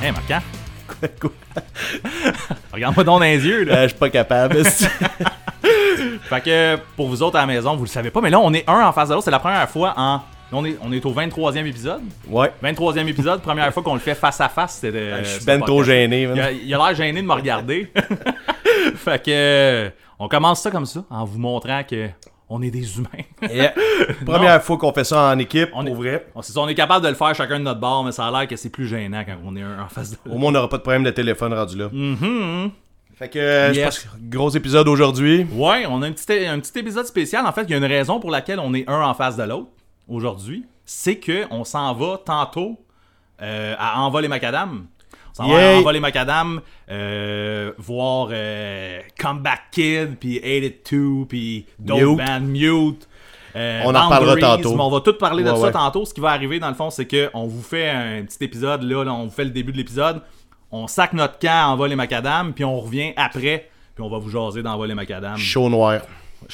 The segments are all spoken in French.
même, regarde. Hein, Regarde-moi donc dans les yeux, là. Euh, Je suis pas capable. esti. Fait que pour vous autres à la maison, vous le savez pas, mais là, on est un en face de l'autre. C'est la première fois en. On est, on est au 23e épisode. ouais. 23e épisode, première fois qu'on le fait face à face. Euh, c'est de- Je suis ce ben trop podcast. gêné. man. Il a- Il a l'air gêné de me regarder. fait que. On commence ça comme ça, en vous montrant que on est des humains. Yeah. Première fois qu'on fait ça en équipe, On est- pour vrai. On, c'est ça, on est capable de le faire chacun de notre bord, mais ça a l'air que c'est plus gênant quand on est un en face de l'autre. Au moins, on n'aura pas de problème de téléphone rendu là. Mhm. Fait que, euh, je Yes. pense que gros épisode aujourd'hui. Ouais, on a un petit, un petit épisode spécial. En fait, il y a une raison pour laquelle on est un en face de l'autre aujourd'hui. C'est que on s'en va tantôt euh, à Envol et Macadam. On s'en va Yay! à Envol et Macadam euh, voir euh, Comeback Kid, puis 82, puis Dope Mute. Band, Mute. euh, On en reparlera Boundaries. tantôt. Mais on va tout parler de Ouais, ça ouais. tantôt. Ce qui va arriver, dans le fond, c'est qu'on vous fait un petit épisode. Là, là, on vous fait le début de l'épisode. On sac notre camp à Envol et Macadam, puis on revient après. Puis on va vous jaser d'Envol et Macadam. Chaud noir.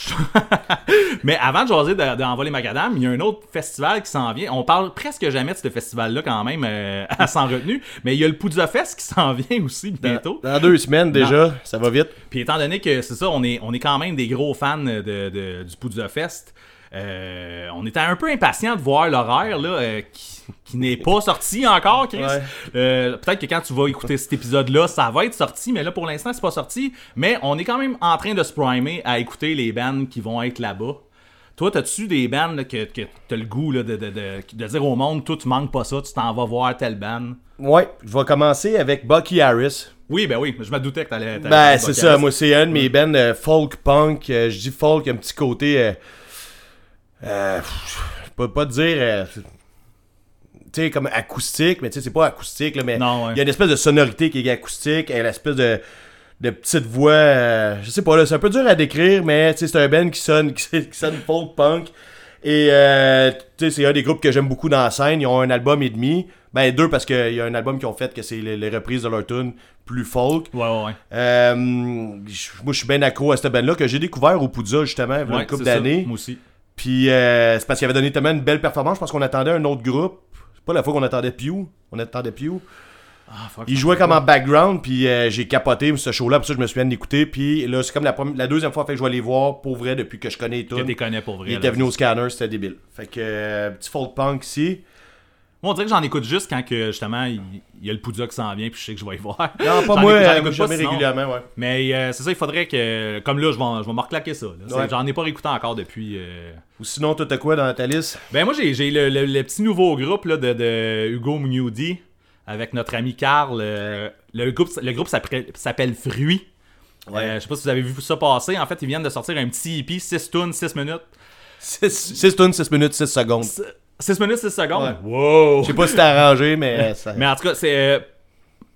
Mais avant de jaser de- d'envoler Macadam, il y a un autre festival qui s'en vient. On parle presque jamais de ce festival-là quand même euh, à sans retenue. Mais il y a le Poudza Fest qui s'en vient aussi bientôt. Dans deux semaines déjà, ça va vite. Puis étant donné que c'est ça, on est, on est quand même des gros fans de, de- du Poudza Fest. euh, on était un peu impatients de voir l'horaire là, euh, qui, qui n'est pas sorti encore, Chris. Ouais. Euh, Peut-être que quand tu vas écouter cet épisode-là, ça va être sorti, mais là pour l'instant c'est pas sorti. Mais on est quand même en train de se primer à écouter les bands qui vont être là-bas. Toi, t'as-tu des bands là, que, que t'as le goût là, de, de- de- de dire au monde, toi tu manques pas ça, tu t'en vas voir telle band? Ouais, je vais commencer avec Bucky Harris. Oui, ben oui, je me doutais que t'allais. t'allais Ben, faire c'est Buckeyes. ça. Moi, c'est un de mes bands euh, folk punk. Euh, je dis folk, un petit côté. euh, euh, je peux pas te dire. euh, tu sais, comme acoustique, mais tu sais, c'est pas acoustique, là, mais il Non, ouais. y a une espèce de sonorité qui est acoustique, et l'espèce de, de petite voix. euh, je sais pas, là, c'est un peu dur à décrire, mais tu sais, c'est un band qui sonne, qui, sonne folk punk. Et euh, tu sais, c'est un des groupes que j'aime beaucoup dans la scène. Ils ont un album et demi. Ben, deux, parce qu'il y a un album qu'ils ont fait que c'est les, les reprises de leur tune plus folk. Ouais, ouais, ouais. Euh, je- moi, je suis bien accro à cette band-là que j'ai découvert au Poudza, justement, il y a Ouais, une couple c'est ça, d'années. Moi aussi. Puis euh, c'est parce qu'il avait donné tellement une belle performance. Je pense qu'on attendait un autre groupe. C'est pas la fois qu'on attendait Pew. On attendait Pew. Ah, fuck. Il jouait comme en background, puis euh, j'ai capoté ce show-là. Pour ça, je me souviens de l'écouter. Puis là, c'est comme la, première- la deuxième fois fait que je vais les voir pour vrai depuis que je connais les Que tunes. t'es connais pour vrai. Il là. était venu au scanner, c'était débile. Fait que euh, petit folk punk ici. Moi, on dirait que j'en écoute juste quand que, justement il il y a le Poudja qui s'en vient puis je sais que je vais y voir. Non, pas J'en moi, écoute- j'en euh, écoute pas, jamais sinon. régulièrement, ouais. Mais euh, c'est ça, il faudrait que. Comme là, je vais, je vais me reclaquer ça. là. C'est- Ouais. J'en ai pas réécouté encore depuis. euh. Ou sinon, toi, t'as quoi dans ta liste Ben, moi, j'ai j'ai le, le- le petit nouveau groupe là, de, de Hugo Mugnoudi avec notre ami Carl. euh, le groupe, le groupe s'appelle s'appelle Fruit. Euh, je sais pas si vous avez vu ça passer. En fait, ils viennent de sortir un petit EP, 6 tunes, 6 minutes. 6 tunes, 6 minutes, 6 secondes. 6 minutes, 6 secondes. Wow! Je sais pas si t'as arrangé, mais euh, ça. Mais en tout cas, c'est. euh,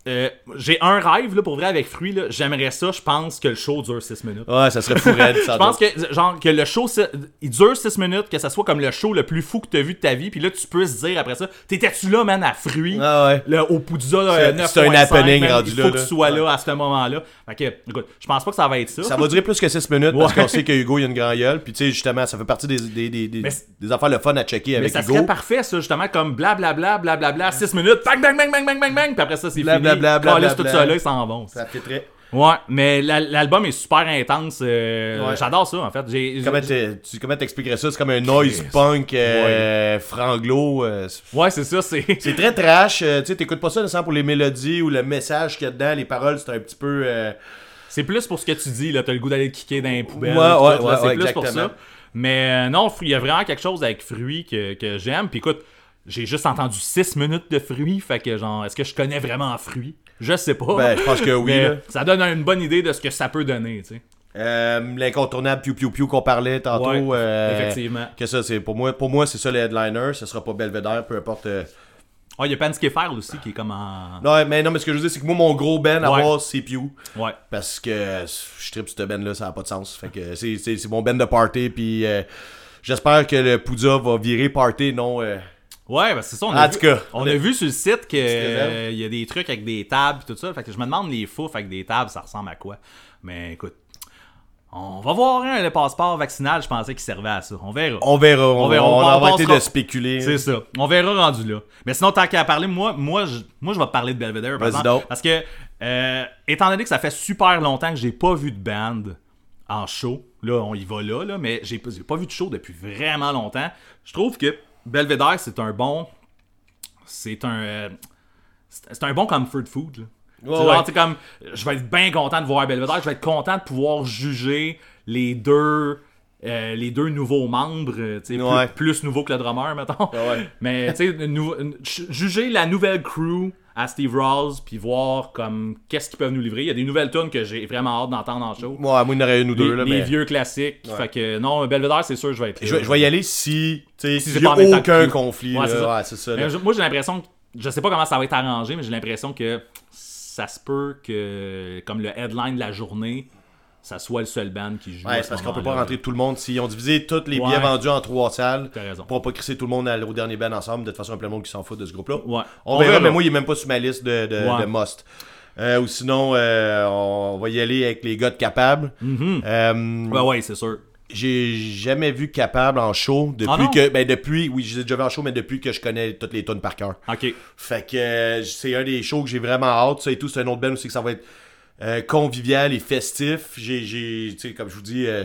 euh, j'ai un rêve là, pour vrai avec Fruit. là. J'aimerais ça. Je pense que le show dure 6 minutes. Ouais, Ah, ça serait fou raide, sans Je pense doute. que, genre, que le show, c'est- il dure 6 minutes, que ça soit comme le show le plus fou que t'as vu de ta vie, puis là, tu peux se dire après ça, t'étais-tu là, man, à fruit, Ah ouais. là, au Poudza, C'est- euh, 9.5, c'est un happening man, rendu il là, faut que là. tu sois là à ce moment-là. Fait que, écoute, je pense pas que ça va être ça. Ça va durer plus que 6 minutes parce Ouais. qu'on sait que Hugo, il a une grande gueule. Puis, tu sais, justement, ça fait partie des, des, des, des, Mais c'est- des affaires le fun à checker mais avec ça Hugo. serait parfait, ça, justement, comme blablabla, blablabla, 6 minutes, bang, bang, bang, bang, bang, bang, bang, puis après ça, c'est fini. Blablabla, Calisse tout blablabla. ça là, ils s'en vont. Ça fitterait. Ouais, mais la- l'album est super intense. euh, Ouais. J'adore ça, en fait. J'ai- j'ai- Comment t'es- tu- comment t'expliquerais ça? C'est comme un noise punk euh, franglo. euh, c'est- Ouais, c'est ça, c'est. c'est très trash. euh, tu sais, t'écoutes pas ça nécessairement pour les mélodies ou le message qu'il y a dedans. Les paroles, c'est un petit peu. euh, C'est plus pour ce que tu dis, là, t'as le goût d'aller le kicker dans les poubelles. Ouais, tout ouais, ça, ouais, là, c'est ouais, plus pour exactement. ça. Mais euh, non, il y a vraiment quelque chose avec fruits que, que j'aime. Puis écoute, j'ai juste entendu 6 minutes de fruits, fait que genre, est-ce que je connais vraiment fruits Je sais pas. Ben, je pense que oui. Mais là. ça donne une bonne idée de ce que ça peut donner, tu sais. Euh, L'incontournable Piu Piu Piu qu'on parlait tantôt. Ouais, euh, effectivement. Que ça, c'est pour moi, pour moi c'est ça le headliner. Ce sera pas Belvedere, peu importe. euh, Oh, il y a Panskefer aussi qui est comme en. Non, mais non, mais ce que je veux dire, c'est que moi, mon gros ben à Ouais. voir, c'est Pew. Ouais. Parce que euh, je tripe cette ben là, ça n'a pas de sens. Fait que c'est, c'est, c'est mon ben de party, puis euh, j'espère que le Poudja va virer party, non. euh, Ouais, ben c'est ça. On En a tout vu, cas. on a vu sur le site que réserve. euh, il y a des trucs avec des tables et tout ça. Fait que je me demande les fous avec des tables, ça ressemble à quoi. Mais écoute, On va voir, hein, le passeport vaccinal, je pensais qu'il servait à ça. On verra. On verra. On, On verra, on on va arrêter pensera- de spéculer. C'est ça. On verra rendu là. Mais sinon, tant qu'à parler, moi, moi, je, moi, je vais te parler de Belvedere. par Vas-y exemple. donc. Parce que, euh, étant donné que ça fait super longtemps que j'ai pas vu de band en show, là, on y va là, là mais j'ai pas- j'ai pas vu de show depuis vraiment longtemps. Je trouve que Belvedere, c'est un bon. C'est un. euh, c'est c'est un bon comfort food. Là. Ouais, C'est genre, ouais. tu sais, comme, je vais être bien content de voir Belvedere, je vais être content de pouvoir juger les deux, euh, les deux nouveaux membres, euh, tu sais, plus- Ouais. plus, nouveaux que le drummer, mettons. Ah ouais. Mais tu sais, une nou- une- ju- juger la nouvelle crew à Steve Ross, puis voir comme qu'est-ce qu'ils peuvent nous livrer. Il y a des nouvelles tunes que j'ai vraiment hâte d'entendre en show. Moi, moi, il y en aurait une ou Les, deux. là, les mais... vieux classiques. Ouais. Fait que non, Belvedere, c'est sûr, je vais être. Je, vais- je vais y aller si tu Si sais, c'est il y a pas en même temps aucun que- conflit. Ouais, là. c'est ça. Ouais, c'est ça. là. Mais je- moi, j'ai l'impression, que- je sais pas comment ça va être arrangé, mais j'ai l'impression que ça se peut que, comme le headline de la journée, ça soit le seul band qui joue. Ouais, à c'est ce parce qu'on peut pas moment-là. rentrer tout le monde. S'ils ont divisé tous les Ouais. billets vendus en trois salles, T'as raison. on pourra pas crisser tout le monde à- au dernier ban ensemble. De toute façon, il y a plein de monde qui s'en fout de ce groupe-là. Ouais. On, verra, mais moi moi, il est même pas sur ma liste de, de, Ouais. de must. Euh, ou sinon, euh, on va y aller avec les gars de Capable. Euh, Mm-hmm. Ouais, ouais, c'est sûr. J'ai jamais vu Capable en show depuis Ah non? que. Ben, depuis, oui, j'ai déjà vu en show, mais depuis que je connais toutes les tunes par cœur. Ok. Fait que euh, c'est un des shows que j'ai vraiment hâte, ça et tout. C'est un autre band aussi que ça va être euh, convivial et festif. J'ai, j'ai- tu sais, comme je vous dis, euh,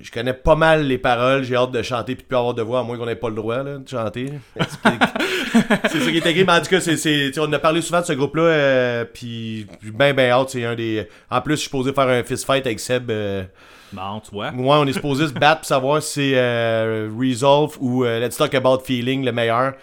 je connais pas mal les paroles. J'ai hâte de chanter puis de plus avoir de voix, à moins qu'on n'ait pas le droit là, de chanter. Parce que- c'est ça qui est écrit, mais en tout cas, c'est, c'est- tu sais, on a parlé souvent de ce groupe-là, euh, puis j'ai ben, ben hâte. C'est un des. En plus, je suis supposé faire un fist fight avec Seb. euh, Bon, tu vois. moi, on est supposé se battre pour savoir si euh, Resolve ou euh, Let's Talk About Feeling le meilleur.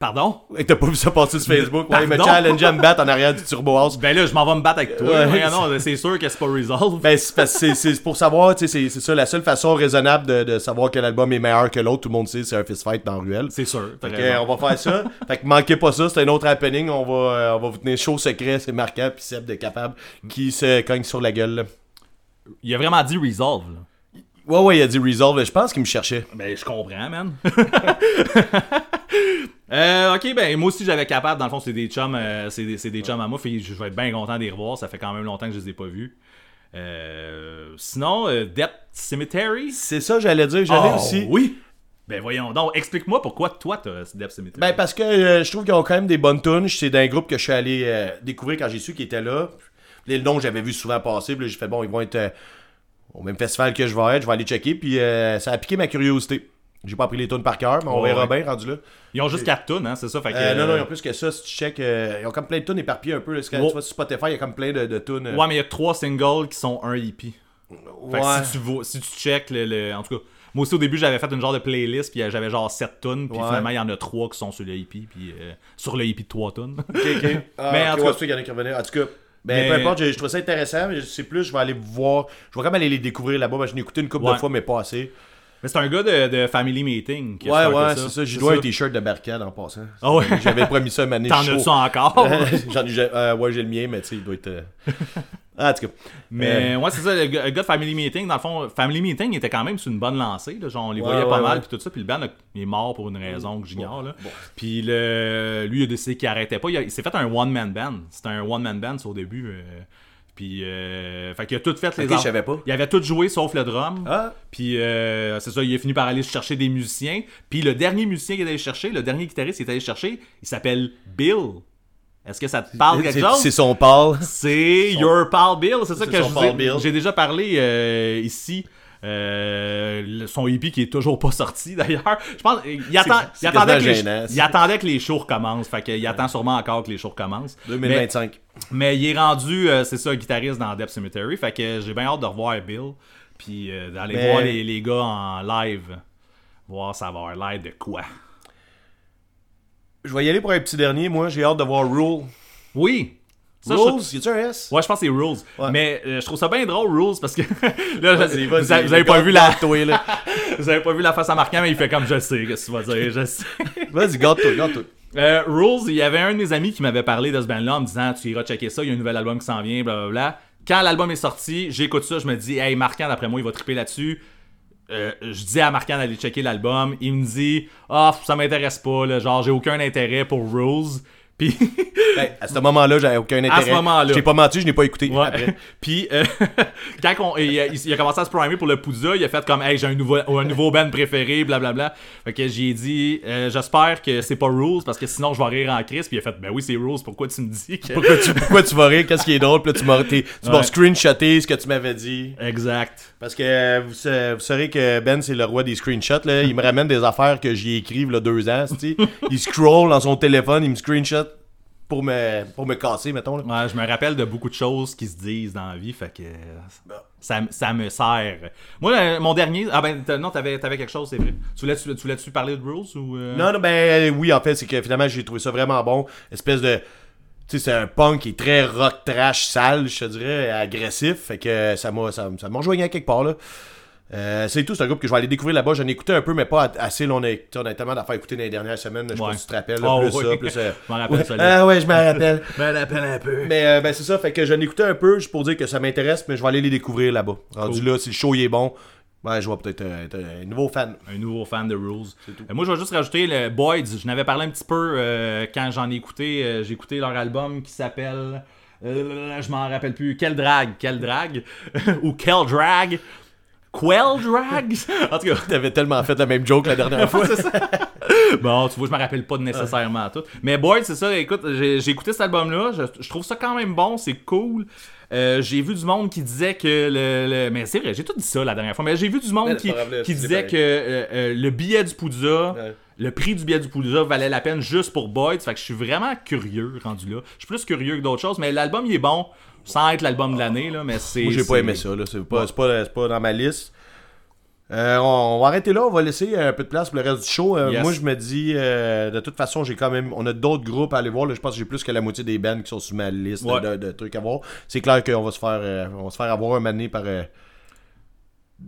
Pardon? Et t'as pas vu ça passer sur Facebook? Ouais, il me Pardon? challenge à me battre en arrière du Turbo House. Ben là, je m'en vais me battre avec toi. Ouais. Ouais, non, c'est sûr que c'est pas Resolve. Ben, c'est parce que c'est- c'est pour savoir, tu sais, c'est- c'est ça, la seule façon raisonnable de, de savoir que l'album est meilleur que l'autre. Tout le monde sait, c'est un fist fight dans Ruelle. c'est sûr. t'as Fait que, raison. euh, on va faire ça. fait que manquez pas ça, c'est un autre happening. On va, euh, on va vous tenir chaud secret, c'est marquant, puis Seb de capable qui se cogne sur la gueule. là. Il a vraiment dit Resolve. là. Ouais, ouais, il a dit Resolve, je pense qu'il me cherchait. Ben, je comprends, man. Euh, ok, ben moi aussi j'avais capable. Dans le fond, c'est des chums, euh, c'est des, c'est des chums à moi. Fait, que je vais être bien content d'y revoir. Ça fait quand même longtemps que je les ai pas vus. Euh, sinon, euh, Death Cemetery. C'est ça, j'allais dire, j'allais Oh, aussi. Oui. Ben voyons donc, explique-moi pourquoi toi t'as Death Cemetery. Ben parce que euh, je trouve qu'ils ont quand même des bonnes tunes. C'est d'un groupe que je suis allé euh, découvrir quand j'ai su qu'ils étaient là. Les noms j'avais vu souvent passer. Puis là, j'ai fait bon, ils vont être euh, au même festival que je vais être. Je vais aller checker. Puis euh, ça a piqué ma curiosité. J'ai pas appris les tunes par cœur, mais on Ouais, verra ouais. bien rendu là. Ils ont juste 4 tonnes, hein, c'est ça. Fait que, Euh, non, non, en plus que ça, si tu check, euh, ils ont comme plein de tunes éparpillées un peu. là. Quand Ouais. tu vas sur Spotify, il y a comme plein de, de tunes. euh, Ouais, mais il y a 3 singles qui sont un hippie. Fait que ouais. si tu vois, si tu check le, le- en tout cas, moi aussi au début j'avais fait une genre de playlist puis euh, j'avais genre 7 tonnes puis Ouais. finalement il y en a 3 qui sont sur le hippie puis euh, sur le hippie de 3 tonnes. Ok, ok. Ah, Mais en tout cas- ok, ouais, c'est sûr qu'il y en a qui revenaient. En tout cas, ben, Mais- peu importe, je, je trouve ça intéressant, mais je sais plus, je vais aller voir. Je vais quand même aller les découvrir là-bas. Ben, je l'ai écouté une couple de Ouais. fois, mais pas assez. mais c'est un gars de, de Family Meeting qui a Ouais, starté ouais, c'est ça. Oh. J'ai dois un t-shirt de barricade en passant. Ah ouais. J'avais promis ça à Mané T'en chaud. as-tu encore? J'en ai, j'ai- euh, ouais, j'ai le mien, mais tu sais, il doit être. euh, Ah, en tout cas. Euh. Mais ouais, c'est ça, le gars le gars de Family Meeting, dans le fond, Family Meeting était quand même sur une bonne lancée, là, genre on les Ouais, voyait pas ouais, mal, ouais. puis tout ça, puis le band là, il est mort pour une raison que j'ignore. là. Puis le, lui, il a décidé qu'il arrêtait pas, il, a- il s'est fait un one-man band, c'était un one-man band au début. euh, puis, euh, fait qu'il a tout fait les Ok, en- je savais pas. Il avait tout joué sauf le drum. Ah. Puis euh, c'est ça, il a fini par aller chercher des musiciens. Puis le dernier musicien qu'il est allé chercher, le dernier guitariste qu'il est allé chercher, il s'appelle Bill. Est-ce que ça te parle quelque C'est- chose? C'est son Paul. C'est Your Pal Bill, c'est ça C'est que son je vous ai- Pal Bill. J'ai déjà parlé euh, ici. euh, le- son hippie qui est toujours pas sorti d'ailleurs. Je pense il, attend- c'est il, attendait que quasiment les- gênant, ça. il attendait que les shows recommencent. Fait qu'il attend sûrement encore que les shows recommencent. Mais- 2025. mais il est rendu, euh, c'est ça, guitariste dans Depth Cemetery. Fait que j'ai bien hâte de revoir Bill. Puis euh, d'aller Mais- voir les, les gars en live. Voir ça va avoir l'air de quoi. Je vais y aller pour un petit dernier. Moi, j'ai hâte de voir Rule. Oui! Ça, je- Rules, y a-tu un S? Ouais, je pense que c'est Rules. Ouais. Mais euh, je trouve ça bien drôle, Rules, parce que là, je- Vas-y, vous, vas-y, avez- vous avez pas vu la, Garde-toi, là. vous avez pas vu la face à Marquant, mais il fait comme je sais, qu'est-ce que tu vas dire, je sais. Vas-y, garde-toi, garde-toi. Euh, Rules, il y avait un de mes amis qui m'avait parlé de ce band-là en me disant Tu iras checker ça, il y a un nouvel album qui s'en vient, blablabla. Quand l'album est sorti, j'écoute ça, je me dis Hey, Marquand, d'après moi, il va triper là-dessus. Euh, je dis à Marquand d'aller checker l'album. Il me dit Ah, ça m'intéresse pas, là, genre, j'ai aucun intérêt pour Rules. Puis. Ben, à ce ce moment-là, j'avais aucun intérêt. ce moment-là. J'ai pas menti, je n'ai pas écouté. Ouais. Après. Puis, euh, quand on- il, a, il a commencé à se primer pour le Poudza, il a fait comme Hey, j'ai un nouveau, un nouveau band préféré, blablabla. Fait que j'ai dit Euh, J'espère que c'est pas Rules, parce que sinon je vais rire en crise. Puis il a fait Ben oui, c'est Rules, pourquoi tu me dis que. Pourquoi tu, pourquoi tu vas rire? Qu'est-ce qui est drôle? Puis là, tu m'as t'es- tu m'as Ouais. screenshoté ce que tu m'avais dit. Exact. Parce que euh, vous, sa- vous saurez que Ben, c'est le roi des screenshots. Là. Il me ramène des affaires que j'y écrive là, deux ans. c'ti. Il scroll dans son téléphone, il me screenshot pour me, pour me casser, mettons. là. Ouais, je me rappelle de beaucoup de choses qui se disent dans la vie, fait que euh, ça, ça me sert. Moi, le- mon dernier. Ah ben t'as- non, t'avais avais quelque chose, c'est vrai. Tu voulais-tu tu voulais-tu parler de Rules ou. euh? Non, non, ben euh, oui, en fait, c'est que finalement, j'ai trouvé ça vraiment bon. Espèce de. Tu sais, c'est un punk qui est très rock trash sale, je te dirais, agressif. Fait que ça m'a ça, ça m'a rejoint à quelque part, là. Euh, c'est tout, c'est un groupe que je vais aller découvrir là-bas. J'en ai écouté un peu, mais pas a- assez. Là, on, a, tu sais, on a tellement d'affaires écoutées dans les dernières semaines. Je sais pas Ouais. si tu te rappelles. là, Oh, plus oui. ça, plus. euh, Je m'en rappelle ouais. ça, là. Ah ouais, je m'en rappelle. Ben, la peine un peu. Mais euh, ben, c'est ça, fait que j'en ai écouté un peu juste pour dire que ça m'intéresse, mais je vais aller les découvrir là-bas. Rendu là, si le show il est bon, ben, je vais peut-être euh, être un nouveau fan. un nouveau fan de Rules. Euh, moi, je vais juste rajouter le Boyd. Je n'avais parlé un petit peu euh, quand j'en ai écouté. euh, J'ai écouté leur album qui s'appelle. euh, je m'en rappelle plus. Quel drag Quel drag Ou quel drag Quel drag En tout cas. T'avais tellement fait la même joke la dernière fois. c'est ça. bon, tu vois, je me rappelle pas nécessairement à tout. Mais Boyd, c'est ça, écoute, j'ai j'ai écouté cet album-là, je, je trouve ça quand même bon, c'est cool. Euh, j'ai vu du monde qui disait que le. le- Mais c'est vrai, j'ai tout dit ça la dernière fois, mais j'ai vu du monde Mais qui, c'est pas grave, là, qui c'est disait pareil. que euh, euh, le billet du Poudza. Ouais. Le prix du billet du Poudza valait la peine juste pour Boyd, fait que je suis vraiment curieux rendu là. Je suis plus curieux que d'autres choses, mais l'album il est bon, sans être l'album de l'année, là, mais c'est. Moi, j'ai pas c'est- aimé ça. là. C'est pas, c'est pas, c'est pas dans ma liste. Euh, on, on va arrêter là. On va laisser un peu de place pour le reste du show. Euh, Yes. Moi, je me dis, euh, de toute façon, j'ai quand même. On a d'autres groupes à aller voir. là. Je pense que j'ai plus que la moitié des bands qui sont sur ma liste Ouais. de, de trucs à voir. C'est clair qu'on va se faire, euh, on va se faire avoir un mané par. euh,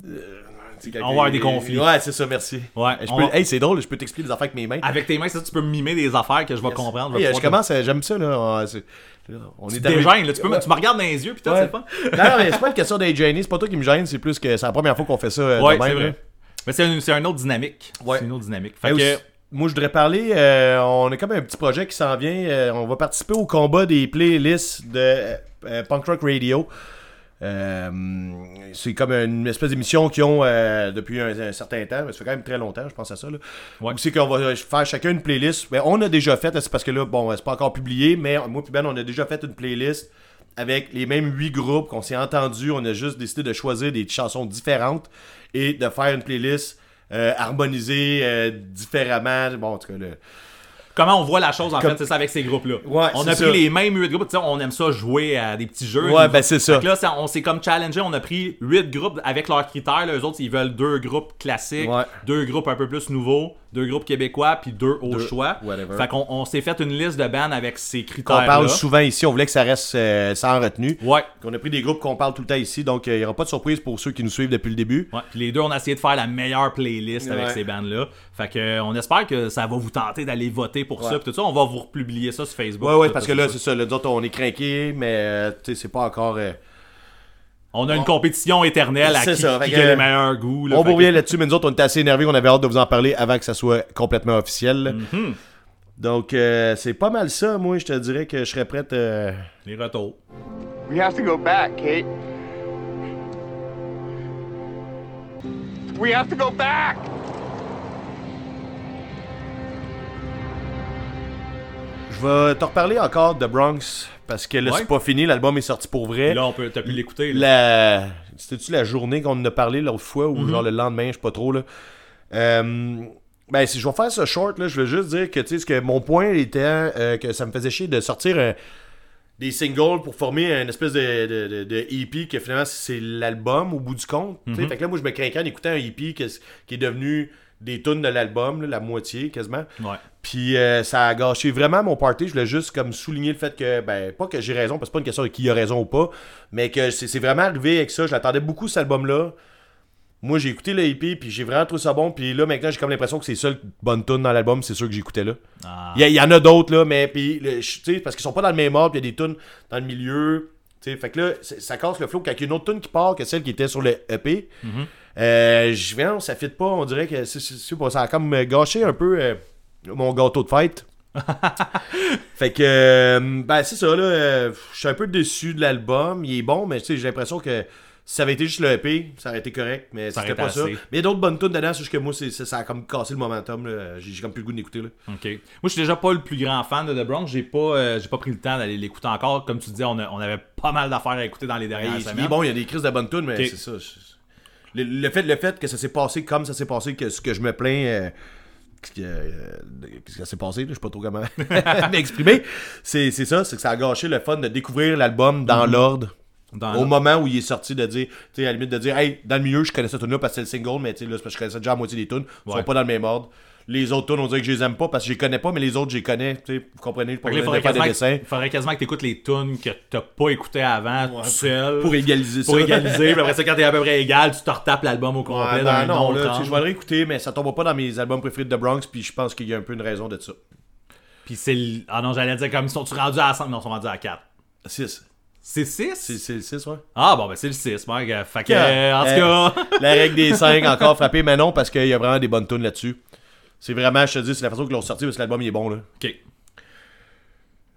euh, tu sais, On va avoir des quelqu'un- conflits. Ouais, c'est ça, merci. Ouais, Je on peux- va- Hey, c'est drôle, je peux t'expliquer des affaires avec mes mains. Avec tes mains, ça, tu peux mimer des affaires que je vais comprendre. vais Hey, je pouvoir te- commence, à- j'aime ça. Là. On, c'est- on est Tu arrivé- dégênes, là, tu, peux, me- tu me regardes dans les yeux, putain, Ouais. c'est pas. non, non, mais c'est pas une question d'être gêné, c'est pas toi qui me gêne, c'est plus que c'est la première fois qu'on fait ça. euh, Ouais, de même, c'est là. vrai. Mais c'est une, c'est une autre dynamique. Ouais. C'est une autre dynamique. Fait Hey, que, aussi, Moi, je voudrais parler. euh, on a comme un petit projet qui s'en vient. euh, on va participer au combat des playlists de euh, euh, Punk Rock Radio. Euh, c'est comme une espèce d'émission qu'ils ont euh, depuis un, un certain temps. mais Ça fait quand même très longtemps, je pense à ça. Là. Ouais. Où c'est qu'on va euh, faire chacun une playlist. Ben, on a déjà fait, c'est parce que là, bon, c'est pas encore publié, mais moi et Ben, on a déjà fait une playlist avec les mêmes huit groupes qu'on s'est entendus. On a juste décidé de choisir des chansons différentes et de faire une playlist euh, harmonisée euh, différemment. Bon, en tout cas, le... comment on voit la chose, en Comme- fait, c'est ça, avec ces groupes-là. Ouais, on c'est a ça. pris les mêmes 8 groupes. Tu sais, on aime ça jouer à des petits jeux. Ouais, Nous- ben c'est ça. Fait que là, ça- on s'est comme challengé. On a pris 8 groupes avec leurs critères. Les autres, ils veulent deux groupes classiques, Ouais. deux groupes un peu plus nouveaux, deux groupes québécois, puis deux au Deux, choix. whatever. Fait qu'on on s'est fait une liste de bands avec ces Qu'on critères-là. parle souvent ici, on voulait que ça reste euh, sans retenue. Ouais. On a pris des groupes qu'on parle tout le temps ici, donc euh, il n'y aura pas de surprise pour ceux qui nous suivent depuis le début. Ouais, puis les deux, on a essayé de faire la meilleure playlist avec Ouais. ces bandes-là. Fait que, euh, on espère que ça va vous tenter d'aller voter pour ça. Ouais. Puis tout ça, on va vous republier ça sur Facebook. Ouais, ouais, Tout parce que ça, là, tout ça. c'est ça, là, nous autres, on est craqué, mais euh, tu sais, c'est pas encore. euh, on a une compétition éternelle à C'est qui, ça, qui fait que- a les meilleurs goûts. là. on Fait va que- revient là-dessus, mais nous autres, on était assez énervés, on avait hâte de vous en parler avant que ça soit complètement officiel. là. Mhm. Donc, euh, c'est pas mal ça, moi, je te dirais que je serais prête. euh, Les retours. We have to go back, Kate. We have to go back! Je vais te reparler encore de Bronx, parce que là, Ouais. c'est pas fini, l'album est sorti pour vrai. Là, on peut, t'as pu l'écouter. là. La... C'était-tu la journée qu'on en a parlé l'autre fois ou genre le lendemain, je sais pas trop là. Euh, Ben, si je vais faire ce short, là, je veux juste dire que, tu sais, ce que mon point était euh, que ça me faisait chier de sortir euh, des singles pour former une espèce de, de, de- de EP que finalement c'est l'album au bout du compte. tu sais. Fait que là, moi, je me craquais en écoutant un EP que c- qui est devenu des tunes de l'album, là, la moitié quasiment. Ouais. Puis euh, ça a gâché vraiment mon party. Je voulais juste comme souligner le fait que, ben, pas que j'ai raison, parce que c'est pas une question de qui a raison ou pas, mais que c'est c'est vraiment arrivé avec ça. Je l'attendais beaucoup cet album-là. Moi, j'ai écouté le EP, puis j'ai vraiment trouvé ça bon. Puis là, maintenant, j'ai comme l'impression que c'est ça le bonne tune dans l'album, c'est sûr que j'écoutais là. Ah. Il y, a- il y en a d'autres, là, mais puis, le- je- tu sais, parce qu'ils sont pas dans le même ordre, puis il y a des tunes dans le milieu. tu sais, Fait que là, c'est- ça casse le flow. Quand il y a une autre tune qui part que celle qui était sur le EP, Mm-hmm. euh, je viens, ça fit pas. On dirait que c'est- c'est- c'est pas- ça a comme gâché un peu euh, mon gâteau de fête. fait que, euh, ben, c'est ça, là. euh, je suis un peu déçu de l'album. Il est bon, mais tu sais, j'ai l'impression que si ça avait été juste le EP, ça aurait été correct, mais Ça c'était aurait pas été ça. assez. Mais il y a d'autres bonnes tunes dedans, c'est juste que moi, c'est- ça, ça a comme cassé le momentum, là. J'ai j'ai comme plus le goût d'écouter, là. OK. Moi, je suis déjà pas le plus grand fan de The Bronx. J'ai pas, euh, j'ai pas pris le temps d'aller l'écouter encore. Comme tu dis, on, a- on avait pas mal d'affaires à écouter dans les Il, dernières semaines. il est bon, il y a des crises de bonnes tunes, mais Ok. c'est ça. je- Le, le fait, le fait que ça s'est passé comme ça s'est passé, que ce que je me plains, euh, qu'est-ce que, euh, qu'est-ce que s'est passé, là, je sais pas trop comment m'exprimer, c'est c'est ça, c'est que ça a gâché le fun de découvrir l'album Mhm. dans l'ordre. Dans Au l'ordre. moment où il est sorti, de dire, tu sais, à la limite de dire, hey, dans le milieu, je connais cette tune-là parce que c'est le single, mais tu sais, là, c'est parce que je connaissais déjà la moitié des tunes, ils Ouais. sont pas dans le même ordre. Les autres tunes, on dirait que je les aime pas parce que je les connais pas, mais les autres, je les connais, tu sais, vous comprenez Fait le que problème là, de il faudrait faire des quasiment, dessins. que- il faudrait quasiment que t'écoutes les tunes que t'as pas écoutées avant tout seul. Pour égaliser ça. Pour égaliser. Puis après ça, quand t'es à peu près égal, tu te retapes l'album au Ouais, complet. ben dans non, un autre là, tu sais, angle. je vais le réécouter, mais ça tombe pas dans mes albums préférés de The Bronx, puis je pense qu'il y a un peu une raison de ça. Puis c'est. le- Ah non, j'allais dire comme ils sont-tu rendus à 5 Non, ils sont rendus à 4. 6. C'est 6 C'est le 6, ouais. Ah bon, ben c'est le 6, mec. Euh, Fait que. euh, en Euh, tout cas. la règle des 5 encore frappée, mais non, parce qu'il y a vraiment des bonnes tunes là-dessus. C'est vraiment, je te dis, c'est la façon qu'ils l'ont sorti, parce que l'album il est bon, là. OK.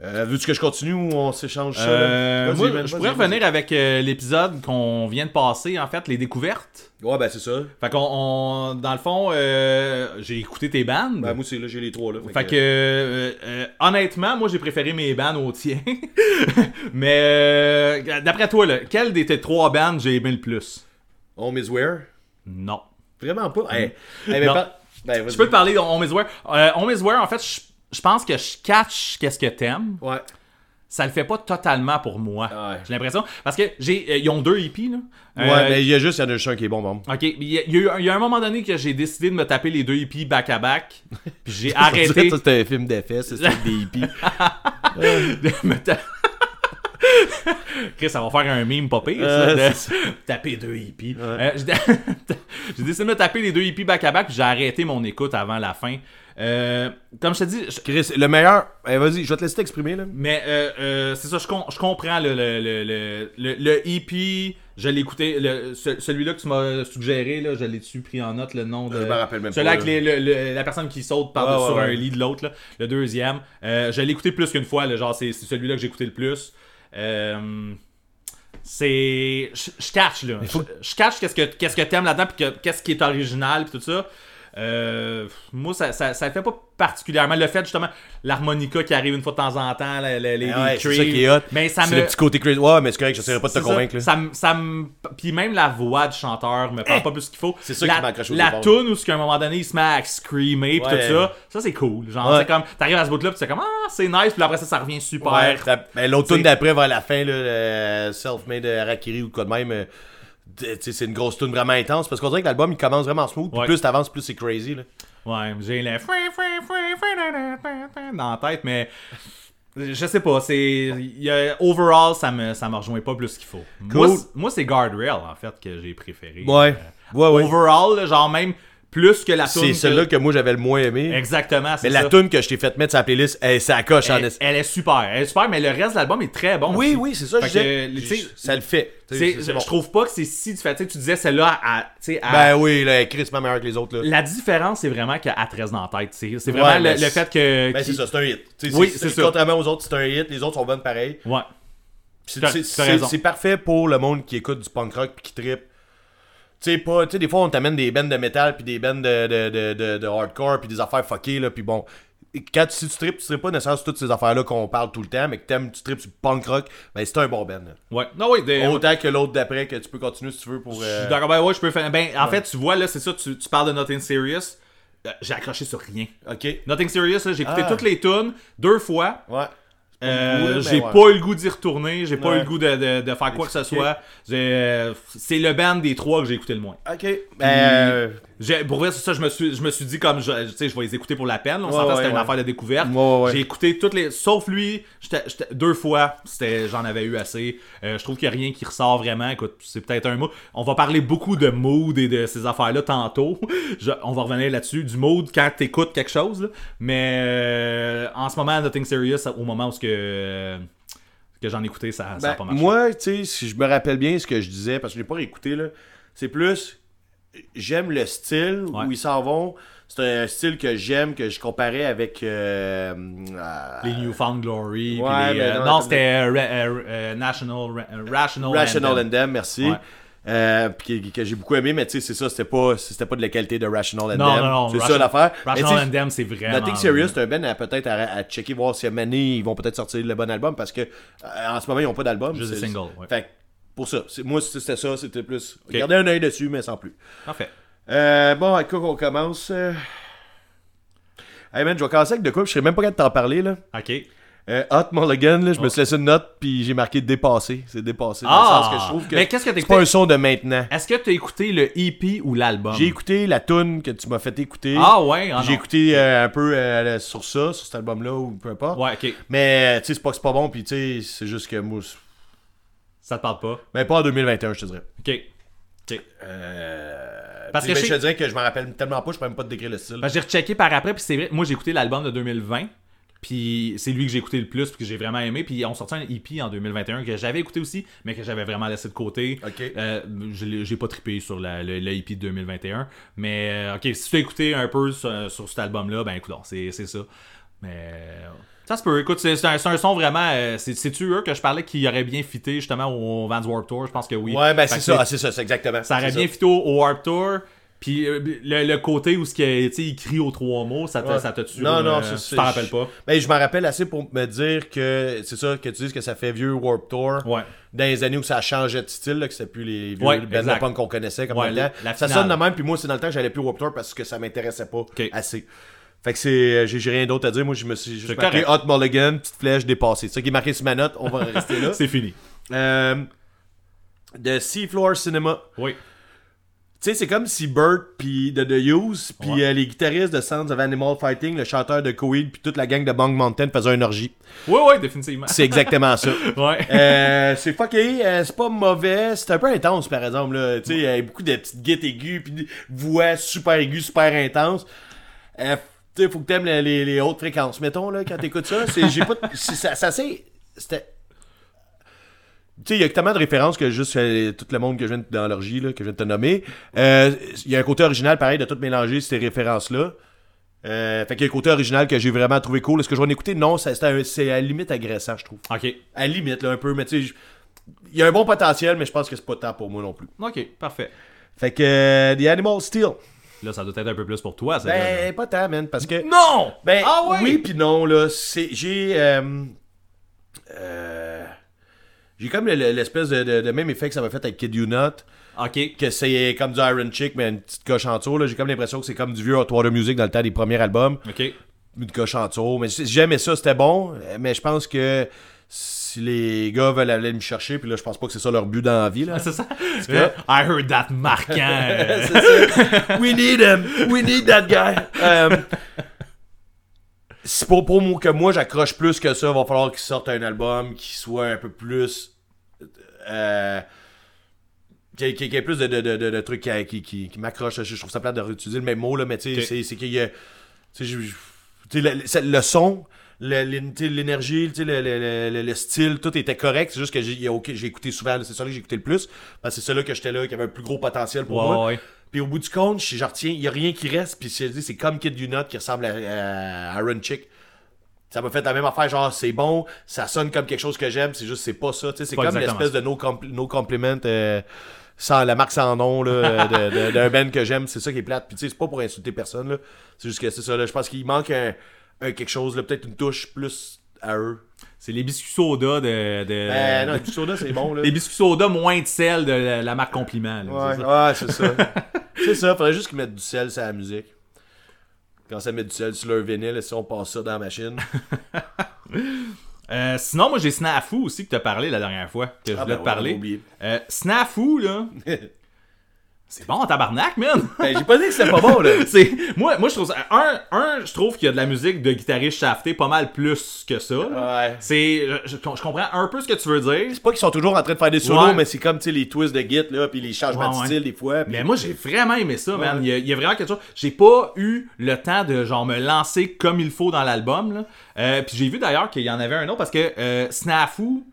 Euh, Veux-tu que je continue ou on s'échange ça? là? Euh, Vas-y, moi, vas-y, je vas-y, pourrais vas-y. revenir avec euh, l'épisode qu'on vient de passer, en fait, les découvertes. Ouais, ben c'est ça. Fait qu'on, on- dans le fond, euh, j'ai écouté tes bandes. Ben, moi, c'est là, j'ai les trois, là. fait que, euh, euh, honnêtement, moi, j'ai préféré mes bandes aux tiens. Mais, euh, d'après toi, là, quelle des tes trois bandes j'ai aimé le plus? On is where? Non. Vraiment pas. Hey, hey, mais Non. pas- ben, vas-y. Je peux te parler On Is Where. Euh, On Is Where, en fait, je- je pense que je catch qu'est-ce que t'aimes. Ouais. Ça le fait pas totalement pour moi. Ouais. J'ai l'impression. Parce que j'ai, euh, ils ont deux hippies, là. Ouais, Euh, mais il y a juste, il y en a juste un qui est bon, bon. Ok, mais il y, a- il y a eu un- il y a un moment donné que j'ai décidé de me taper les deux hippies back à back, puis j'ai arrêté C'était un film d'effet, c'est avec des hippies. de me taper. Chris, ça va faire un meme pas pire, ça, Euh, de c'est taper deux hippies. Euh, j'ai j'ai décidé de me taper les deux hippies back à back, puis j'ai arrêté mon écoute avant la fin. Euh, comme je te dis, je- Chris, le meilleur. Eh, vas-y, je vais te laisser t'exprimer là. mais euh, euh, c'est ça, je, com- je comprends le, le, le, le, le- le hippie. Je l'ai écouté, le- ce- celui-là que tu m'as suggéré, là, je l'ai-tu pris en note le nom de. Je m'en rappelle même Celui-là pas, avec les- le- le- la personne qui saute par dessus Ouais, ouais, un ouais. lit de l'autre, là, le deuxième. Euh, je l'ai écouté plus qu'une fois, là, genre c'est c'est celui-là que j'ai écouté le plus. Euh, c'est. Je je catch, là. Je- Je catch qu'est-ce que qu'est-ce que t'aimes là-dedans, puis que- qu'est-ce qui est original, puis tout ça. Euh, moi, ça, ça, ça le fait pas particulièrement. Le fait, justement, l'harmonica qui arrive une fois de temps en temps, la- la- les, les Ah ouais, c'est creeps, ça qui est hot. Mais ben, ça c'est me. le petit côté Chris. Ouais, mais c'est correct, j'essaierai pas de te c'est ça. convaincre. là. Ça, me- ça me- Puis même la voix du chanteur me parle pas plus qu'il faut. Eh! C'est ça la, qui m'accroche au La départ. toune où, c'est qu'à un moment donné, il se met à screamer, puis Ouais. tout ça. Ça, c'est cool. Genre, Ouais. c'est comme. T'arrives à ce bout-là, puis c'est comme, ah, c'est nice, puis après ça, ça revient super. Ouais, ça- mais l'autre C'est- tune d'après, vers la fin, là, le euh, self-made Harakiri ou quoi de même. euh, tu sais, c'est une grosse tune vraiment intense parce qu'on dirait que l'album il commence vraiment smooth. puis Ouais. Plus t'avances, plus c'est crazy. Là. Ouais, j'ai le fouin, fouin, fouin, fouin, da, da, da, da, dans la tête, mais je sais pas, c'est il y a- overall ça me ça me rejoint pas plus qu'il faut. Moi, Cool. c'est- Moi c'est Guardrail en fait que j'ai préféré. Ouais. Ouais, ouais. Overall, là, genre même plus que euh, la tune. C'est celle-là que moi j'avais le moins aimé. Exactement, c'est Mais la ça. tune que je t'ai faite mettre sur la playlist, elle, ça coche en elle, est- elle est super, elle est super, mais le reste de l'album est très bon. Oui, eh, aussi. oui, c'est ça. Fait Je que, disais, tu sais, ça le fait. Tu sais, c'est- c'est- je c'est bon. trouve Ah. pas que c'est si différent. Tu sais, tu disais celle-là à, tu sais, à- Ben oui, là, Chris m'a meilleur que les autres. Là. la différence c'est vraiment qu'elle te reste dans la tête. C'est c'est vraiment Ouais, le, mais le fait que Ben c'est qu'il- ça, c'est un hit. Tu sais, Oui, c'est ça. Contrairement aux autres, c'est un hit. Les autres sont bonnes pareilles. Ouais. C'est- T'as- c'est- t'as raison. C'est c'est parfait pour le monde qui écoute du punk rock pis qui trippe. Tu sais pas, tu sais, des fois on t'amène des bands de métal puis des bands de, de, de, de- de hardcore puis des affaires fuckées là puis bon. Quand tu- si tu tripes, tu tripes pas nécessairement sur toutes ces affaires là qu'on parle tout le temps, mais que t'aimes, tu tripes sur punk rock, ben c'est un bon band. là. Ouais. Non oui, des- Autant que l'autre d'après que tu peux continuer si tu veux pour. Je euh, suis d'accord, ben ouais, je peux faire. Ben, en fait, tu vois, là, c'est ça, tu, tu parles de Nothing Serious. Euh, j'ai accroché sur rien. Ok. Nothing Serious, là, j'ai écouté Ah. toutes les tunes deux fois. Ouais. Euh, Oui, mais j'ai ouais. pas eu le goût d'y retourner, j'ai pas Ouais. eu le goût de, de- de faire quoi que ce soit. J'ai, euh, C'est le band des trois que j'ai écouté le moins. Ok. Ben. euh, J'ai- Pour vrai, c'est ça, je me suis, je me suis dit comme, je, tu sais, je vais les écouter pour la peine. On s'entend, ouais, c'était une ouais. affaire de découverte. Ouais, ouais, ouais. J'ai écouté toutes les, sauf lui, j'étais- j'étais- deux fois, c'était, j'en avais eu assez. Euh, je trouve qu'il n'y a rien qui ressort vraiment. Écoute, c'est peut-être un mot. On va parler beaucoup de mood et de ces affaires-là tantôt. Je- on va revenir là-dessus du mood quand t'écoutes quelque chose. là. Mais euh, en ce moment, Nothing Serious, au moment où ce que que j'en écoutais, ça, ça a Ben, pas marché. moi, tu sais, si je me rappelle bien ce que je disais, parce que je l'ai pas réécouté, là, c'est plus j'aime le style Ouais. où ils s'en vont. C'est un style que j'aime, que je comparais avec. euh, euh, Les Newfound Glory. puis Ouais, les, mais euh, non, non, attendez. c'était euh, Ra- euh, euh, National, Ra- euh, Rational, Rational Anthem. Endem, merci. Ouais. Euh, puis que, que j'ai beaucoup aimé, mais tu sais, c'est ça, c'était pas, c'était pas de la qualité de Rational Endem. Non, non, non. C'est Ration- ça l'affaire. Mais tu sais, Rational Endem, c'est vraiment. Nothing Serious, c'est un Ben à peut-être à, à checker, voir si à Mané, ils vont peut-être sortir le bon album parce que euh, en ce moment, ils n'ont pas d'album. Juste C'est- des singles, ouais. Fait que pour ça, c'est- moi, c'était ça, c'était plus. Gardez un œil dessus, mais sans plus. Parfait. Euh, bon, à quoi qu'on commence euh. Hey man, je vais commencer avec de quoi, puis je serais même pas capable de t'en parler là. Ok. Euh, Hot Mulligan, là, je me suis laissé une note, puis j'ai marqué dépassé. C'est dépassé. dans le Ah! sens que je trouve que Mais qu'est-ce que t'as c'est pas écouté? un son de maintenant. Est-ce que t'as écouté le EP ou l'album J'ai écouté la tune que tu m'as fait écouter. Ah ouais, ah J'ai non. écouté euh, un peu euh, sur ça, sur cet album-là, ou peu importe. Ouais, ok. Mais, euh, tu sais, c'est pas que c'est pas bon, puis tu sais, c'est juste que moi. c'est- Ça te parle pas. Mais pas en 2021, je te dirais. Ok. Ok. Euh, Parce tu sais, que je ben, je sais- te dirais que je m'en rappelle tellement pas, je peux même pas te décrire le style. Parce que Ben, j'ai rechecké par après, puis c'est vrai, moi j'ai écouté l'album de 2020, puis c'est lui que j'ai écouté le plus, puis que j'ai vraiment aimé, puis on sorti un EP en 2021 que j'avais écouté aussi, mais que j'avais vraiment laissé de côté. Ok. Euh, je l'ai- j'ai pas trippé sur la- le, E le EP de 2021, mais euh, ok, si tu as écté un peu sur, sur cet album-là, ben écoute, c'est c'est ça. Mais euh, ça se peut, écoute, c'est c'est un, c'est un son vraiment, euh, c'est- c'est-tu eux que je parlais qui aurait bien fité justement au Vans Warped Tour, je pense que oui. Ouais, ben Fait c'est que ça, ah, c'est ça, c'est exactement. ça aurait c'est bien fité au, au Warped Tour. Puis euh, le, le côté où ce qui est- tu sais, il crie aux trois mots, ça te, Ouais. ça te tue. Non, non, euh, c'est tu t'en rappelles pas. Ben, je m'en rappelle assez pour me dire que c'est ça, que tu dises que ça fait vieux Warp Tour. Ouais. Dans les années où ça changeait de style, là, que c'était plus les vieux Ouais, bands de exact. punk qu'on connaissait comme Ouais, dans le temps. la- la ça finale. sonne de même, puis moi, c'est dans le temps, j'allais plus Warp Tour parce que ça m'intéressait pas Ok. assez. Fait que c'est. euh, J'ai j'ai rien d'autre à dire. Moi, je me suis juste C'est marqué correct. Hot Mulligan, petite flèche dépassée. C'est ça qui est marqué sur ma note. On va en rester là. C'est fini. Euh, de Seafloor Cinema. Oui. Tu sais, c'est comme si Burt puis de The Hughes puis Ouais. euh, les guitaristes de Sounds of Animal Fighting, le chanteur de Coheed puis toute la gang de Bang Mountain faisaient une orgie. Oui, oui, définitivement. C'est exactement ça. Ouais. Euh, c'est fucké, euh, c'est pas mauvais, c'est un peu intense par exemple là, tu sais, euh, beaucoup de petites guites aiguës puis des voix super aiguës, super intenses. Euh, tu sais, faut que t'aimes les, les, les hautes fréquences, mettons là, quand t'écoutes ça, c'est j'ai pas de- c'est- ça ça c'est c'était tu sais, il y a tellement de références que juste euh, tout le monde que je viens de, dans l'orgie, là, que je viens de te nommer. Euh, Il y a un côté original, pareil, de tout mélanger ces références-là. Euh, fait qu'il y a un côté original que j'ai vraiment trouvé cool. Est-ce que je vais en écouter? Non, ça- c'était un- c'est à la limite agressant, je trouve. ok. À la limite, là, un peu, mais tu sais, je- il y a un bon potentiel, mais je pense que c'est pas tant pour moi non plus. Ok, parfait. Fait que euh, The Animal Steel, Là, ça doit être un peu plus pour toi, ça. ben, pas tant, man, parce que... Non! Ben, ah ouais! oui puis non, là. C'est, j'ai... euh, euh, j'ai comme le- le- l'espèce de, de- de même effet que ça m'a fait avec Kid You Not. Ok. que c'est comme du Iron Chick, mais une petite coche en dessous, là. J'ai comme l'impression que c'est comme du vieux Hot Water Music dans le temps des premiers albums. Ok. Une coche en dessous. Mais j- j'aimais ça, c'était bon. Mais je pense que si les gars veulent aller me chercher, puis là, je pense pas que c'est ça leur but dans la vie, là. C'est Ah, ça. que- I heard that marquant. euh, We need him. We need that guy. Euh, si pour, pour moi, que moi, j'accroche plus que ça, va falloir qu'ils sortent un album qui soit un peu plus. Euh, qui ait- qui ait- qui ait plus de, de- de- de- de trucs qui, qui, qui- qui m'accrochent. Je trouve ça plate de réutiliser le même mot, là, mais tu sais, Ok. c'est- c'est qu'il y a. tu sais, je- je- tu sais, le, le- le son. le- l'é- tu sais, L'énergie, tu sais, le, le- le- le- le style, tout était correct. C'est juste que j'ai il y a aucun- j'ai écouté souvent, là, c'est ça que j'ai écouté le plus. Parce que c'est celui que j'étais là, qui avait un plus gros potentiel pour Ouais, moi. ouais. Puis au bout du compte, je je retiens, il n'y a rien qui reste. Puis je dis, c'est comme Kid Unot qui ressemble à, à Aaron Chick. Ça m'a fait la même affaire, genre c'est bon, ça sonne comme quelque chose que j'aime, c'est juste c'est pas ça. tu sais, C'est Pas comme exactement l'espèce de no, compl- no compliment euh, sans la marque sans nom là, euh, de- de- d'un band que j'aime, c'est ça qui est plate. Puis tu sais, c'est pas pour insulter personne, là. c'est juste que c'est ça. là, Je pense qu'il manque un, un quelque chose, là, peut-être une touche plus à eux. C'est les biscuits soda de. de- Euh, non, du soda c'est bon. Là. les biscuits soda moins de sel de la, la marque Compliment. là, Ouais, c'est ça. ouais, c'est ça. c'est ça, faudrait juste qu'ils mettent du sel sur la musique. Quand ça met du sel sur leur vinyle, si on passe ça dans la machine. Euh, sinon, moi j'ai Snafu aussi que t'as parlé la dernière fois que je Ah, voulais ben te ouais, parler. j'ai oublié. Euh, Snafu là, c'est bon en tabarnak, man. Ben, j'ai pas dit que c'était pas bon, là. C'est- moi, moi je trouve ça- un, un je trouve qu'il y a de la musique de guitariste shafté pas mal plus que ça. là. Ouais. C'est je, je- je comprends un peu ce que tu veux dire. C'est pas qu'ils sont toujours en train de faire des solos, Ouais. mais c'est comme, tu sais, les twists de git, là, puis les changements Ouais, de ouais. style, des fois. puis- Mais moi j'ai vraiment aimé ça, man. Il y, a, il y a vraiment quelque chose. J'ai pas eu le temps de genre me lancer comme il faut dans l'album. là. Euh, Puis j'ai vu d'ailleurs qu'il y en avait un autre parce que euh, Snafu.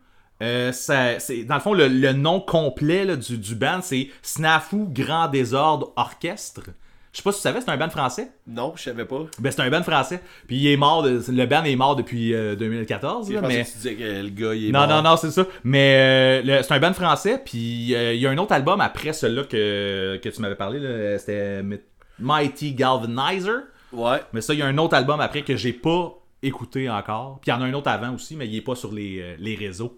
euh, ça- c'est, dans le fond, le, le nom complet là, du, du band, c'est Snafu Grand Désordre Orchestre. Je Je sais pas si tu savais, c'est un band français. Non, je savais pas. Ben, c'est un band français. Puis il est mort, de- le band est mort depuis euh, 2014. Je là, pensais mais... que tu disais que le gars, il est Non, mort. non, non, c'est ça. Mais euh, le- c'est un band français, puis euh, il y a un autre album après celui-là que, que tu m'avais parlé, là, c'était Mi- Mighty Galvanizer. Ouais. Mais ça, il y a un autre album après que j'ai pas écouté encore. Puis il y en a un autre avant aussi, mais il est pas sur les, euh, les réseaux.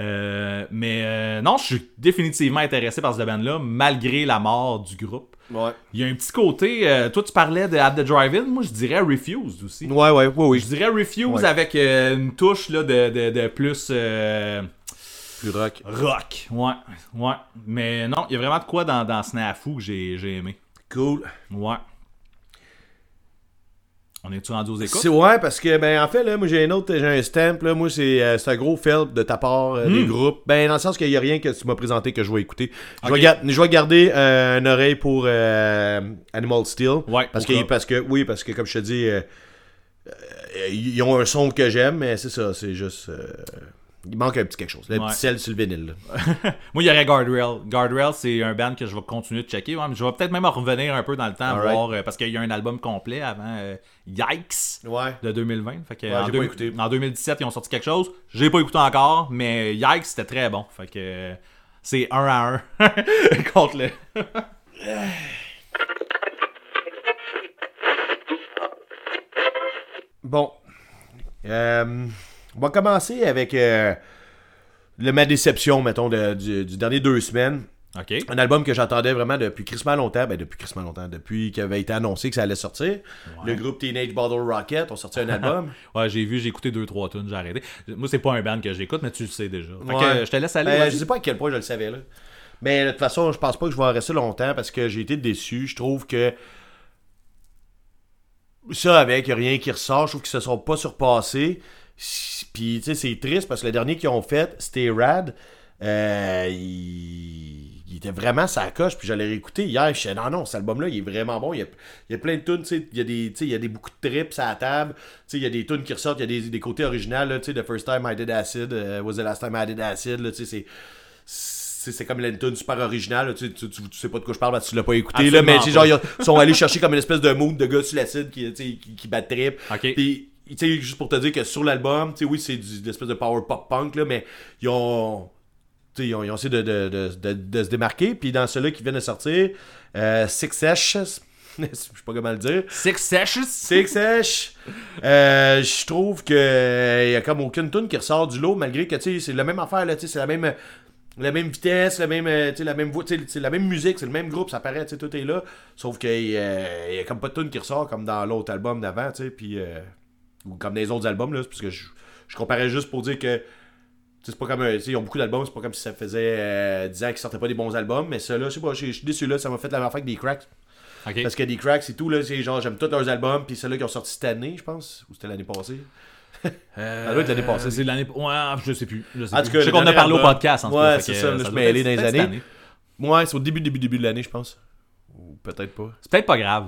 Euh, mais euh, non, je suis définitivement intéressé par ce band-là, malgré la mort du groupe. Ouais. Il y a un petit côté, euh, toi tu parlais de At the Drive-In, moi je dirais Refused aussi. Ouais, ouais, ouais, oui. Je dirais Refuse Ouais. avec euh, une touche là, de, de, de plus euh, Plus rock. rock. Ouais, ouais. Mais non, il y a vraiment de quoi dans, dans Snafu que j'ai j'ai aimé. Cool. Ouais. On est-tu rendu aux écoutes? C'est ouais, parce que, ben, en fait, là, moi, j'ai un autre, j'ai un stamp, là. Moi, c'est euh, c'est un gros fail de ta part euh, Hmm. des groupes. Ben, dans le sens qu'il n'y a rien que tu m'as présenté que je vais écouter. Je, Ok. vais, gar- je vais garder euh, une oreille pour euh, Animal Steel. Ouais, Parce au que, cas. parce que, oui, parce que, comme je te dis, euh, euh, ils ont un son que j'aime, mais c'est ça, c'est juste. euh, il manque un petit quelque chose. Le Ouais. petit sel sur le vinyle, là. Moi, il y aurait Guardrail. Guardrail, c'est un band que je vais continuer de checker. Ouais, mais je vais peut-être même en revenir un peu dans le temps, Alright. voir, euh, parce qu'il y a un album complet avant euh, Yikes. Ouais. de 2020. Fait que Ouais, en, j'ai deux- pas écouté. en 2017, ils ont sorti quelque chose. J'ai pas écouté encore, mais Yikes, c'était très bon. Fait que euh, c'est un à un contre le. Bon. Euh, on va commencer avec euh, le, ma déception, mettons, de- du, du dernier deux semaines. Ok. Un album que j'attendais vraiment depuis crissement longtemps. Ben, depuis crissement longtemps. Depuis qu'il avait été annoncé que ça allait sortir. Le groupe Teenage Bottle Rocket ont sorti un album. Ouais, j'ai vu, j'ai écouté 2-3 tunes, j'ai arrêté. Moi, c'est pas un band que j'écoute, mais tu le sais déjà. Fait que Ouais. euh, je te laisse aller. Ben, vas-y. je sais pas à quel point je le savais, là. Mais de toute façon, je pense pas que je vais en rester longtemps parce que j'ai été déçu. Je trouve que. Ça, avec y a rien qui ressort, je trouve qu'ils se sont pas surpassés. S- Puis, tu sais, c'est triste parce que le dernier qu'ils ont fait, c'était Rad. Euh, il... il était vraiment sa coche. Puis, j'allais réécouter hier. Je disais, non, non, cet album-là, il est vraiment bon. Il y a, il y a plein de tunes. tu sais. Il y a des, tu sais, il y a des beaucoup de trips à la table. Tu sais, Il y a des tunes qui ressortent. Il y a des, des côtés originaux. là, tu sais, The First Time I Did Acid euh, was the last time I did acid. Là, tu sais, c'est c'est c'est comme une tune super originale là, tu, tu, tu, tu sais pas de quoi je parle parce que tu l'as pas écouté là, Absolument mais tu sais, pas. genre ils sont allés chercher comme une espèce de mood de gars sur l'acide qui, tu sais, qui, qui bat trip Ok. puis tu sais juste pour te dire que sur l'album tu sais oui c'est du- de l'espèce de power pop punk là, mais ils ont tu sais, ils ont, ils ont essayé de, de, de, de- de se démarquer puis dans celui qui vient de sortir euh, Six Sessions je sais pas comment le dire Six Sessions. Six Sèche. Euh, je trouve que euh, y a comme aucune tune qui ressort du lot malgré que tu sais, c'est la même affaire là, tu sais, c'est la même la même vitesse, la même euh, tu sais, la même voix, tu sais, c'est la même musique, c'est le même groupe, ça paraît, tu sais, tout est là, sauf que euh, y a comme pas de tune qui ressort comme dans l'autre album d'avant, tu sais, puis euh, ou comme dans les autres albums là, c'est parce que je, je comparais juste pour dire que tu sais, c'est pas comme un- tu sais, ils ont beaucoup d'albums, c'est pas comme si ça faisait euh, 10 ans qu'ils sortaient pas des bons albums, mais ça là, je sais pas, je je suis déçu là, ça m'a fait la même affaire que des cracks. Ok. Parce que des cracks et tout, là, c'est genre, j'aime tous leurs albums, puis ceux-là qui ont sorti cette année, je pense, ou c'était l'année passée. Euh, ça doit être l'année passée. C'est l'année. Ouais, je sais plus. Je sais, En plus. tout cas, Je sais le qu'on en a dernier parlé au album. podcast. En tout Ouais, cas, fait c'est que, ça, là, euh, je doit me être- mêlais dans les peut-être cette années. année. Ouais, c'est au début, début, début de l'année, je pense. Ou peut-être pas. C'est peut-être pas grave.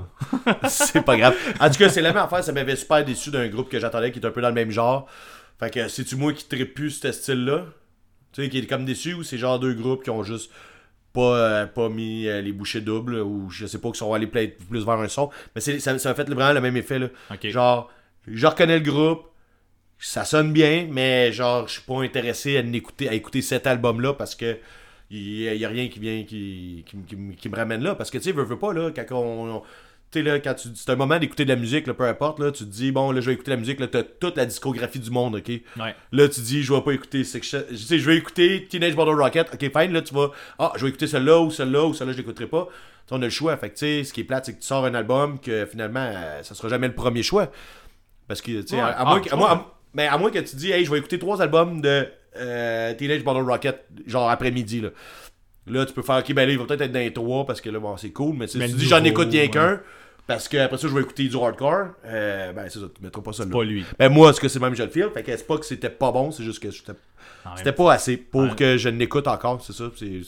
c'est pas grave. En tout cas, c'est la même affaire, ça m'avait super déçu d'un groupe que j'attendais qui est un peu dans le même genre. Fait que c'est-tu moi qui tripe plus ce style-là Tu sais, qui est comme déçu, ou c'est genre deux groupes qui ont juste pas, euh, pas mis euh, les bouchées doubles, ou je sais pas, qui sont allés peut-être plus vers un son. Mais c'est- ça ça m'a fait vraiment le même effet, là. Ok. Genre, je reconnais le groupe, ça sonne bien, mais genre, je suis pas intéressé à, l'écouter- à écouter cet album-là parce que il y, a- il y a rien qui vient qui, qui, me- qui me- qui me ramène là. Parce que tu sais, veux, veux pas, là, quand on. on- tu sais, là, quand tu c'est un moment d'écouter de la musique, là, peu importe, là, tu te dis, bon, là, je vais écouter la musique, là, t'as toute la discographie du monde, ok? Ouais. Là, tu dis, je vais pas écouter Section. Tu sais, je vais écouter Teenage Bottle Rocket. Ok, fine, là, tu vas. Ah, je vais écouter celui-là ou celui-là ou celui-là, je l'écouterai pas. Tu sais, on a le choix. Fait que, tu sais, ce qui est plate, c'est que tu sors un album que finalement, euh, ça sera jamais le premier choix. Parce que, tu sais, Ouais. à, à Ah, moins que- je à moins- à- comprends. mais à moins que tu dis, hey, je vais écouter trois albums de euh, Teenage Bottle Rocket, genre après-midi, là. Là, tu peux faire, ok, ben là, il va peut-être être dans les trois parce que là, bon, c'est cool, mais tu sais, Mais si tu le dis, j'en nouveau, écoute rien ouais. qu'un, parce que après ça, je vais écouter du hardcore, euh, ben c'est ça, tu mettras pas ça là. Pas lui. Ben moi, ce que c'est même je le file, fait que c'est pas que c'était pas bon, c'est juste que j'étais- En même c'était pas assez pour Ouais. que je l'écoute encore, c'est ça. c'est-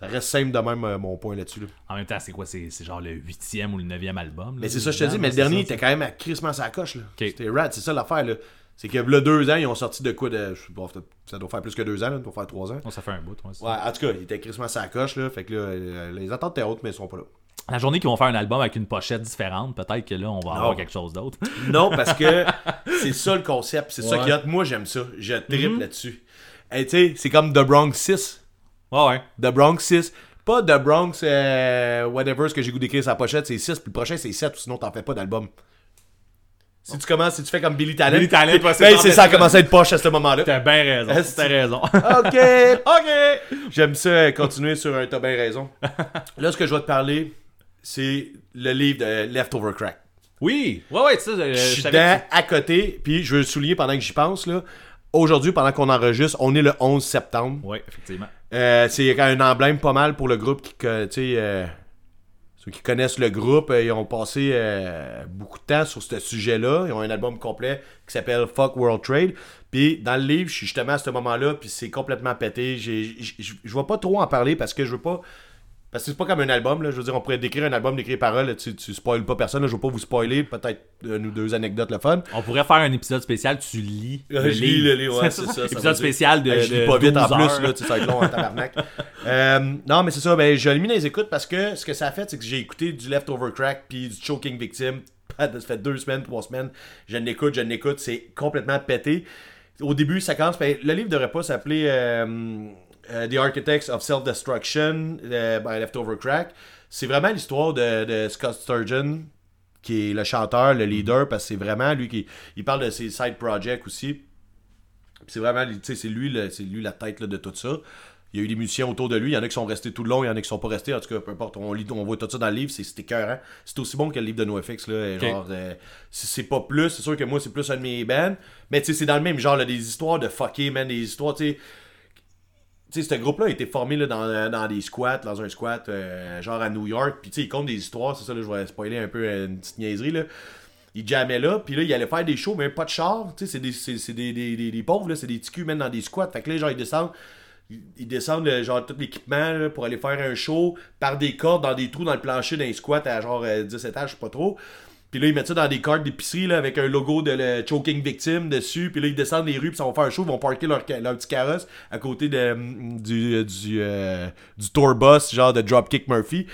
Ça reste simple de même euh, mon point là-dessus. là. En même temps, c'est quoi C'est c'est genre le 8e ou le 9e album. là, Mais c'est ça, je te dedans, dis, là, mais le c'est dernier ça, était quand même à crissement sa coche. là. Ok. C'était rad, c'est ça l'affaire. là. C'est que le deux ans, ils ont sorti de quoi de. je sais pas, Ça doit faire plus que deux ans, là, ça doit faire trois ans. Non, ça fait un bout. ouais, c'est ça. Ouais, en tout cas, il était crissement sa coche, là. Fait que là, euh, les attentes étaient hautes, mais ils sont pas là. La journée qu'ils vont faire un album avec une pochette différente, peut-être que là, on va avoir Non. quelque chose d'autre. Non, parce que c'est ça le concept. C'est ça Ouais. Mhm. qui est hot. Moi, j'aime ça. Je tripe là-dessus. Hey, tu sais, c'est comme The Bronx 6. Ouais, ouais. The Bronx 6. Pas The Bronx, euh, whatever, ce que j'ai goût d'écrire sa pochette, c'est 6, puis le prochain, c'est 7, ou sinon, t'en fais pas d'album. Si tu commences, si tu fais comme Billy Talent, Billy Talent, ouais, c'est ben, dans c'est le- ça a commencé à être poche à ce moment-là. T'as bien raison. Est-ce- T'as raison. OK, OK. J'aime ça euh, continuer sur un t'as bien raison. Là, ce que je vais te parler, c'est le livre de Leftover Crack. oui, ouais, ouais, tu sais, euh, je suis savais que dedans, à côté, puis je veux le souligner pendant que j'y pense, là. Aujourd'hui, pendant qu'on enregistre, on est le 11 septembre. tu- Ouais, effectivement. Euh, c'est un emblème pas mal pour le groupe qui, co- tu sais, euh, ceux qui connaissent le groupe, euh, ils ont passé euh, beaucoup de temps sur ce sujet-là. Ils ont un album complet qui s'appelle Fuck World Trade. Puis dans le livre, je suis justement à ce moment-là, puis c'est complètement pété. J'ai- j- j- Je vais pas trop en parler parce que je veux pas. Parce que c'est pas comme un album, là. Je veux dire, on pourrait décrire un album, décrire par là, tu, tu spoiles pas personne, là. je veux pas vous spoiler, peut-être une ou deux anecdotes le fun. On pourrait faire un épisode spécial, tu lis. Euh, je lis le livre, ouais, c'est ça. ça veut épisode dire- spécial de. Hey, je de lis pas vite en 12 heures. plus, là, tu sais, ça va être long en tabarnak. Euh, non, mais c'est ça, ben, je l'ai mis dans les écoutes parce que ce que ça a fait, c'est que j'ai écouté du Leftover Crack puis du Choking Victim. Ça fait deux semaines, trois semaines. Je l'écoute, je l'écoute, c'est complètement pété. Au début, ça commence. ben, le livre devrait pas s'appeler euh, euh, The Architects of Self-Destruction euh, by Leftover Crack. C'est vraiment l'histoire de, de Scott Sturgeon, qui est le chanteur, le leader, parce que c'est vraiment lui qui. Il parle de ses side projects aussi. Puis C'est vraiment, tu sais, c'est lui, le- c'est lui la tête là, de tout ça. Il y a eu des musiciens autour de lui. Il y en a qui sont restés tout le long, il y en a qui sont pas restés. En tout cas, peu importe, on, lit, on voit tout ça dans le livre. C'est c'était écœurant. C'est aussi bon que le livre de NoFX. Là, et Ok. genre, euh, si c'est pas plus, c'est sûr que moi, c'est plus un de mes bands. Mais tu sais, c'est dans le même genre, là, des histoires de fucké, man, des histoires, tu sais. Tu sais, ce groupe-là a été formé là, dans, dans des squats, dans un squat, euh, genre à New York. Puis, tu sais, ils comptent des histoires. C'est ça, là, je vais spoiler un peu euh, une petite niaiserie, là. Ils jammaient là, puis là, ils allaient faire des shows, mais pas de char. Tu sais, c'est des, c'est- c'est des, des, des- des pauvres, là. C'est des petits culs, même dans des squats. Fait que là, genre, ils descendent. Ils ils descendent, euh, genre, tout l'équipement là, pour aller faire un show par des cordes dans des trous dans le plancher d'un squat à genre euh, 10 étages, je sais pas trop. Puis là, ils mettent ça dans des cartes d'épicerie là, avec un logo de le Choking Victim dessus. Puis là, ils descendent les rues, puis ils vont faire un show, ils vont parker leur, ca- leur petit carrosse à côté de, mm, du, euh, du, euh, du tour bus, genre de Dropkick Murphy.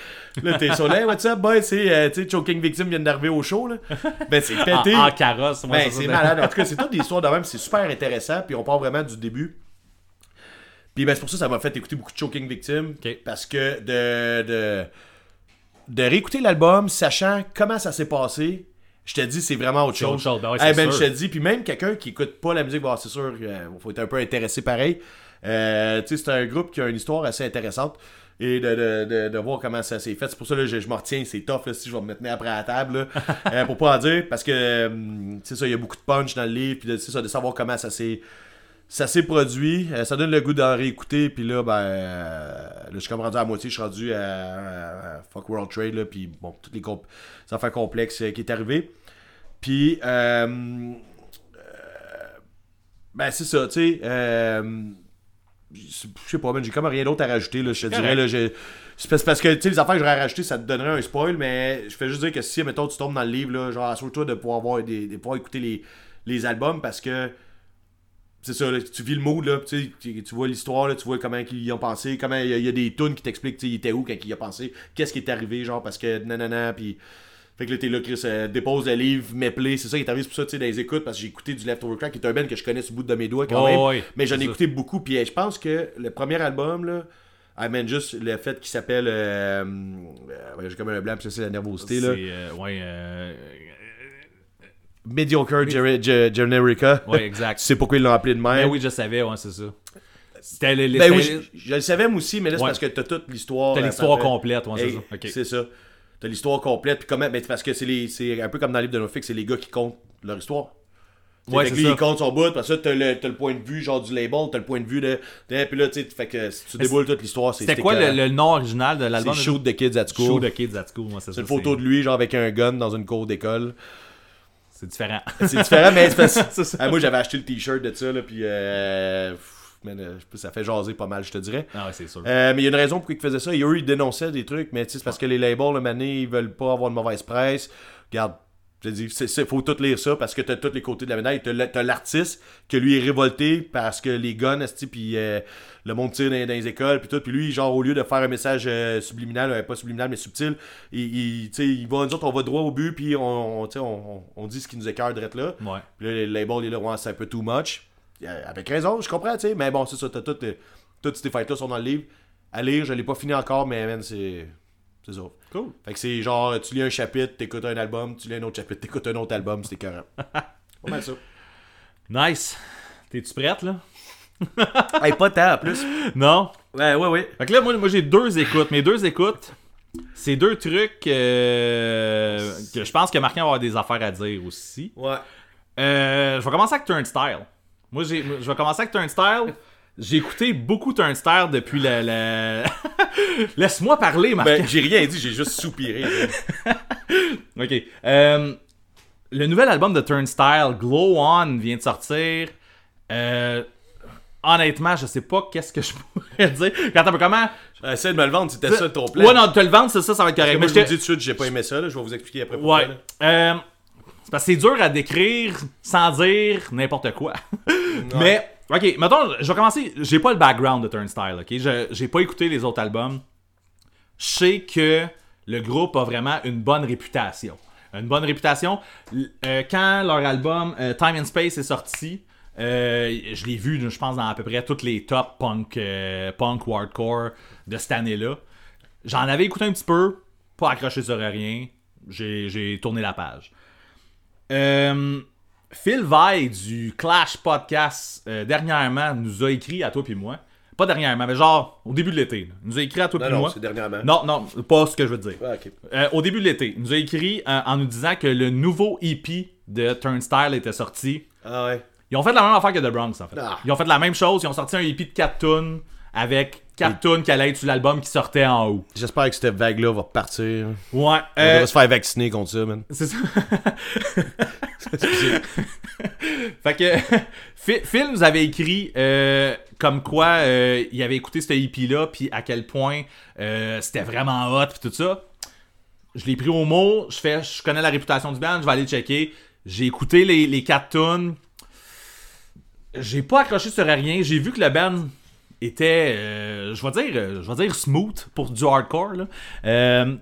Là, t'es sur là, what's up, boy? C'est, euh, tu sais, Choking Victim vient d'arriver au show. Là. Ben, c'est En, pété. en carrosse, moi, Ben, ça, ça, c'est ça- malade. En tout cas, c'est toute des histoires de même. C'est super intéressant. Puis on part vraiment du début. Puis ben, c'est pour ça que ça m'a fait écouter beaucoup de Choking Victim. Ok. Parce que de, de, de réécouter l'album, sachant comment ça s'est passé, je te dis, c'est vraiment autre chose. autre chose. Ben ouais, Eh c'est ben, sûr. je te dis, puis même quelqu'un qui écoute pas la musique, bon, c'est sûr, il faut être un peu intéressé pareil. Euh, tu sais, c'est un groupe qui a une histoire assez intéressante. Et de, de, de, de voir comment ça s'est fait. C'est pour ça que je, je m'en retiens, c'est tough là, si je vais me tenir après la table. là, euh, pour pas en dire, parce que hum, tu sais ça, il y a beaucoup de punch dans le livre, puis de, tu sais ça, de savoir comment ça s'est ça s'est produit, euh, ça donne le goût d'en réécouter, puis là, ben, euh, là, je suis comme rendu à la moitié, je suis rendu à, à- à Fuck World Trade, là, puis bon, toutes les comp- les affaires complexes euh, qui est arrivé. Puis, euh, euh, ben, c'est ça, tu sais, euh, je je sais pas, man, j'ai comme rien d'autre à rajouter, là, je te dirais, là, j'ai- c'est parce- parce que, tu sais, les affaires que j'aurais rajouté, ça te donnerait un spoil, mais je fais juste dire que si, mettons, tu tombes dans le livre, là, genre, assure-toi de pouvoir, avoir des, de pouvoir écouter les, les albums, parce que c'est ça, là, tu vis le mood, là, tu, sais, tu- tu vois l'histoire, là, tu vois comment ils y ont pensé, comment il y, a- il y a des tunes qui t'expliquent, tu sais, il était où quand il y a pensé, qu'est-ce qui est arrivé, genre, parce que nanana, puis... Fait que là, t'es là, Chris, euh, dépose le livre, mets play, c'est ça qui est arrivé, c'est pour ça, tu sais, dans les écoutes, parce que j'ai écouté du Leftover Crack, qui est un band que je connais sous le bout de mes doigts, quand Oh, Ouais, même, ouais, mais j'en c'est ai ça. écouté beaucoup, puis euh, je pense que le premier album, là, I mean, juste le fait qu'il s'appelle, euh, euh, ouais, j'ai comme un blanc, parce que c'est la nervosité, C'est, là, euh, ouais, euh, Mediocre Gere- Ge- Generica, ouais, tu exact. sais pourquoi ils l'ont appelé de même, Ben oui, je savais, ouais, c'est ça. C'était le- le- Ben oui, c'était- je, je le savais moi aussi, mais là c'est Ouais. parce que t'as toute l'histoire. T'as euh, l'histoire parfaite. complète, ouais, c'est Hey, ça. Ok. C'est ça. T'as l'histoire complète, puis comment. Ben, c'est parce que c'est les. C'est un peu comme dans le livre de Nofix, c'est les gars qui comptent leur histoire. Ouais, fait que c'est lui, ça. il compte son bout, parce que t'as le, t'as le point de vue genre du label, t'as le point de vue de. de- puis là, tu sais, fait que si tu Mais déboules toute l'histoire, c'est. C'était quoi le, écœurant. le nom original de l'album C'est Shoot the Kids at School. Show de Kids at School, moi, c'est ça. C'est une photo de lui, genre avec un gun dans une cour d'école. C'est différent. C'est différent, mais c'est parce- C'est ça. Ah, Moi, j'avais acheté le t-shirt de ça, là, puis. euh, pff, man, euh, ça fait jaser pas mal, je te dirais. Ah ouais, c'est sûr. Euh, mais il y a une raison pour ils faisaient ça. Et eux, ils dénonçaient des trucs, mais tu sais, c'est parce que les labels, le mané, ils veulent pas avoir de mauvaise presse. Regarde, Je dis, c'est, c'est- faut tout lire ça parce que t'as tous les côtés de la médaille. T'as, le- t'as l'artiste que lui est révolté parce que les guns, esti, puis euh, le monde tire dans, dans les écoles, puis tout. Puis lui, genre, au lieu de faire un message euh, subliminal, euh, pas subliminal, mais subtil, il, il, tu sais, il va, nous autres, on va droit au but, puis on, on, tu sais, on, on- on dit ce qui nous écœure d'être là. Ouais. Puis là, le label est là, ouais, c'est un peu too much. Euh, Avec raison, je comprends, tu sais. Mais bon, c'est ça, t'as tout, euh, toutes ces fights-là sont dans le livre. À lire, je l'ai pas fini encore, mais man, c'est. C'est ça. Cool. Fait que c'est genre, tu lis un chapitre, t'écoutes un album, tu lis un autre chapitre, t'écoutes un autre album, c'est écœurant. Pas mal ça. Nice. T'es-tu prête, là? Hey, pas tant, en plus. Non? Ouais, ouais, ouais. Fait que là, moi, moi j'ai deux écoutes. Mes deux écoutes, c'est deux trucs euh, que je pense que Marquand va avoir des affaires à dire aussi. Ouais. Euh, je vais commencer avec Turnstile. Moi, j'ai, moi, je vais commencer avec Turnstile. J'ai écouté beaucoup Turnstile depuis la... la- Laisse-moi parler, Marquand. Ben, j'ai rien dit, j'ai juste soupiré. Ok. euh, le nouvel album de Turnstile, Glow On, vient de sortir. Euh, honnêtement, je sais pas qu'est-ce que je pourrais dire. Quand t'as comment. Essaye de me le vendre, c'était ça ton plan. Ouais, non, te le vendre, c'est ça, ça va être Parce que correct. moi, Mais je vous je le te- dis tout de suite, j'ai pas aimé ça, là. je vais vous expliquer après pourquoi. Ouais. là. Euh, c'est parce que c'est dur à décrire sans dire n'importe quoi. Mais, ok, mettons, je vais commencer. J'ai pas le background de Turnstile, ok? Je- J'ai pas écouté les autres albums. Je sais que le groupe a vraiment une bonne réputation. Une bonne réputation. L- euh, quand leur album euh, Time and Space est sorti, euh, je l'ai vu, je pense, dans à peu près toutes les top punk, euh, punk ou hardcore de cette année-là. J'en avais écouté un petit peu, pas accroché sur rien. J'ai j'ai tourné la page. Euh, Phil Vaille du Clash Podcast euh, dernièrement nous a écrit à toi puis moi. Pas dernièrement, mais genre au début de l'été. là. Il nous a écrit à toi Non, puis non, moi. c'est dernièrement. Non, non, pas ce que je veux dire. Ouais, ok. Euh, au début de l'été, il nous a écrit euh, en nous disant que le nouveau EP de Turnstile était sorti. Ah ouais. Ils ont fait la même affaire que The Bronx, en fait. Ah. Ils ont fait la même chose. Ils ont sorti un EP de 4 tunes avec 4 tunes qui allaient être sur l'album qui sortait en haut. J'espère que cette vague-là va repartir. Ouais. On euh, va se faire vacciner contre ça, man. C'est ça. fait que Phil Phil nous avait écrit euh, comme quoi euh, il avait écouté ce EP là, puis à quel point euh, c'était vraiment hot, puis tout ça. Je l'ai pris au mot, je fais, je connais la réputation du band, je vais aller checker. J'ai écouté les, les quatre tunes. J'ai pas accroché sur rien. J'ai vu que le band était, euh, je vais dire, euh, je vais dire smooth pour du hardcore. là. Euh,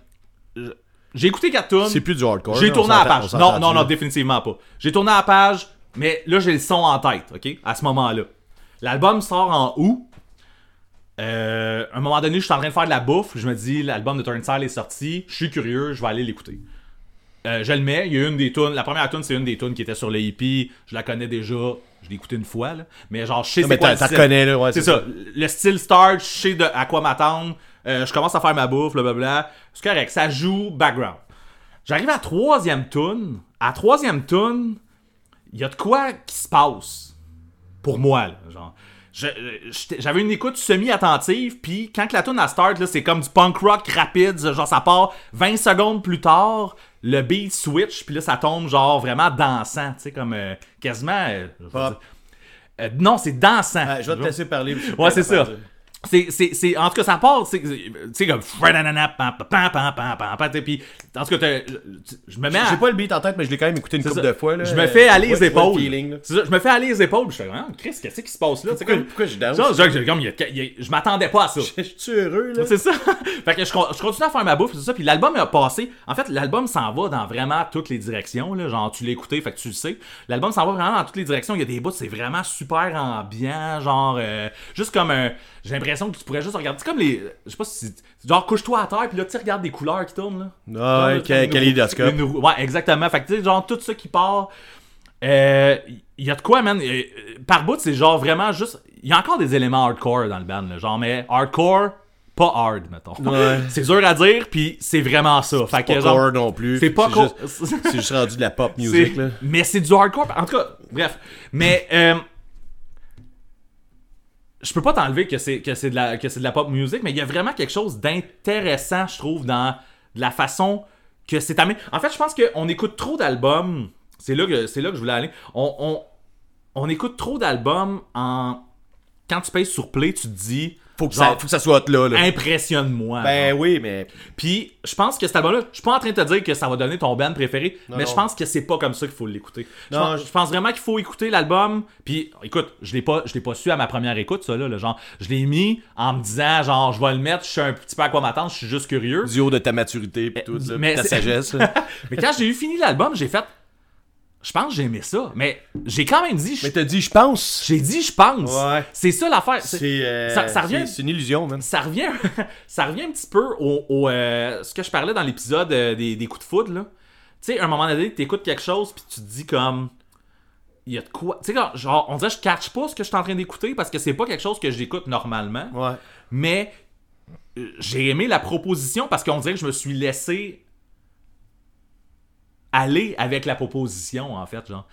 j'ai écouté quatre tunes. C'est plus du hardcore. J'ai là, tourné on la s'entend- on page. s'entend Non, non, non, dessus. définitivement pas. J'ai tourné la page, mais là, j'ai le son en tête, OK? À ce moment-là. L'album sort en août. Euh, à un moment donné, je suis en train de faire de la bouffe. Je me dis, l'album de Turnstile est sorti. Je suis curieux, je vais aller l'écouter. Euh, je le mets. Il y a une des tunes. La première tune, c'est une des tunes qui était sur le hippie. Je la connais déjà. Je l'ai écoutée une fois, là. Mais genre, je sais c'est Non, mais quoi t'as- le t'as style. connais, là, ouais, C'est c'est ça. Le style start, je sais de, à quoi m'attendre. Euh, je commence à faire ma bouffe, blablabla. C'est correct. Ça joue background. J'arrive à la troisième tune. À la troisième tune, il y a de quoi qui se passe pour moi. là, genre. Je- je- j'étais- J'avais une écoute semi-attentive, puis quand que la tune à start, là, c'est comme du punk rock rapide, genre ça part 20 secondes plus tard, le beat switch, puis là ça tombe genre vraiment dansant, tu sais, comme euh, quasiment. euh, je vais Pop. dire- Euh, non, c'est dansant. Ah, je vais te laisser parler. Ouais, c'est ça. C'est, c'est, c'est, en tout cas, ça part, c'est, c'est- tu sais, comme. fredadana, pam, pam, pam, pam, pam, pam, pam, t'sais, Puis, en tout cas, t'as- je- je me mets à. J'ai pas le beat en tête, mais je l'ai quand même écouté une C'est couple ça. de fois. Là. Je me fais Euh, aller Ah. je vois- les je vois le épaules. feeling, là. C'est ça, je me fais aller les épaules. Je fais, ah, Chris, qu'est-ce qui se passe là? C'est Pourquoi- comme- pourquoi je danse? Genre, genre, j'ai- comme, il y a- il y a- je m'attendais pas à ça. Je suis heureux, là. C'est ça. fait que je, con- je continue à faire ma bouffe, c'est ça. Puis l'album a passé. En fait, l'album s'en va dans vraiment toutes les directions. Là. Genre, tu l'as écouté, fait que tu le sais. L'album s'en va vraiment dans toutes les directions. Il y a des bouts, c'est vraiment super ambiant. Genre, euh, juste comme un. J'ai l'impression que tu pourrais juste regarder. C'est comme les. Je sais pas si. Genre, couche-toi à terre, puis là, tu regardes des couleurs qui tournent. Là. Ah ouais, Genre, quel- une quel roue- idéoscope. une roue- Ouais, exactement. Fait que, tu sais, genre, tout ça qui part. Euh, Il y a de quoi, man. Euh, euh, par bout, c'est genre vraiment juste. Il y a encore des éléments hardcore dans le band, là, genre, mais hardcore, pas hard, mettons. Ouais. c'est dur à dire, puis c'est vraiment ça. Fait que, Pas genre, core non plus. c'est pas core. juste- C'est juste rendu de la pop c'est- music, là. Mais c'est du hardcore. En tout cas, bref. Mais euh, je peux pas t'enlever que c'est que c'est de la que c'est de la pop music, mais il y a vraiment quelque chose d'intéressant, je trouve, dans de la façon que c'est amené. En fait, je pense qu'on écoute trop d'albums. C'est là que c'est là que je voulais aller. On, on, on écoute trop d'albums en quand tu payes sur play, tu te dis Faut que, ça, Genre- faut que ça soit hot là. là. Impressionne-moi. Ben oui, mais. Puis, je pense que cet album-là, je suis pas en train de te dire que ça va donner ton band préféré, mais non. je pense que c'est pas comme ça qu'il faut l'écouter. Je Non, pense- je- Je pense vraiment qu'il faut écouter l'album. Puis, écoute, je l'ai pas, je l'ai pas su à ma première écoute, ça là, le genre, je l'ai mis en me disant genre, je vais le mettre, je suis un petit peu à quoi m'attendre, je suis juste curieux. Du haut de ta maturité pis tout, là, mais pis ta c'est- sagesse. là. mais quand j'ai eu fini l'album, j'ai fait, je pense que j'ai aimé ça, mais j'ai quand même dit, mais t'as dit, je pense. j'ai dit, je pense. Ouais. C'est ça l'affaire. C'est- C'est euh, ça- ça revient- c'est- c'est une illusion, man. ça revient, ça revient un petit peu au, au, euh, ce que je parlais dans l'épisode euh, des, des coups de foudre. là. Tu sais, à un moment donné, t'écoutes quelque chose, puis tu te dis comme. Il y a de quoi. Tu sais, quand- genre, on dirait que je catch pas ce que je suis en train d'écouter parce que c'est pas quelque chose que j'écoute normalement. Ouais. Mais euh, j'ai aimé la proposition parce qu'on dirait que je me suis laissé aller avec la proposition, en fait, genre.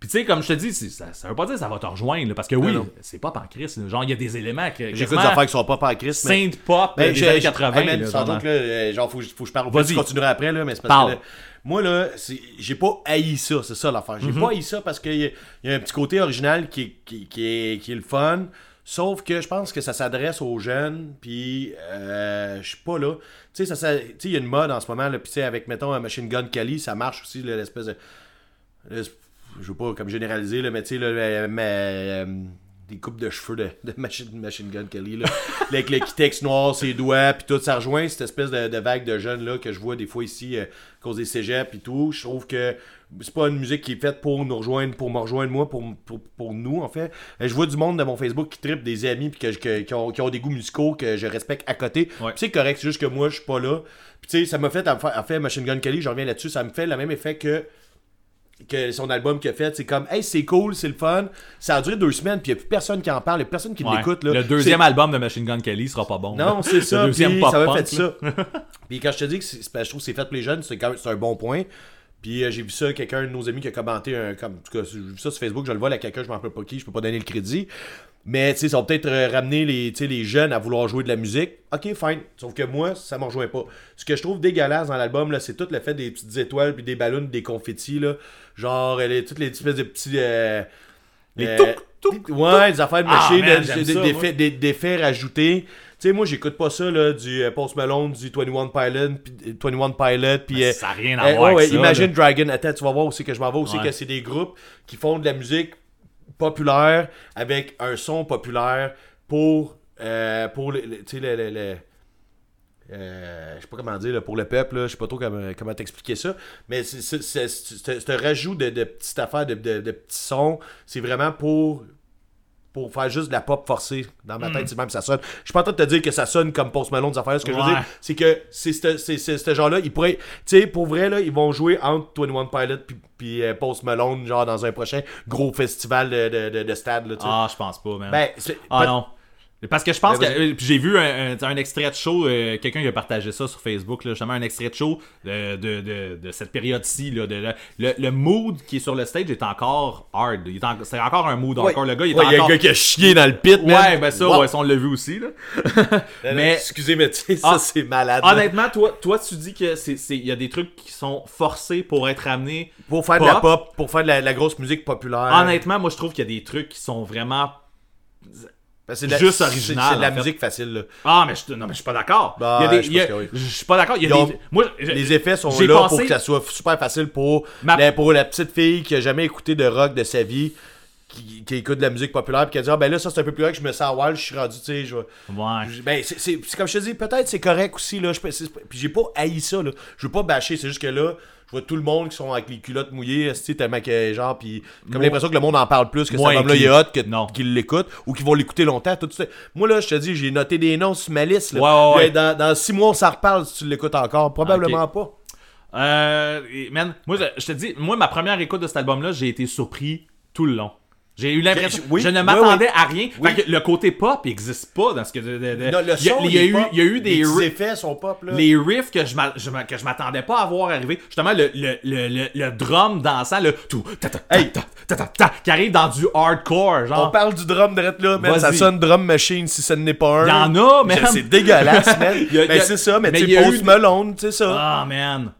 Puis tu sais, comme je te dis, c'est- ça, ça veut pas dire que ça va te rejoindre, là, parce que oui, non. c'est pas pancris. là. Genre, il y a des éléments que. J'écoute quasiment- des affaires qui sont pas par Christ, mais. synth pop Ben, euh, des j'ai- années j'ai- 80. hey, man, là, sans genre. donc, là, euh, genre, faut, que je- faut que je parle. Vas-y. Je continuerai après, là, mais c'est parce Parle. que. là, moi, là, c'est- j'ai pas haï ça, c'est ça l'affaire. Mhm. J'ai pas haï ça parce qu'il y, a- il y a un petit côté original qui, est- qui, qui est, qui est le fun. Sauf que je pense que ça s'adresse aux jeunes, puis euh, je suis pas là. Tu sais, ça, ça- tu sais, il y a une mode en ce moment, là, puis tu sais, avec, mettons, un Machine Gun Kelly, ça marche aussi, là, l'espèce de. Là, c'est- je veux pas comme généraliser, là, mais tu sais, là, euh, mais, euh, des coupes de cheveux de, de machine, Machine Gun Kelly, là, avec le kitex noir, ses doigts, puis tout, ça rejoint cette espèce de, de vague de jeunes là, que je vois des fois ici, euh, à cause des cégeps puis tout. Je trouve que c'est pas une musique qui est faite pour nous rejoindre, pour me rejoindre moi, pour, pour, pour nous, en fait. Euh, Je vois du monde de mon Facebook qui tripe des amis, puis que, je- que- qui, ont, qui ont des goûts musicaux que je respecte à côté. Ouais. Puis c'est correct, c'est juste que moi, je suis pas là. Puis tu sais, ça m'a fait, en fa- en fait, Machine Gun Kelly, je reviens là-dessus, ça me fait le même effet que que son album qu'il a fait, c'est comme Hey, c'est cool, c'est le fun. Ça a duré deux semaines, puis il n'y a plus personne qui en parle, il n'y a personne qui Ouais. l'écoute. là. Le deuxième album de Machine Gun Kelly sera pas bon. C'est- là. Non, c'est ça. Le deuxième puis pop ça va punk, fait là. ça. puis quand je te dis que c'est- c'est parce que je trouve que c'est fait pour les jeunes, c'est quand même- c'est un bon point. Puis euh, j'ai vu ça, quelqu'un de nos amis qui a commenté, un, comme, en tout cas, j'ai vu ça sur Facebook, je le vois là, quelqu'un, je m'en rappelle pas qui, je peux pas donner le crédit. Mais tu sais, ça va peut-être euh, ramener les, tu sais, les jeunes à vouloir jouer de la musique. Ok, fine. Sauf que moi, ça me rejoint pas. Ce que je trouve dégueulasse dans l'album, là, c'est tout le fait des petites étoiles, puis des ballons, des confettis, là. Genre, euh, les- toutes les espèces de petits. euh, Les euh, touc, touc, des- Ouais, des affaires de Ah, machine, man, des- j'aime des, ça, des moi. faits- des- des faits rajoutés. Tu sais, moi, j'écoute pas ça, là, du euh, Post Malone, du 21 Pilot, puis euh, 21 Pilot, puis... Ben, euh, ça a rien à euh, voir ouais, avec ça, Imagine Dragon, attends, tu vas voir où c'est que je m'en vais, où c'est Ouais. que c'est des groupes qui font de la musique populaire avec un son populaire pour... euh, pour, le- le- tu sais, le- le- le- euh, je sais pas comment dire, là, pour le peuple, là, je sais pas trop comment, comment t'expliquer ça, mais c'est- c'est- c'est- c'est- ce rajout de, de petites affaires, de, de- de petits sons, c'est vraiment pour pour faire juste de la pop forcée dans Mm. ma tête, c'est même ça sonne. Je suis pas en train de te dire que ça sonne comme Post Malone des affaires. Ce que je veux Ouais. dire, c'est que c'est ce- c'est- c'est ce genre-là, ils pourraient, tu sais, pour vrai, là, ils vont jouer entre 21 Pilot puis, puis euh, Post Malone, genre dans un prochain gros festival de, de, de- de stade, là, tu sais. Ah, je pense pas, man. ben, c'est- ah non. Parce que je pense que. Ben, vas-y. euh, puis J'ai vu un, un- un extrait de show, euh, quelqu'un qui a partagé ça sur Facebook, là, justement, un extrait de show de, de, de- de cette période-ci. là, de la- Le, le mood qui est sur le stage est encore hard. Il est en- C'est encore un mood hardcore. Le gars, il est Ouais, y a encore. un gars qui a chié dans le pit, Ouais, man. ben ça, Wow. ouais, ça, on l'a vu aussi. Là. Mais... Mais Excusez, mais tu sais, ça, Ah. c'est malade. là. honnêtement, toi, toi, tu dis que c'est- c'est- il y a des trucs qui sont forcés pour être amenés Pour faire de la pop, pour faire de la, de la grosse musique populaire. Honnêtement, moi je trouve qu'il y a des trucs qui sont vraiment. Parce que ben, c'est de la- juste c'est- original, C'est de la en fait. musique facile, là. Ah, mais je, non, mais je suis pas d'accord. Bah, Il y a des- je il y a- pense que oui. je suis pas d'accord. Il y a Ils ont- des- Moi, je- Les effets sont j'ai là pour passé- que ça soit super facile pour, Ma- la, pour la petite fille qui a jamais écouté de rock de sa vie, qui, qui écoute de la musique populaire, puis qui a dit Ah, ben là, ça c'est un peu plus rock, je me sens wild, je suis rendu, tu sais, je vais- Ouais. je- Ben, c'est- c'est c'est comme je te dis, peut-être c'est correct aussi, là. je peux- c'est- Puis j'ai pas haï ça, là. Je veux pas bâcher, c'est juste que là, je vois tout le monde qui sont avec les culottes mouillées, esti, tellement que, genre, puis comme Moi- l'impression que le monde en parle plus, que cet Moi album-là il est inclus. hot, que- Non. qu'ils l'écoutent, ou qu'ils vont l'écouter longtemps, tout ça. Moi, là, je te dis, j'ai noté des noms sur ma liste, là. Ouais, ouais, ouais. Dans, dans six mois, on s'en reparle si tu l'écoutes encore. Probablement pas. Euh, et man, moi je, je te dis, moi ma première écoute de cet album-là, j'ai été surpris tout le long. J'ai eu l'impression, Je- je- oui, je ne oui, m'attendais oui. à rien. Fait Oui. que le côté pop n'existe pas dans ce que. de- de- de- Non, le il y a- son, il y a est eu, pop. il y a eu des les riffs- petits effets sont pop, là. les riffs que je m'a- je m'a- que je m'attendais pas à voir arriver. Justement, le, le, le, le, le drum dansant, le tout, ta, ta, ta, ta, ta, ta, ta, qui arrive dans du hardcore, On genre. parle du drum direct là, man. Ah. Vas-y. Ça sonne drum machine si ça n'est pas un. Il y en a, man. Je- C'est dégueulasse, man. Il y a- il y Mais a- c'est ça, mais, mais tu il y sais, a Post eu- Malone, tu sais ça. Ah, man.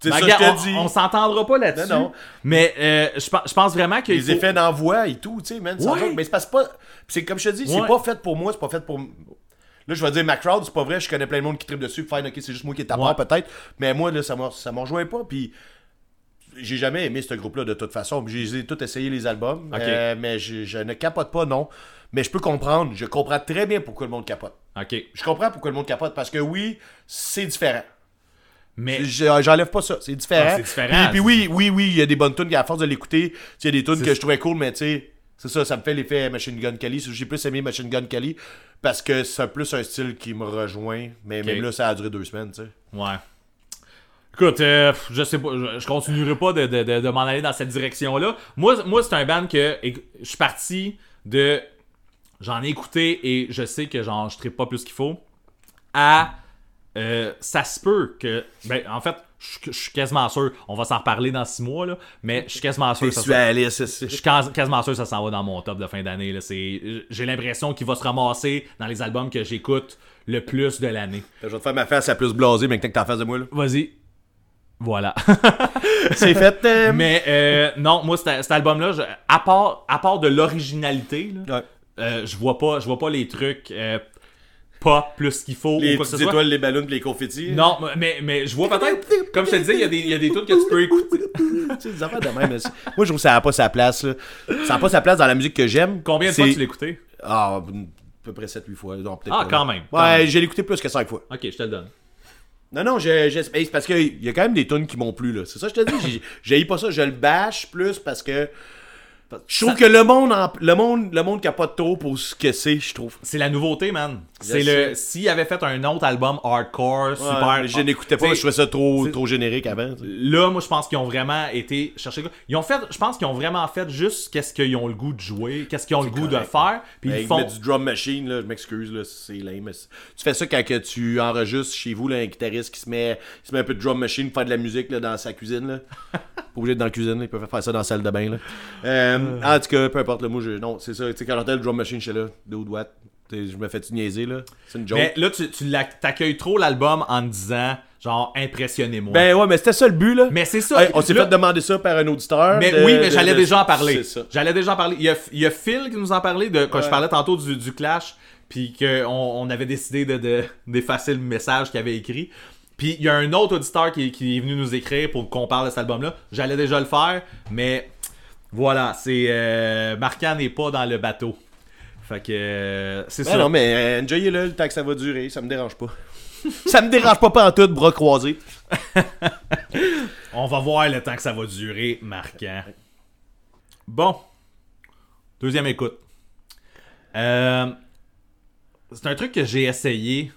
C'est Ben, ça regarde, que je te on- dis. On, s'entendra pas là-dessus. Non, non. Mais euh, je, pense- je pense vraiment que. il faut- les effets d'envoi et tout, tu sais, man. c'est Ouais. un truc- Mais c'est parce que c'est pas. Puis c'est comme je te dis, c'est Ouais. pas fait pour moi, c'est pas fait pour. Là, je vais dire ma crowd, c'est pas vrai, je connais plein de monde qui tripe dessus. Fine, ok, c'est juste moi qui est à part, Ouais. peut-être. Mais moi, là, ça m'a- ça m'en rejoint pas. Puis j'ai jamais aimé ce groupe-là de toute façon. Puis J'ai tout essayé les albums, Ok. euh, mais je, je ne capote pas, non. Mais je peux comprendre, je comprends très bien pourquoi le monde capote. Ok. Je comprends pourquoi le monde capote parce que oui, c'est différent. Mais. Je- J'enlève pas ça, c'est différent. Ah, c'est différent. Puis, puis oui, oui, oui, il y a des bonnes tunes qui, à force de l'écouter, tu sais, il y a des tunes C'est- que je trouvais cool, mais tu sais, c'est ça, ça me fait l'effet Machine Gun Kelly. J'ai plus aimé Machine Gun Kelly parce que c'est plus un style qui me rejoint, mais même là, ça a duré deux semaines, tu sais. Ouais. Écoute, euh, pff, je sais pas, je, je continuerai pas de, de, de, de m'en aller dans cette direction-là. Moi, moi c'est un band que éc- je suis parti de. J'en ai écouté et je sais que j'en je trippe pas plus qu'il faut. À. euh, ça se peut que. Ben, en fait, je je suis quasiment sûr. On va s'en reparler dans six mois, là. Mais je suis quasiment sûr que ça se je suis quas- quasiment sûr que ça s'en va dans mon top de fin d'année. là. C'est- J'ai l'impression qu'il va se ramasser dans les albums que j'écoute le plus de l'année. Je vais te faire ma face à plus blasée, mais que t'es en face de moi, là. Vas-y. Voilà. C'est fait, euh, Mais euh, non, moi, cet, cet album-là, je- à part, à part de l'originalité, là, Ouais. euh, je vois pas, je vois pas les trucs euh, pop plus qu'il faut Les ou quoi que ce petites soit. étoiles, les ballons, puis les confettis. Non, mais, mais je vois peut-être, comme je te disais, il y a des, il y a des trucs que tu peux écouter. Tu sais, des affaires de même, là. Moi, je trouve que ça n'a pas sa place, là. Ça n'a pas sa place dans la musique que j'aime. Combien de C'est- fois tu l'as écouté? Ah, à peu près 7-8 fois. Non, peut-être Ah, pas, quand là. même, quand Ouais, même. j'ai écouté plus que 5 fois. Ok, je te le donne. Non, non, je, je- mais c'est parce qu'il y a quand même des tunes qui m'ont plu, là. C'est ça, que je te dis. J'ai j'haïs pas ça. Je le bâche plus parce que. Je trouve que le monde, en- le monde, le monde qui a pas de taux pour ce que c'est, je trouve. C'est la nouveauté, man. C'est sais. le. S'il avait fait un autre album hardcore, super. Ouais, je n'écoutais pas, T'sais, je trouvais ça trop, c'est- trop générique avant. tu sais. Là, moi, je pense qu'ils ont vraiment été chercher. Ils ont fait, je pense qu'ils ont vraiment fait juste qu'est-ce qu'ils ont le goût de jouer, qu'est-ce qu'ils ont le goût de correct. faire, puis Hey, ils font. mettre du drum machine, là, je m'excuse, là, c'est lame. mais c'est- Tu fais ça quand que tu enregistres chez vous, là, un guitariste qui se met, qui se met un peu de drum machine pour faire de la musique là, dans sa cuisine. Là. Pas obligé d'être dans la cuisine, là, ils peuvent faire ça dans la salle de bain. Là. Euh, En tout cas, peu importe, le mot, je... non, c'est ça. Tu sais, quand j'entends le drum machine, je suis là, d'où what? T'sais, Je me fais-tu niaiser, là? C'est une joke. Mais là, tu, tu l'ac- t'accueilles trop l'album en disant genre impressionnez-moi. Ben ouais, mais c'était ça le but, là. mais c'est ça. Hey, on s'est Là- fait demander ça par un auditeur. Mais de- oui, mais de- j'allais de- déjà en parler. C'est ça. J'allais déjà en parler. Il y a, il y a Phil qui nous en parlait de, quand je parlais tantôt du, du clash, puis qu'on on avait décidé de, de- d'effacer le message qu'il avait écrit. Puis il y a un autre auditeur qui, qui est venu nous écrire pour qu'on parle de cet album-là. J'allais déjà le faire, mais voilà, c'est euh, Marquant n'est pas dans le bateau. Fait que euh, c'est Ben ça. non, mais euh, enjoyez-le le temps que ça va durer, ça me dérange pas. ça me dérange pas, pas en tout, bras croisés. On va voir le temps que ça va durer, marquant. Bon. Deuxième écoute. Euh, c'est un truc que j'ai essayé.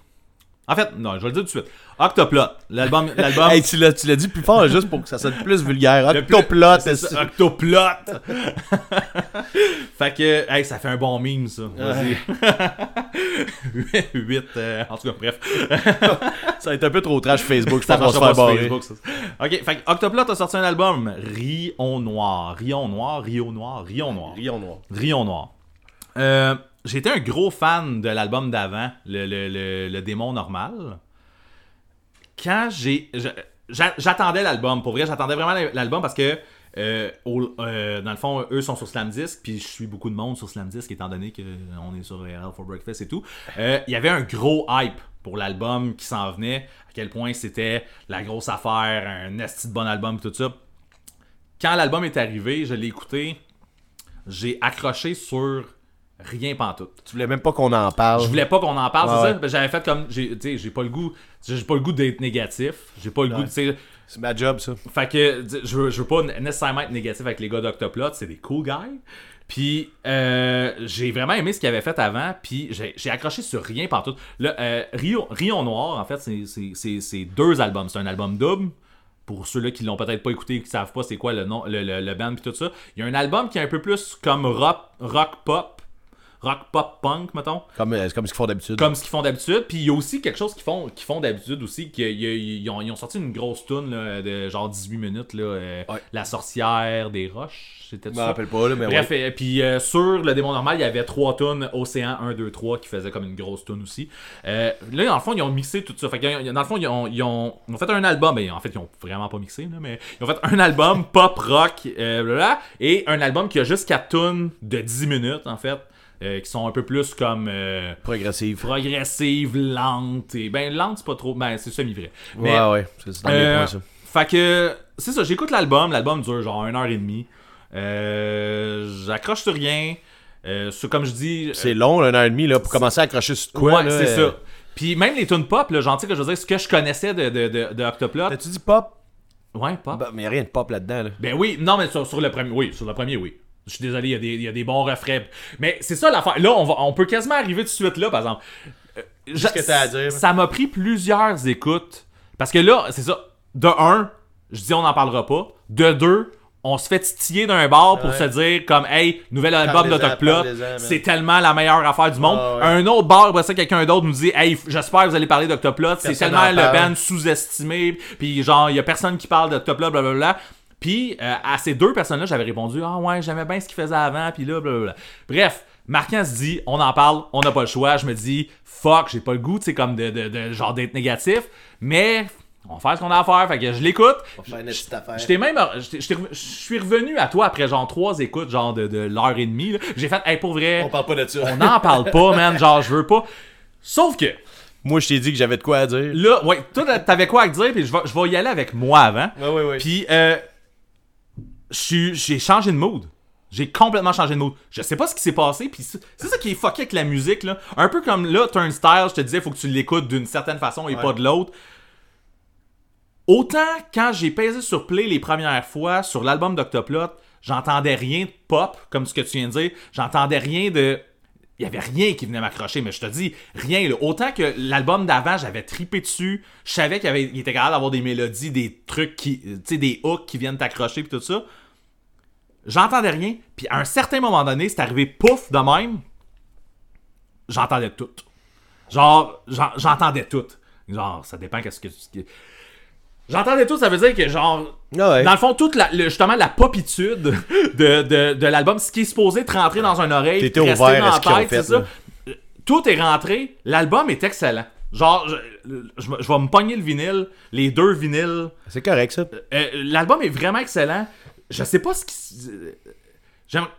En fait, non, je vais le dire tout de suite. Octoplot. L'album. l'album Hey, tu l'as, tu l'as dit plus fort juste pour que ça sonne plus vulgaire. le plus- Octoplot. c'est ça, Octoplot. fait que, hey, ça fait un bon meme, ça. Ah, Vas-y. 8. euh, en tout cas, bref. Ça va être un peu trop trash Facebook, je Ça pense qu'on va se marchera faire pas sur barrer. Facebook, ça. Ok, fait que Octoplot a sorti un album, Rion Noir. Rion Noir, Rion Noir, Rion Noir. Rion noir. Rion Noir. Euh, J'étais un gros fan de l'album d'avant, le, le- le- le démon normal. Quand j'ai. je- j'a- J'attendais l'album, pour vrai, j'attendais vraiment l'album parce que. euh, au- euh, dans le fond, eux sont sur Slamdisk, puis je suis beaucoup de monde sur Slamdisk, étant donné qu'on est sur RL for Breakfast et tout. Euh, Il y avait un gros hype pour l'album qui s'en venait, à quel point c'était la grosse affaire, un esti de bon album, tout ça. Quand l'album est arrivé, je l'ai écouté, j'ai accroché sur rien pantoute. Tu voulais même pas qu'on en parle. Je voulais pas qu'on en parle, Ah. Ouais, c'est ouais. ça. Ben, J'avais fait comme j'ai tu sais, j'ai pas le goût, j'ai pas le goût d'être négatif, j'ai pas le goût, de- tu sais, C'est ma job, ça. fait que tu sais, je veux, je veux pas nécessairement être négatif avec les gars d'Octoplot, c'est des cool guys. Puis euh, j'ai vraiment aimé ce qu'ils avaient fait avant, puis j'ai j'ai accroché sur rien partout. Le euh, Rio, Rio Noir, en fait, c'est- c'est- c'est c'est deux albums, c'est un album double. Pour ceux-là qui l'ont peut-être pas écouté, qui savent pas c'est quoi le nom, le, le, le band puis tout ça, il y a un album qui est un peu plus comme rock, rock pop, rock pop punk, mettons Comme, euh, c'est comme ce qu'ils font d'habitude. comme ce qu'ils font d'habitude. Puis il y a aussi quelque chose qu'ils font, qu'ils font d'habitude aussi, qu'ils ils ont, ils ont sorti une grosse toune là, de genre 18 minutes, là, euh, Ouais. La sorcière des roches, c'était Je me ça. rappelle pas, là, mais Bref, ouais. et- puis euh, sur le démon normal, il y avait trois tonnes Océan 1, 2, 3 qui faisaient comme une grosse tonne aussi. Euh, là, dans le fond, ils ont mixé tout ça. Fait que, euh, dans le fond, ils ont, ils ont- ils ont fait un album. Ben, en fait, ils ont vraiment pas mixé, là, mais ils ont fait un album pop rock, euh, blablabla, et un album qui a juste quatre tonnes de 10 minutes, en fait. euh, qui sont un peu plus comme euh, Progressive. progressives, lentes. Et, ben, lentes, c'est pas trop. Ben, c'est semi-vrai. Mais, ouais, ouais. C'est c'est dans mes euh, points, ça. Fait que, c'est ça, j'écoute l'album. L'album dure genre 1 heure et demie. Euh, J'accroche sur rien. Euh, sur- comme je dis. euh, C'est long, là, un an et demi, là, pour commencer à accrocher sur de quoi. ouais, là, c'est euh, ça. Puis même les tunes pop, là, gentil que je veux dire, ce que je connaissais de, de, de, de Octoplot. T'as-tu dit pop? Ouais, pop. Bah, mais y a rien de pop là-dedans, là. Ben oui, non, mais sur, sur le premier, oui, sur le premier, oui. Je suis désolé, il y a des- il y, a des bons refrains. Mais c'est ça l'affaire. Là, on, va, on peut quasiment arriver tout de suite là, par exemple. Euh, je- que t'as à dire? Ça m'a pris plusieurs écoutes. Parce que là, c'est ça. De un, je dis on n'en parlera pas. De deux, on se fait titiller d'un bar pour Ouais. se dire comme hey, nouvel album Parlez-en, d'Autoplot, parlez-en, c'est tellement la meilleure affaire du monde. Ah ouais. Un autre bar, après ça, quelqu'un d'autre nous dit hey, f- j'espère que vous allez parler d'Octoplot, c'est Personne tellement n'en le parle. band sous-estimé, puis genre, il y a personne qui parle de top là, blablabla. Puis euh, à ces deux personnes-là, j'avais répondu Ah ouais, j'aimais bien ce qu'ils faisaient avant, puis là, blablabla. Bref, Marquand se dit On en parle, on n'a pas le choix. Je me dis Fuck, j'ai pas le goût, tu sais, comme de, de- de- genre d'être négatif, mais on va faire ce qu'on a à faire. Fait que je l'écoute. faire notre petite affaire. Je t'ai même. je t'ai- je t'ai- Je suis revenu à toi après genre trois écoutes, genre de, de l'heure et demie. là. J'ai fait Hey, pour vrai, On parle pas de ça. on n'en parle pas, man. Genre, je veux pas. Sauf que. Moi, je t'ai dit que j'avais de quoi à dire. Là, ouais, toi, t'avais quoi à dire, puis je vais, je vais y aller avec moi avant. Ouais, ouais, ouais. Puis, euh, je suis- j'ai changé de mood. J'ai complètement changé de mood. Je sais pas ce qui s'est passé, puis c'est c'est ça qui est fucké avec la musique, là. Un peu comme là, Turnstile, je te disais, faut que tu l'écoutes d'une certaine façon et pas de l'autre. Autant quand j'ai pesé sur play les premières fois sur l'album d'Octoplot, j'entendais rien de pop, comme ce que tu viens de dire. J'entendais rien de. Il y avait rien qui venait m'accrocher, mais je te dis, rien. là. Autant que l'album d'avant, j'avais tripé dessus. Je savais qu'il y avait- il était capable d'avoir des mélodies, des trucs qui. euh, Tu sais, des hooks qui viennent t'accrocher, puis tout ça. J'entendais rien. Puis à un certain moment donné, c'est arrivé pouf de même. J'entendais tout. Genre, j'en- j'entendais tout. Genre, ça dépend qu'est-ce que. tu- J'entendais tout, ça veut dire que genre. Ah ouais. Dans le fond, toute la, le- justement la popitude de, de, de l'album, ce qui est supposé te rentrer dans une oreille, T'étais rester ouvert dans à la ce qu'ils ont tête, fait, c'est ça. là. Euh, Tout est rentré, l'album est excellent. Genre, je, je, me- je vais me pogner le vinyle, les deux vinyles. C'est correct, ça. Euh, l'album est vraiment excellent. Je sais pas ce qui. s- euh, j'aime-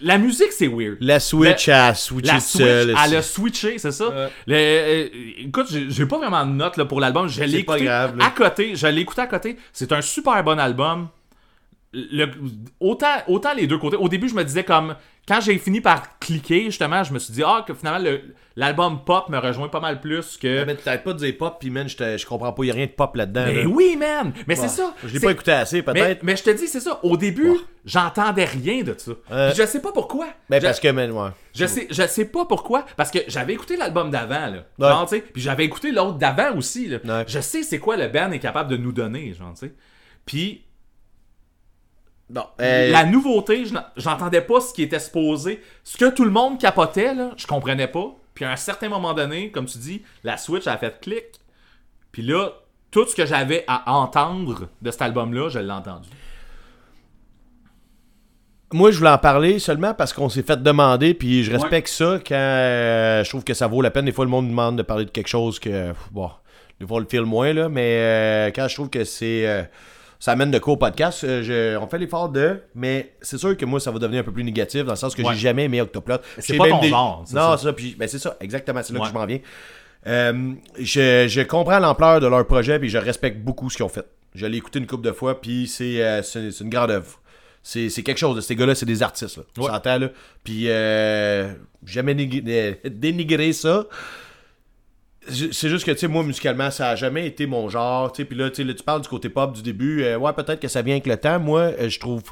La musique, c'est weird. La Switch a switché La toute Switch, seule. elle a switché, c'est ça? Le- euh, écoute, j'ai j'ai pas vraiment de notes là, pour l'album. Je l'ai pas écouté grave, là. à côté. Je l'ai écouté à côté. C'est un super bon album. Le- autant, autant les deux côtés. Au début, je me disais comme... Quand j'ai fini par cliquer, justement, je me suis dit ah, que finalement, le- l'album pop me rejoint pas mal plus que... Mais t'arrêtes pas de dire pop, puis man, je te- je comprends pas, y a rien de pop là-dedans. Mais là. oui, man! Mais c'est Ah, ça! Je l'ai C'est- pas écouté assez, mais, peut-être. mais je te dis, c'est ça. Au début, j'entendais rien de ça. Euh. Puis je sais pas pourquoi. Mais Je- parce que, man, ouais. je sais, je sais pas pourquoi, parce que j'avais écouté l'album d'avant, là. Ouais. Genre, tu sais, puis j'avais écouté l'autre d'avant aussi, là. Ouais. Je sais c'est quoi le band est capable de nous donner, genre, tu sais. Puis Non. euh, la nouveauté, je n'en- j'entendais pas ce qui était supposé. Ce que tout le monde capotait, là, je comprenais pas. Puis à un certain moment donné, comme tu dis, la Switch a fait clic. Puis là, tout ce que j'avais à entendre de cet album-là, je l'ai entendu. Moi, je voulais en parler seulement parce qu'on s'est fait demander, puis je respecte ça quand euh, je trouve que ça vaut la peine. Des fois, le monde demande de parler de quelque chose que, pff, bon, des fois, on le file moins, là, mais euh, quand je trouve que c'est. euh, ça amène de quoi au podcast, euh, je- on fait l'effort de. Mais c'est sûr que moi, ça va devenir un peu plus négatif dans le sens que Ouais. j'ai jamais aimé Octoplot. J'ai pas même ton genre, c'est Non, ça. ça. puis, ben, c'est ça, exactement, c'est là Ouais. que je m'en viens. Euh, je, je comprends l'ampleur de leur projet puis je respecte beaucoup ce qu'ils ont fait. Je l'ai écouté une couple de fois puis c'est euh, c'est c'est une grande œuvre. C'est c'est quelque chose. Ces gars-là, c'est des artistes. Là. Tu Ouais. s'entends, là? Puis euh, jamais nég- euh, dénigrer ça. Je- C'est juste que, tu sais, moi, musicalement, ça a jamais été mon genre. tu sais. Puis là, tu sais, là, tu parles du côté pop du début. Euh, ouais, peut-être que ça vient avec le temps. Moi, euh, je trouve...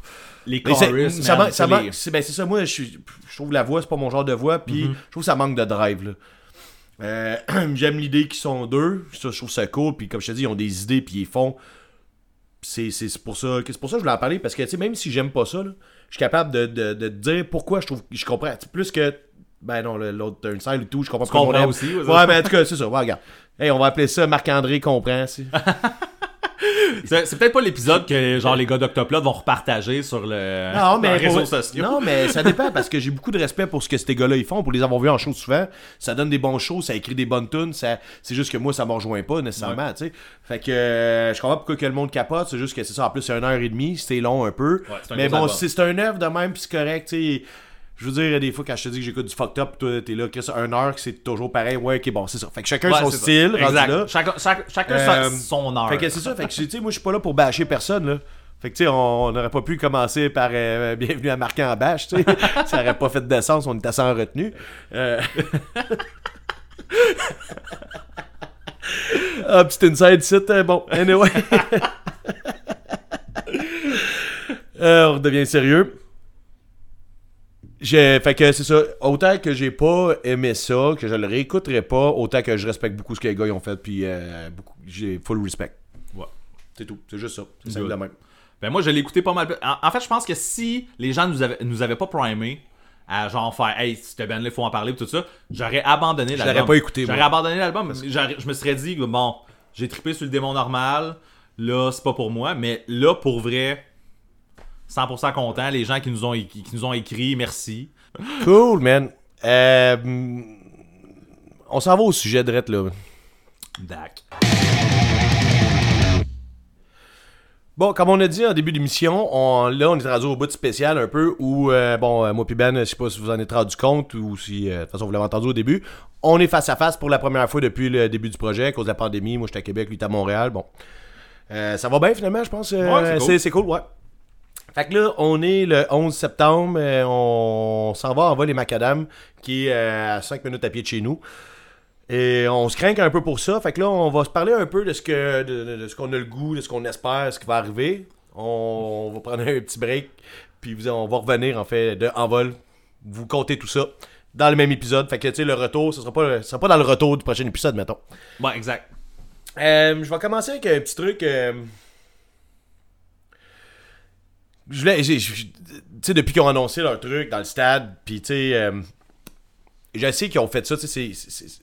Les Mais c'est- chorus, ça man, manque- ça les- manque- c'est ben, c'est ça, moi, je, suis- je trouve la voix, c'est pas mon genre de voix, puis Mm-hmm. je trouve que ça manque de drive. là. Euh, J'aime l'idée qu'ils sont deux, ça, je trouve ça cool, puis comme je te dis, ils ont des idées, puis ils font. C'est c'est- c'est pour, ça que- c'est pour ça que je voulais en parler, parce que tu sais, même si j'aime pas ça, là, je suis capable de, de, de te dire pourquoi je trouve je comprends. Tu sais, Plus que. Ben non, le- l'autre, une salle ou tout, je comprends pas comprends aussi, ouais, Ouais, ça. mais en tout cas, c'est ça, ouais, regarde. Hey, on va appeler ça Marc-André comprend. c'est- C'est c'est peut-être pas l'épisode que genre les gars d'Octoplot vont repartager sur le Non, mais euh, les réseaux pour- sociaux. Non, mais ça dépend parce que j'ai beaucoup de respect pour ce que ces gars-là ils font, pour les avoir vus en show souvent. Ça donne des bons shows, ça écrit des bonnes tunes. Ça... C'est juste que moi, ça me rejoint pas nécessairement. tu sais. Fait que euh, je comprends pourquoi que le monde capote. C'est juste que c'est ça. En plus, c'est une heure et demie, c'est long un peu. Ouais, c'est un mais gros bon, album. si c'est un œuvre de même, puis c'est correct. tu sais. Je veux dire, des fois, quand je te dis que j'écoute du fucked up, toi, t'es là, Chris, un heure, c'est toujours pareil. Ouais, ok, bon, c'est ça. Fait que chacun Ouais, son c'est ça. style, rendu Exact. là. Chacun, chaque- chacun Euh, son, son heure. Fait que c'est ça, fait que tu sais, moi je suis pas là pour bâcher personne là. Fait que tu sais, on on n'aurait pas pu commencer par euh, bienvenue à marquer en bâche, tu sais. ça aurait pas fait de sens, on était sans retenue. Euh... ah, petit inside site, euh, bon, anyway. Euh, on redevient sérieux. J'ai- Fait que c'est ça. Autant que j'ai pas aimé ça, que je le réécouterai pas, autant que je respecte beaucoup ce que les gars ils ont fait, puis euh, beaucoup- j'ai full respect. Ouais. C'est tout. C'est juste ça. C'est Good. simple de même. Ben moi, je l'ai écouté pas mal. En, en fait, je pense que si les gens nous avaient, nous avaient pas primé à genre faire Hey, c'était ben là, faut en parler pis tout ça, j'aurais abandonné l'album. l'aurais pas écouté, J'aurais moi. abandonné l'album. J'aurais- Je me serais dit, bon, j'ai trippé sur le démon normal. Là, c'est pas pour moi. Mais là, pour vrai, 100% content. Les gens qui nous ont, é- qui nous ont écrit, merci. Cool, man. Euh, hum, on s'en va au sujet de Rhett, là. Dac. Bon, comme on a dit en début d'émission, on, là, on est rendu au bout de spécial un peu où, euh, bon, euh, moi puis Ben, je sais pas si vous en êtes rendu compte ou si, euh, de toute façon, vous l'avez entendu au début, on est face à face pour la première fois depuis le début du projet à cause de la pandémie. Moi, j'étais à Québec, lui, était à Montréal. Bon, Euh, ça va bien finalement, je pense. Euh, Ouais, c'est cool. c'est c'est cool. ouais. Fait que là, on est le 11 septembre, euh, on s'en va en vol et macadam, qui est euh, à 5 minutes à pied de chez nous. Et on se craint un peu pour ça. Fait que là, on va se parler un peu de ce que de, de- de ce qu'on a le goût, de ce qu'on espère, ce qui va arriver. On, on va prendre un petit break, puis vous- on va revenir en fait de en vol. Vous comptez tout ça dans le même épisode. Fait que tu sais, le retour, ce sera pas ce sera pas dans le retour du prochain épisode, mettons. Bon, exact. Euh, je vais commencer avec un petit truc. euh, Je voulais. j'ai- j'ai- Tu sais, depuis qu'ils ont annoncé leur truc dans le stade, puis tu sais. euh, Je sais qu'ils ont fait ça, tu sais. c'est- c'est- c'est-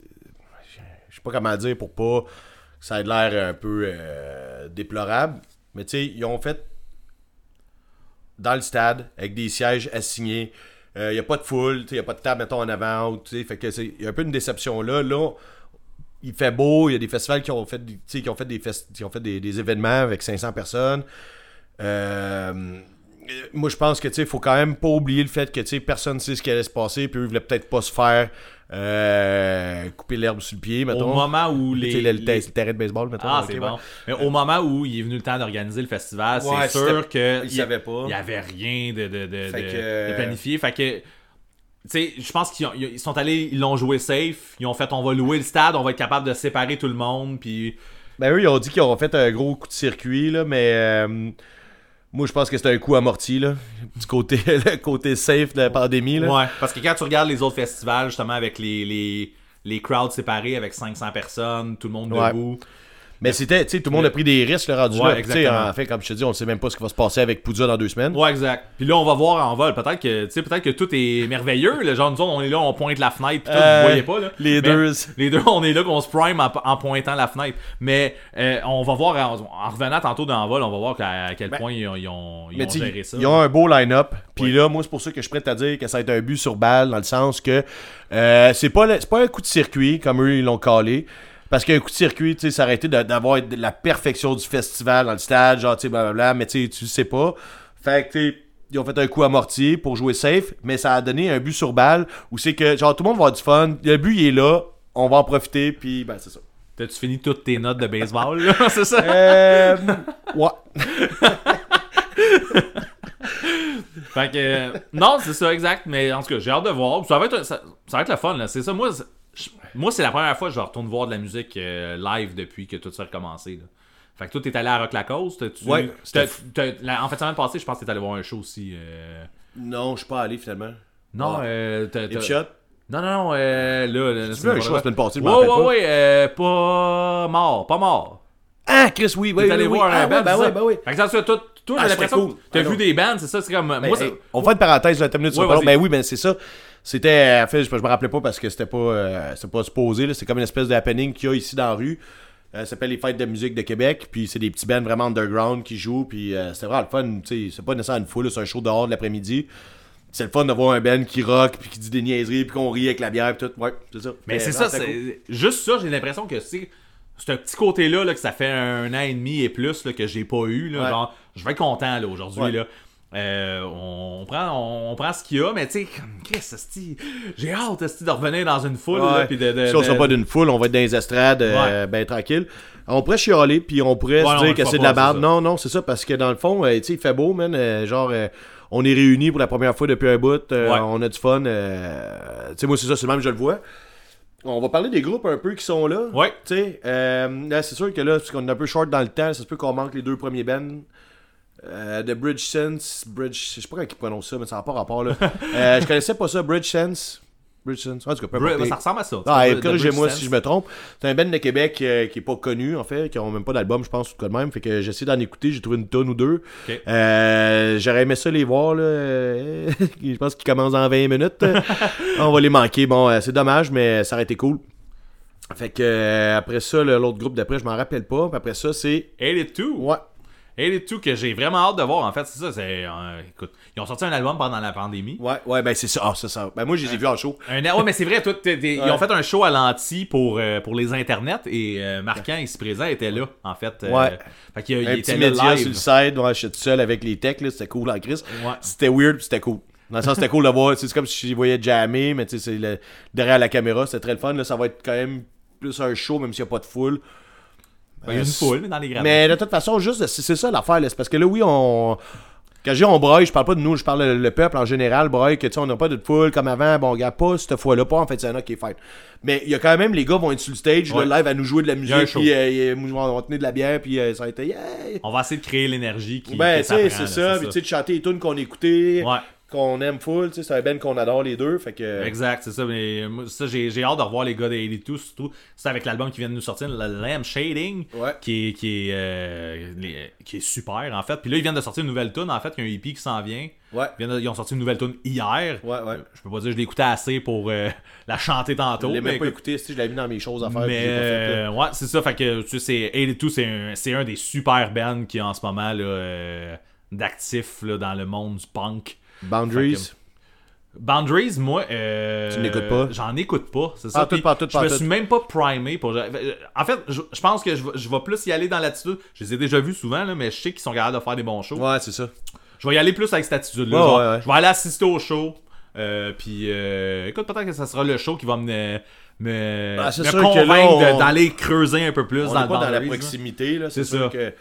Je sais pas comment dire pour pas que ça ait l'air un peu euh, déplorable, mais tu sais, ils ont fait dans le stade avec des sièges assignés. Il n'y a pas de foule, il n'y a pas de table, mettons, en avant. ou, tu sais, fait que c'est- y a un peu une déception là. Là, on- il fait beau, il y a des festivals qui ont fait, des- tu sais, qui ont fait, des, fest- qui ont fait des, des événements avec 500 personnes. Euh, euh, moi, je pense que tu sais, faut quand même pas oublier le fait que tu sais, personne sait ce qui allait se passer, puis eux, ils voulaient peut-être pas se faire euh, couper l'herbe sous le pied, mettons. Au moment où Tu les. sais, le, le les- ter- le terrain de baseball, mettons. Ah, ok, c'est ouais. bon. Mais au moment où il est venu le temps d'organiser le festival, Ouais, c'est sûr c'était- que ils savaient pas. Il n'y avait rien de, de, de, Fait de- que- de planifié. Fait que. Tu sais, je pense qu'ils ont- ils sont allés, ils l'ont joué safe. Ils ont fait, on va louer le stade, on va être capable de séparer tout le monde. Puis, Ben eux, ils ont dit qu'ils auront fait un gros coup de circuit, là, mais euh, moi, je pense que c'est un coup amorti, là. Du côté, le côté safe de la pandémie, là. ouais. Parce que quand tu regardes les autres festivals, justement, avec les, les, les crowds séparés, avec 500 personnes, tout le monde Ouais. debout. Mais c'était, tu sais, tout le monde a pris des risques, le rendu Ouais, là. Puis, tu sais, exactement. En fait, comme je te dis, on ne sait même pas ce qui va se passer avec Poudja dans deux semaines. Ouais, exact. Puis là, on va voir en vol. Peut-être que, tu sais, peut-être que tout est merveilleux. Le genre, nous autres, on est là, on pointe la fenêtre, puis tout, Euh, vous voyez pas, là. les Mais deux. Les deux, on est là, qu'on se prime en, en pointant la fenêtre. Mais euh, on va voir, en, en revenant tantôt dans vol, on va voir à, à quel point ils ont, ils ont, ils Ben, Mais ont tu sais, géré ça. ils ont un beau line-up. Puis Ouais. là, moi, c'est pour ça que je suis prêt à dire que ça a été un but sur balle, dans le sens que euh, c'est pas, le- c'est pas un coup de circuit, comme eux, ils l'ont calé. Parce qu'un coup de circuit, tu sais, ça aurait été de- d'avoir de la perfection du festival dans le stade, genre, tu sais, blablabla, mais tu sais, tu sais pas. Fait que, tu sais, ils ont fait un coup amorti pour jouer safe, mais ça a donné un but sur balle où c'est que, genre, tout le monde va avoir du fun, le but, il est là, on va en profiter, puis ben, c'est ça. T'as-tu fini toutes tes notes de baseball, là? C'est ça? Euh, ouais. Fait que. euh, non, c'est ça, exact. Mais en tout cas, j'ai hâte de voir. Ça va être, ça, ça va être le fun, là. C'est ça. Moi, c'est- je- moi c'est la première fois que je retourne voir de la musique euh, live depuis que tout ça a recommencé, là. Fait que toi, t'es allé à Rock Lacoste. t'as-tu- Ouais, t'as- c'était- t'as- la- en fait, semaine passée, je pense que t'es allé voir un show aussi. euh, Non, je suis pas allé finalement. Non, Ah. euh, t'as- Hip t'as- Shot? Non, non, non, euh, là, là, vu un show la semaine passée, je m'en Ouais, rappelle ouais, pas. ouais, euh, pas mort, pas mort. Ah, Chris, oui, oui, T'es oui, allé oui. voir Ah, un ouais, band, ben c'est ouais, ça? ben ouais. Fait que ça, toi, toi, toi, Ah, j'ai c'était l'impression cool. que t'as Ah, non. Ben, vu des bands, c'est ça, c'est comme, moi, Hey, ça- on fait une parenthèse, là, t'as une minute sur Ouais, le ballon. vas-y. Ben oui, ben c'est ça. C'était, en fait, je, je me rappelais pas parce que c'était pas, euh, c'était pas supposé, là. C'est comme une espèce de happening qu'il y a ici dans la rue. Euh, ça s'appelle les Fêtes de musique de Québec. Puis c'est des petits bands vraiment underground qui jouent. Puis euh, c'était vraiment le fun. tu sais, C'est pas nécessairement une foule, là, c'est un show dehors de l'après-midi. C'est le fun de voir un band qui rock, puis qui dit des niaiseries, puis qu'on rit avec la bière, puis tout. Ouais, c'est ça. Mais c'est ben, non, ça, c'était c'est cool. juste ça, j'ai l'impression que c'est c'est un petit côté là, là, que ça fait un an et demi et plus là, que j'ai pas eu là, Ouais. genre je vais être content là aujourd'hui Ouais. là. Euh, on, on prend, on, on prend ce qu'il y a, mais tu sais, comme, Chris, esti, j'ai hâte esti, de revenir dans une foule. là, Ouais. puis de, de- si on de- sera pas d'une foule, on va être dans les estrades, euh, ben tranquille. On pourrait chialer, puis on pourrait Ouais, non, se on dire le que fera c'est de la pas, barbe. c'est ça. Non, non, c'est ça, parce que dans le fond, euh, tu sais, il fait beau, man. euh, genre, euh, on est réunis pour la première fois depuis un bout. euh, Ouais. On a du fun. euh, tu sais, moi, c'est ça, c'est le même, je le vois. On va parler des groupes un peu qui sont là. Ouais. Tu sais, euh, là, c'est sûr que là, parce qu'on est un peu short dans le temps, ça se peut qu'on manque les deux premiers bands. Euh, de Bridge Sense, Bridge, je sais pas comment ils prononcent ça, mais ça n'a pas rapport là. Euh, je connaissais pas ça, Bridge Sense. Bridge Sense, en tout cas, peu Br- importe. ben, ça ressemble à ça. Ah, Tu et vois, corrigez-moi The si je me trompe. C'est un band de Québec euh, qui est pas connu, en fait, qui ont même pas d'album, je pense, ou de quoi de même. Fait que j'essaie d'en écouter, j'ai trouvé une tonne ou deux. Ok. Euh, J'aurais aimé ça les voir, là. euh, je pense qu'ils commencent dans 20 minutes. On va les manquer. Bon, euh, c'est dommage, mais ça aurait été cool. Fait que euh, après ça, le- l'autre groupe d'après, je m'en rappelle pas. Puis après ça, c'est. 82. Ouais. 82 que j'ai vraiment hâte de voir. En fait, c'est ça. C'est, euh, écoute, ils ont sorti un album pendant la pandémie. Ouais, ouais, ben c'est ça. Ah, ça, ça. Ben moi, je les ai vus en show. Un- ouais, mais c'est vrai, toi, t'es- t'es- ils Ouais. ont fait un show à l'anti pour, euh, pour les internets et euh, Marquand, ici présent, était là, en fait. euh, Ouais. Fait qu'il il un était petit là média live. sur le side, ouais, j'étais tout seul avec les techs, là, c'était cool en crise. Ouais. C'était weird, puis c'était cool. Dans le sens, c'était cool de voir, tu sais, c'est comme si je les voyais jammer, mais tu sais, c'est le- derrière la caméra, c'était très le fun, là, ça va être quand même plus un show, même s'il n'y a pas de foule. Ben, il y a une foule dans les gradins. Mais de toute façon, juste, c'est c'est ça l'affaire, là, c'est parce que là, oui, on... Quand je dis on braille, je parle pas de nous, je parle le, le peuple en général, braille, que tu sais, on n'a pas de foule comme avant, bon, on regarde pas cette fois-là, pas en fait, c'est un qui est fête. Mais il y a quand même, les gars vont être sur le stage, Ouais. le live, à nous jouer de la y a un musique, show. puis euh, ils vont tenir de la bière, puis euh, ça a été, yeah! On va essayer de créer l'énergie qui. ben, que tu sais, prend, c'est là, ça. Puis, tu sais, de chanter les tunes qu'on écoutait, Ouais. qu'on aime full. Tu sais, c'est un band qu'on adore les deux. Fait que. Exact, c'est ça. Mais moi, ça, j'ai, j'ai hâte de revoir les gars des 82, surtout. C'est avec l'album qui vient de nous sortir, le Lamb Shading, Ouais. qui, est, qui, est, euh, les- qui est super, en fait. Puis là, ils viennent de sortir une nouvelle tune en fait. Il y a un EP qui s'en vient. Ouais. Ils, viennent de- ils ont sorti une nouvelle tune hier. Ouais, ouais. Je peux pas dire que je l'écoutais assez pour euh, la chanter tantôt. Je l'ai mais même pas écoute, écouté, si je l'avais mis dans mes choses à faire. puis mais j'ai pas fait, là. euh, ouais, c'est ça. Fait que tu sais, c'est 82, c'est un, c'est un des super bands qui en ce moment là, euh, d'actifs là, dans le monde du punk. Boundaries. Boundaries, moi, euh, Tu n'écoutes pas? J'en écoute pas, c'est Pas ça. en tout, Puis pas en tout, pas je en me tout. suis même pas primé pour. euh, En fait, je, je pense que je, vais- je vais plus y aller dans l'attitude. Je les ai déjà vus souvent, là, mais je sais qu'ils sont capables de faire des bons shows. Ouais, c'est ça. Je vais y aller plus avec cette attitude-là. Ouais, je, vais, ouais, ouais. je vais aller assister au show. euh, puis, euh, écoute, peut-être que ça sera le show qui va me, me, Ah, c'est me sûr que convaincre là, on- de- d'aller creuser un peu plus dans On n'est le pas dans la Boundaries, là. proximité, là. C'est C'est sûr ça. que.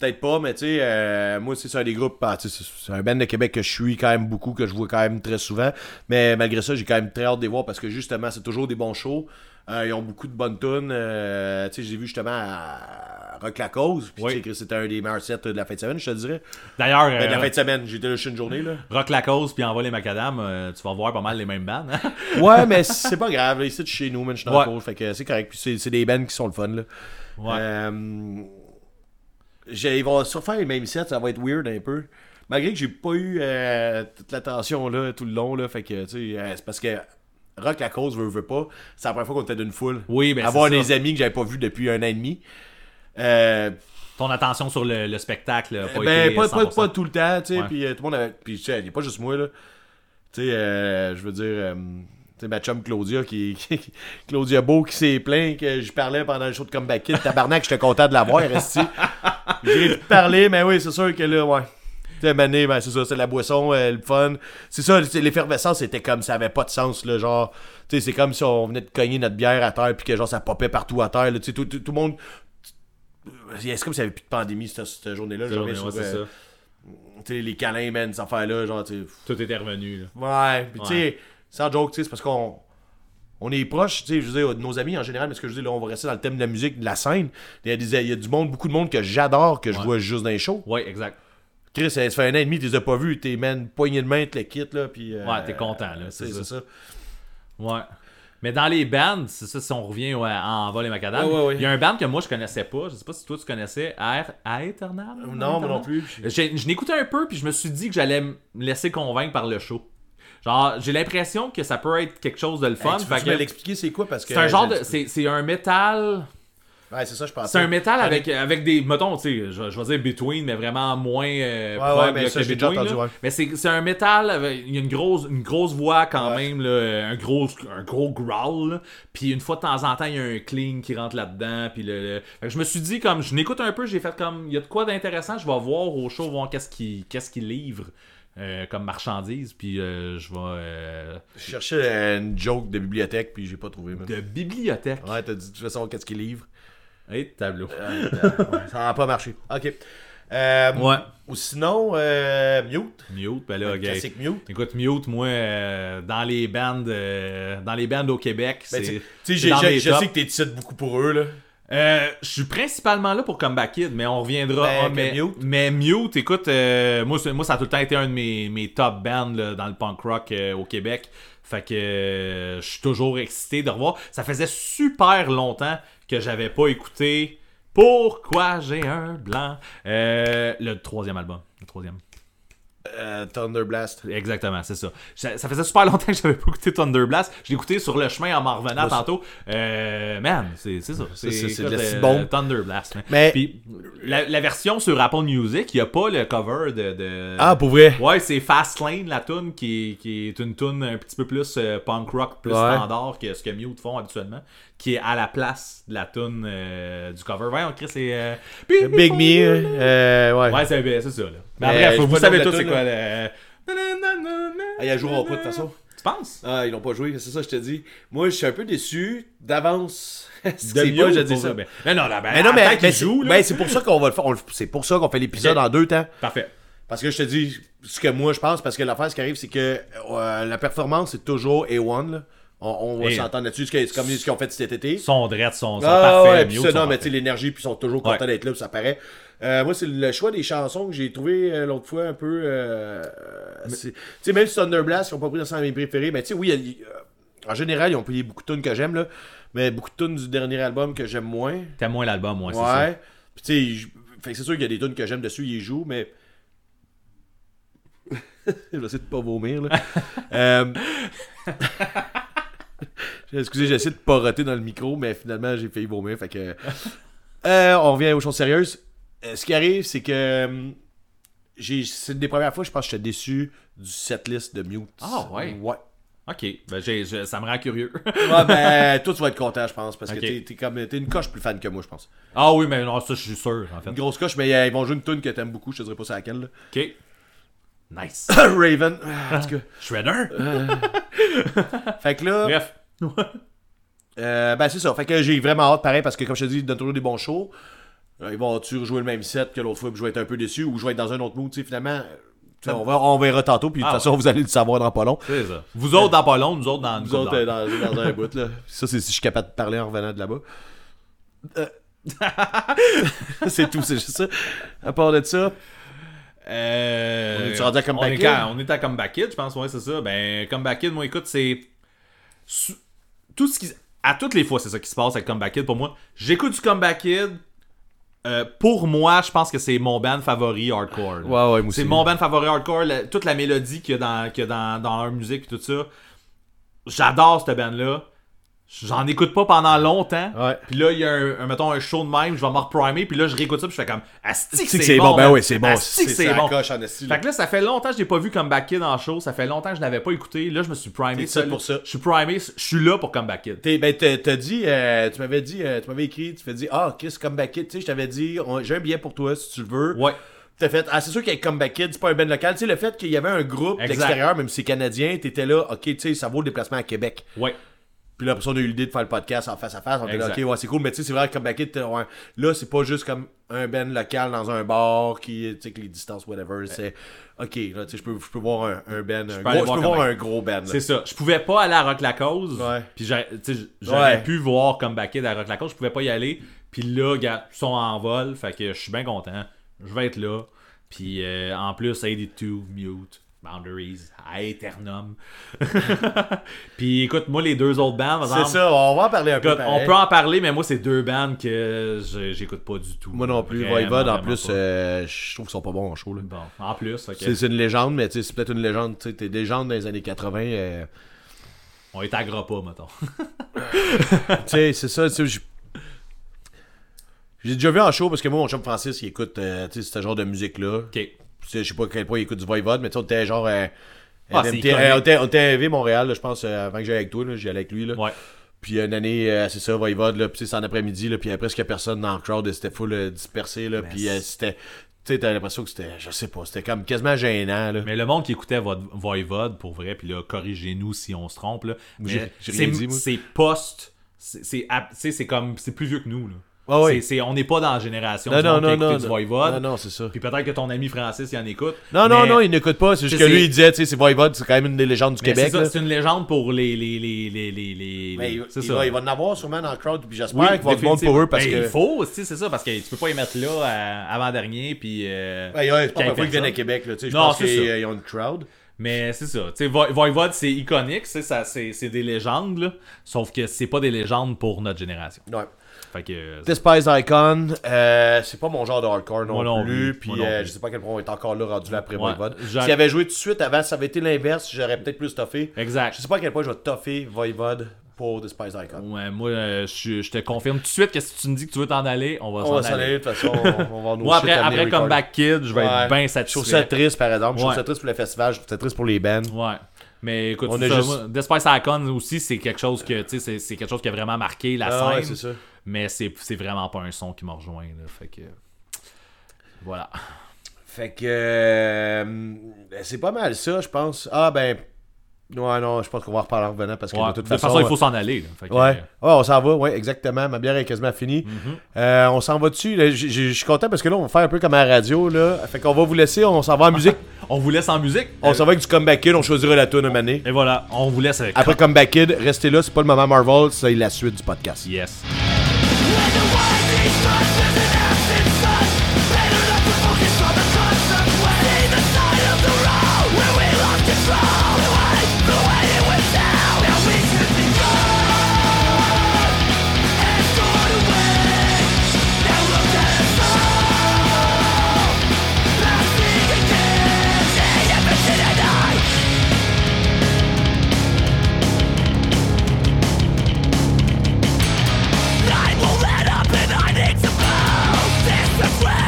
Peut-être pas, mais tu sais, euh, moi aussi, c'est un des groupes. ah, tu sais, c'est c'est un band de Québec que je suis quand même beaucoup, que je vois quand même très souvent. Mais malgré ça, j'ai quand même très hâte de les voir parce que justement, c'est toujours des bons shows. Euh, ils ont beaucoup de bonnes tunes. euh, tu sais, j'ai vu justement à Rock La Cause. Puis Oui. tu sais, que c'était un des meilleurs sets de la fin de semaine, je te dirais. D'ailleurs, Ben, de la euh, fin de semaine, j'étais là juste une journée, là. Rock la cause, puis envoie les macadam, euh, tu vas voir pas mal les mêmes bandes. hein. Ouais, mais c'est pas grave. Là, ici, de chez nous, man, je suis dans Ouais. le cours, Fait que c'est correct. Puis c'est, c'est des bands qui sont le fun, là. Ouais. Euh, j'ai, ils vont surfaire les mêmes sets. Ça va être weird un peu. Malgré que j'ai pas eu euh, toute l'attention, là, tout le long, là. Fait que, tu sais, euh, c'est parce que Rock la cause veut, veut pas. C'est la première fois qu'on était d'une foule. Oui, ben, Avoir c'est ça. des amis que j'avais pas vus depuis un an et demi. Euh, Ton attention sur le, le spectacle a pas ben, été pas, pas, 100%. pas tout le temps, tu sais, Ouais. puis euh, tout le monde avait... Puis, tu sais, il y a pas juste moi, là. Tu sais, euh, je veux dire... euh, tu sais, ma chum Claudia, qui, qui- Claudia Beau, qui s'est plaint que je parlais pendant le show de Comeback Kid. Tabarnak, j'étais content de la voir, resti. J'ai pu parler, mais oui, c'est sûr que là, ouais. Tu sais, mané, ben, c'est ça, c'est la boisson, euh, le fun. C'est ça, c'est- l'effervescence, c'était comme, ça avait pas de sens, là, genre... Tu sais, c'est comme si on venait de cogner notre bière à terre, puis que, genre, ça popait partout à terre, là. Tu sais, tout, tout- tout le monde... C'est comme s'il n'y avait plus de pandémie cette, cette journée-là. Ouais, je reviens ouais, sur, c'est euh, ça. tu sais, les câlins, man, ces affaires-là, genre, tu sais, pff, Tout était revenu. là. Ouais, pis tu sais, Ouais. sans joke, tu sais, c'est parce qu'on. On est proche, tu sais, je veux dire, de nos amis en général, mais ce que je veux dire, là, on va rester dans le thème de la musique, de la scène. Il y a, des- il y a du monde, beaucoup de monde que j'adore, que je vois juste dans les shows. Ouais, exact. Chris, ça fait un an et demi, tu les as pas vus, t'es, man, poignée de main, te le quittes, là, pis. euh, Ouais, t'es content, là, tu sais, c'est c'est ça. ça. Ouais. Mais dans les bands, c'est ça, si on revient ouais, en vol et macadam, Ouais, ouais, ouais. il y a un band que moi je connaissais pas. Je sais pas si toi tu connaissais, Air Aeternam. Non, moi non plus. puis- J'ai- Je l'écoutais un peu, puis je me suis dit que j'allais me laisser convaincre par le show. Genre, j'ai l'impression que ça peut être quelque chose de le fun. Hey, Eh, tu euh, fait peux-tu que- me l'expliquer, c'est quoi, parce que. c'est un genre je- de. C'est c'est un métal. Ouais, c'est ça, je pensais. C'est un métal avec, avec des. Mettons, tu sais, je, je vais dire between, mais vraiment moins. euh, Ouais, prog, ouais, mais là, ça, que je l'ai déjà Between, entendu, là. ouais. Mais c'est c'est un métal, avec- il y a une grosse, une grosse voix quand même, là, un, gros, un gros growl. là. Puis une fois de temps en temps, il y a un cling qui rentre là-dedans. Puis le, le- Fait que je me suis dit, comme je n'écoute un peu, j'ai fait comme. Il y a de quoi d'intéressant, je vais voir au show, voir qu'est-ce qu'il qu'est-ce qu'il livre euh, comme marchandise. Puis euh, je vais. euh, Je cherchais euh, une joke de bibliothèque, puis j'ai pas trouvé. man. de bibliothèque. Ouais, t'as dit de toute façon, qu'est-ce qu'il livre Et de tableau. Euh, ouais, Ça n'a pas marché. Ok. Euh, Ouais. Ou sinon, euh, Mute. Mute, ben là, gars, Classique Mute. Écoute, Mute, moi, euh, dans les bandes euh, dans les bandes au Québec, Ben, c'est- tu c'est sais, j'ai- dans j'ai- mes je tops. sais que t'es titre beaucoup pour eux, là. Euh, je suis principalement là pour Comeback Kid, mais on reviendra. Ben, Ah, que mais, Mute. mais Mute, écoute, euh, moi, c'est- moi, ça a tout le temps été un de mes, mes top bands là, dans le punk rock euh, au Québec. Fait que euh, je suis toujours excité de revoir. Ça faisait super longtemps que j'avais pas écouté Pourquoi j'ai un blanc Euh, Le troisième album. Le troisième. Euh, Thunder Blast. Exactement, c'est ça. ça. ça faisait super longtemps que j'avais pas écouté Thunder Blast. Je l'ai écouté sur le chemin en m'en revenant Moi, ça- tantôt. Euh, man, c'est c'est ça. C'est c'est- c'est de la écoute, si euh, bombe. Thunder Blast. man. Mais- Puis, la, la version sur Apple Music, il n'y a pas le cover de. de- Ah, pour vrai. Ouais, c'est Fastlane, la tune qui, qui est une tune un petit peu plus euh, punk rock, plus Ouais. standard que ce que Mute font habituellement, qui est à la place de la tune euh, du cover. Voyons, Chris, c'est. euh, Big Me. euh, ouais. Ouais, c'est c'est ça, là. Mais Mais, bref, je sais vous pas savez le nom tous de c'est la toune, quoi là. le. Ah, ils la joueront pas, de toute façon. Tu penses? Ah, ils l'ont pas joué, c'est ça, je te dis. Moi, je suis un peu déçu d'avance. C'est De pas, mieux, je je dis ça. ça. Ben, mais non, là, ben, Mais non, mais, attends mais qu'il c'est joue, là. ben, c'est pour ça qu'on va le faire. on le- C'est pour ça qu'on fait l'épisode Ok. en deux temps. Parfait. Parce que je te dis ce que moi je pense, parce que l'affaire, ce qui arrive, c'est que euh, la performance est toujours A1. là. On, on va Et- euh, s'entendre là-dessus, ce que- c'est comme ce qu'ils ont fait cet été. Son dread, son, son Ah parfait, ouais, mieux, puis son ça, non, mais parfait. tu sais, l'énergie, puis ils sont toujours contents Ouais. d'être là, puis ça paraît. Euh, moi, c'est le choix des chansons que j'ai trouvé euh, l'autre fois un peu. euh, c'est- Tu sais, même si Thunderblast, ils n'ont pas pris dans mes préférés, mais tu sais, oui, il y a- euh, en général, ils ont pris beaucoup de tunes que j'aime, là, mais beaucoup de tunes du dernier album que j'aime moins. T'aimes moins l'album, moi, c'est ça. Ouais. Puis tu sais, j- fait que c'est sûr qu'il y a des tunes que j'aime dessus, ils jouent, mais. je vais essayer de pas vomir, là. Euh, Excusez, j'ai essayé de pas roter dans le micro, mais finalement, j'ai failli vomir. Fait que. Euh, on revient aux choses sérieuses. Euh, ce qui arrive, c'est que. euh, j'ai- C'est une des premières fois, je pense que j'étais déçu du setlist de Mute. Ah, ouais. Ouais. Ok, ben, j'ai- je- ça me rend curieux. Ouais, ben, toi, tu vas être content, je pense, parce Ok. que t'es- t'es comme- t'es une coche plus fan que moi, je pense. ah oui, mais non, ça, je suis sûr, en fait. Une grosse coche, mais euh, ils vont jouer une tune que t'aimes beaucoup, je te dirais pas c'est laquelle. là. Ok. Nice. Raven. Ah, en tout cas. Shredder? Ah. Fait que là, Bref. euh, ben c'est ça. Fait que j'ai vraiment hâte, pareil, parce que comme je te dis, ils donnent toujours des bons shows. Euh, ils vont-tu rejouer le même set que l'autre fois, puis je vais être un peu déçu, ou je vais être dans un autre mood, tu sais, finalement. euh, tu sais, On, va, on verra tantôt, puis de Ah toute façon, vous allez le savoir dans pas long. C'est ça. Vous autres dans pas long, nous autres dans une Nous couple autres, d'heures. euh, dans, dans un bout, là. Ça, c'est si je suis capable de parler en revenant de là-bas. Euh. c'est tout, c'est juste ça. À part de ça, Euh, On est-tu rendu à Comeback on est Kid? quand- On est à Comeback Kid, je pense, ouais, c'est ça. Ben, Comeback Kid, moi, écoute, c'est. su- Tout ce qui. À toutes les fois, c'est ça qui se passe avec Comeback Kid pour moi. J'écoute du Comeback Kid. Euh, pour moi, je pense que c'est mon band favori hardcore. là. Ouais, ouais, moi c'est aussi. mon band favori hardcore. la- toute la mélodie qu'il y a dans, qu'il y a dans, dans leur musique et tout ça. J'adore cette band-là. J'en écoute pas pendant longtemps. Ouais. Puis là, il y a un, un- mettons, un show de même, je vais me reprimer. Puis là, je réécoute ça. Puis je fais comme Asti que Asti que c'est bon. Ben man. oui, c'est bon. Asti que C'est- c'est c'est bon. la coche, en esti, là. Fait que là, ça fait longtemps que je n'ai pas vu Comeback Kid en show. Ça fait longtemps que je l'avais pas écouté. Là, je me suis primé. T'es seul pour ça. Je suis primé. Je suis là pour Comeback Kid. T'es- ben, t'as t'as dit, euh, tu m'avais dit, euh, tu m'avais écrit, tu fais dit, ah, Chris, Comeback Kid, tu sais, je t'avais dit, on- j'ai un billet pour toi si tu le veux. Ouais. T'as fait, ah, c'est sûr qu'avec Comeback Kid, c'est pas un band local. Tu sais, le fait qu'il y avait un groupe Exact. d'extérieur, même si c'est canadien, t'étais là, ok, tu sais, ça vaut le déplacement à Québec. Ouais. Puis là, après ça, on a eu l'idée de faire le podcast en face à face. On était là, ok, Exact. ouais, c'est cool, mais tu sais, c'est vrai, Comeback Kid, t'es- ouais, là, c'est pas juste comme un band local dans un bar qui, tu sais, que les distances, whatever, c'est, ok, là, tu sais, je peux, je peux voir un, un band, un aller gros, je voir peux voir Comeback. un gros band. là. C'est ça. Je pouvais pas aller à Rock la Cause. Ouais. Puis j'a- tu sais, j'aurais Ouais. pu voir Comeback Kid à Rock la Cause. Je pouvais pas y aller. Puis là, gars, ils sont en vol. Fait que je suis bien content. Je vais être là. Puis euh, en plus, 82, Mute, Boundaries, Aeternum. Puis écoute, moi, les deux autres bands, par C'est exemple, ça, on va en parler un peu. Écoute, on pareil. peut en parler, mais moi, c'est deux bands que je- j'écoute pas du tout. Moi non plus, Vraiment, Voivod, en vraiment plus, pas. euh, je trouve qu'ils sont pas bons en show. Là. Bon, en plus, ok. C'est c'est une légende, mais tu sais, c'est peut-être une légende. tu sais, T'es légende dans les années 80. euh, on est à gras pas, mettons. tu sais, c'est ça. tu sais, je- J'ai déjà vu en show parce que moi, mon chum Francis, il écoute euh, tu sais, ce genre de musique-là. Ok. Tu sais, Je sais pas à quel point il écoute du Voivode, mais tu sais, on était genre. euh, Ah, LMT, c'est iconique. euh, on était- on était à V Montréal, là, je pense, euh, avant que j'aille avec toi, là, j'y allais avec lui. Là. Ouais. Puis une année, euh, c'est ça, Voivode, là, puis tu sais, c'est en après-midi, là, puis il y a presque personne dans le crowd, et c'était full euh, dispersé, là, puis euh, c'était. Tu sais, t'as l'impression que c'était, je sais pas, c'était comme quasiment gênant, là. Mais le monde qui écoutait votre Voivode, pour vrai, puis là, corrigez-nous si on se trompe, là. J'ai- mais j'ai rien c'est- dit, moi. C'est post. C'est c'est ap- tu sais, c'est comme. C'est plus vieux que nous, là. Ah oui. C'est- c'est- on n'est pas dans la génération Non, du non, monde qui non, a écouté non. du Non, Voivode. non, c'est ça. Puis peut-être que ton ami Francis, il en écoute. Non, non, mais- non, il n'écoute pas. C'est juste que C'est- lui, il disait, tu sais, c'est Voivode, c'est quand même une des légendes du mais Québec. C'est ça, là. c'est une légende pour les. les, les, les, les, les- Mais les- il, c'est il ça. va, il va en avoir sûrement dans le crowd, puis j'espère Oui, qu'il va avoir du monde pour définitivement. eux parce Ben, que. Il faut aussi, c'est ça, parce que tu peux pas les mettre là euh, avant-dernier, puis. euh, Ouais, ouais, c'est pas qu'il y ait la première fois qu'ils viennent personne. à Québec, là. Tu sais, je Non, pense c'est qu'ils ça. euh, ils ont une crowd. Mais c'est ça. Tu sais, Voy- Voivode, c'est iconique, c'est ça, c'est c'est des légendes, là. Sauf que c'est pas des légendes pour notre génération. Ouais. Fait que. euh, Despise Icon, euh, c'est pas mon genre de hardcore non, Moi non plus. plus, Puis moi non euh, plus. je sais pas à quel point on est encore là rendu là après Ouais, Voivode. j'a- S'il avait joué tout de suite avant, ça avait été l'inverse, j'aurais peut-être plus toffé. Je Exact. sais pas à quel point je vais toffer Voivode pour Despise Icon. Ouais, moi, euh, je, je te confirme tout de suite que si tu me dis que tu veux t'en aller, on va On va s'en s'en aller. aller, de toute façon, on on va nous Moi, après, après Comeback Kid, je vais être bien Je trouve ça satisfait. triste, par exemple. Je trouve Ouais. ça triste pour le festival, je trouve ça triste pour les bands. Ouais. Mais écoute, On c'est a ça, juste- moi, Despise Icon aussi, c'est quelque chose que, tu sais, c'est- c'est quelque chose qui a vraiment marqué la Ah ouais, scène. c'est ça. mais c'est c'est vraiment pas un son qui m'a rejoint, là. Fait que. Voilà. Fait que euh, c'est pas mal ça, je pense. Ah ben ouais non, je pense qu'on va en reparler en revenant parce que Ouais, de toute façon, façon, il faut s'en aller. là. Fait que, Ouais. euh, Ouais, on s'en va, ouais, exactement. Ma bière est quasiment finie. Euh, on s'en va dessus. Là, j- j- Je suis content parce que là, on va faire un peu comme à la radio. Là. Fait qu'on va vous laisser, on s'en va en musique. On vous laisse en musique. Euh, on s'en va avec du comeback kid, on choisira la tune une année. Et voilà, on vous laisse avec. Après comeback kid, restez là, c'est pas le moment Marvel, c'est la suite du podcast. Yes. I will let up and I need to move